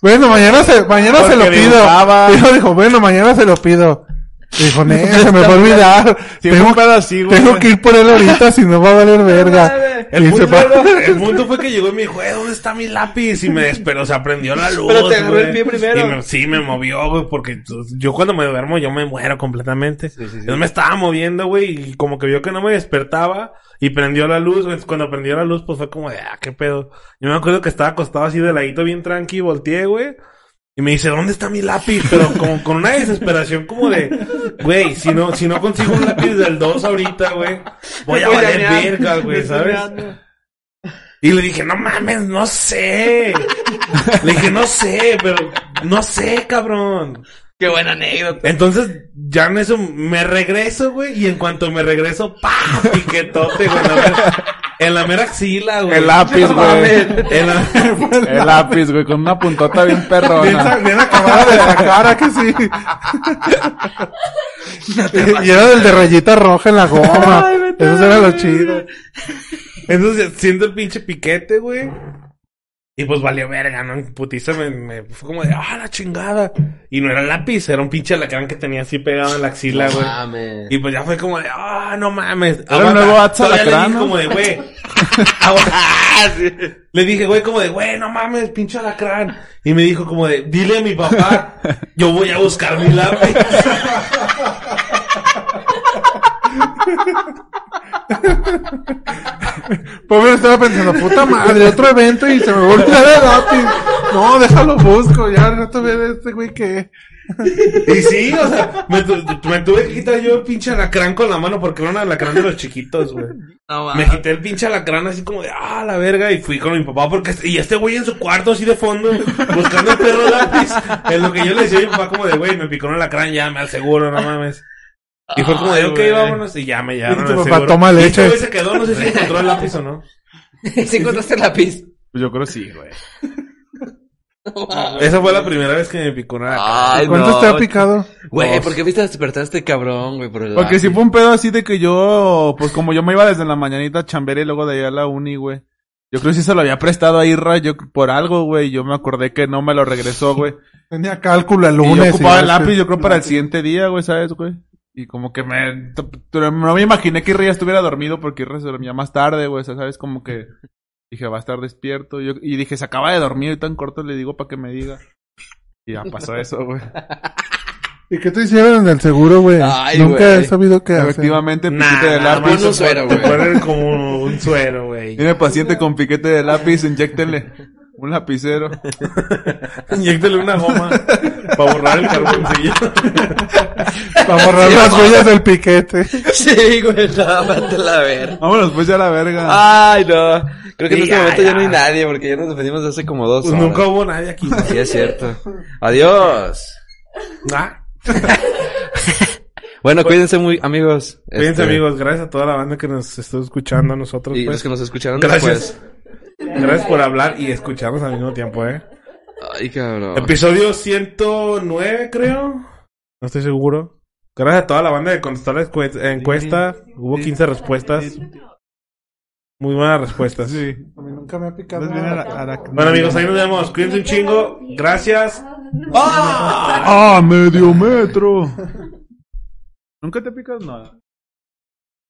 Bueno, mañana se, mañana se lo
Porque
pido.
dibujaba.
Y yo dijo, bueno, mañana se lo pido. Y Dijo, "Ne, se me va a olvidar.
Siempre
Tengo,
un pedo así, güey.
tengo que ir por él ahorita, si no va a valer verga.
El
Y se
punto,
va-
era- el punto fue que llegó y me dijo, eh, ¿dónde está mi lápiz? Y me despertó, o sea, prendió la luz.
Pero te agarró
güey.
el pie primero.
Y me- sí, me movió, güey, porque pues, yo cuando me duermo yo me muero completamente. Yo me estaba moviendo, güey, y como que vio que no me despertaba y prendió la luz. güey. Cuando prendió la luz, pues fue como de, ah, qué pedo. Yo me acuerdo que estaba acostado así de ladito bien tranqui, y volteé, güey. Y me dice, ¿dónde está mi lápiz? Pero como con una desesperación como de, güey, si no, si no consigo un lápiz del 2 ahorita, güey, voy a valer verga, güey, ¿sabes? Y le dije, no mames, no sé. le dije, no sé, pero no sé, cabrón.
Qué buena anécdota.
Entonces, ya en eso me regreso, güey, y en cuanto me regreso, pa, piquetote, güey. en la mera- En la mera axila, güey.
El lápiz, güey.
En la...
El lápiz, güey, con una puntota bien perrona.
Bien acabada de la cara Ah, que sí. y era del de rayita roja en la goma. Eso era lo chido.
Entonces siento el pinche piquete, güey. Y pues valió verga, ¿no? En Putiza me, me fue como de, ah, la chingada. Y no era lápiz, era un pinche alacrán que tenía así pegado en la axila, güey.
Mames.
Y pues ya fue como de, ah, no mames.
Era el nuevo Atsa
Todavía le
alacrán,
dije
¿no?
como de, güey. aguanta. Le dije, güey, como de, güey, no mames, pinche alacrán. Y me dijo como de, dile a mi papá, yo voy a buscar mi lápiz.
Pobre estaba pensando, puta madre, otro evento y se me volvió el lápiz. No, déjalo busco, ya no te ve este güey que.
Y sí, o sea, me, tu- me tuve que quitar yo el pinche alacrán con la mano porque era un alacrán de los chiquitos, güey. Me quité el pinche alacrán así como de, ah, la verga, y fui con mi papá porque, y este güey en su cuarto así de fondo, buscando el perro lápiz. En lo que yo le decía a mi papá como de, güey, me picó un alacrán, ya, me al seguro, no mames. Y fue como de, ok, vámonos, y ya me
Y
llevaron
tu
al
papá
seguro.
toma
Y este
leche.
güey se quedó, no sé si encontró el lápiz o no.
¿Sí encontraste el lápiz?
Pues yo creo sí, güey.
Esa fue la primera vez que me picó un alacrán.
Ay,
¿Cuánto
no.
te ha picado?
Güey, ¿por qué viste despertar a este cabrón, güey? Por el
Porque
lápiz?
si fue un pedo así de que yo, pues como yo me iba desde la mañanita a chambear y luego de allá a la uni, güey. Yo creo que sí se lo había prestado a Irra yo, por algo, güey. Yo me acordé que no me lo regresó, güey.
Tenía cálculo el
Y
lunes.
yo ocupaba
y-
el lápiz, yo creo, para el siguiente día, güey, ¿sabes, güey? Y como que me... t- t- No me imaginé que Irra ya estuviera dormido porque Irra se dormía más tarde, güey, o sea, ¿sabes? Como que dije, va a estar despierto. Yo- y dije, se acaba de dormir y tan corto le digo para que me diga. Y ya pasó eso, güey.
¿Y qué te hicieron en el seguro, güey?
Ay,
Nunca
güey.
he sabido qué hacen.
Efectivamente,
Nah,
piquete de
nada
lápiz.
más
un suero,
Te
güey.
ponen como un suero, güey.
Tiene paciente con piquete de lápiz, inyectenle un lapicero.
Inyéctale una goma para borrar el carboncillo.
Pues
Para borrar las huellas del piquete.
Sí, güey, no, mándala a ver.
Vámonos pues ya a la verga.
Ay, no. Creo que en este
Sí, ya,
momento ya
ya.
no hay nadie porque ya nos despedimos de hace como dos
Pues
horas.
nunca hubo nadie aquí. güey.
Sí, es cierto. Adiós.
Nah.
Bueno, cuídense muy, amigos.
Pues-
Este,
Cuídense, amigos. Gracias a toda la banda que nos está escuchando a nosotros.
Y
pues.
los que nos escucharon
Gracias.
después.
Gracias por hablar y escucharnos al mismo tiempo, eh.
Ay, cabrón.
Episodio 109, creo. No estoy seguro. Gracias a toda la banda que contestó la escue- encuesta. Hubo 15 respuestas. Muy buenas respuestas.
Sí.
A mí nunca me ha picado.
Más bien
nada.
ara- aracno-
Bueno, amigos, ahí nos vemos. Cuídense un chingo. Gracias.
¡Ah, medio metro! ¿Nunca te picas nada?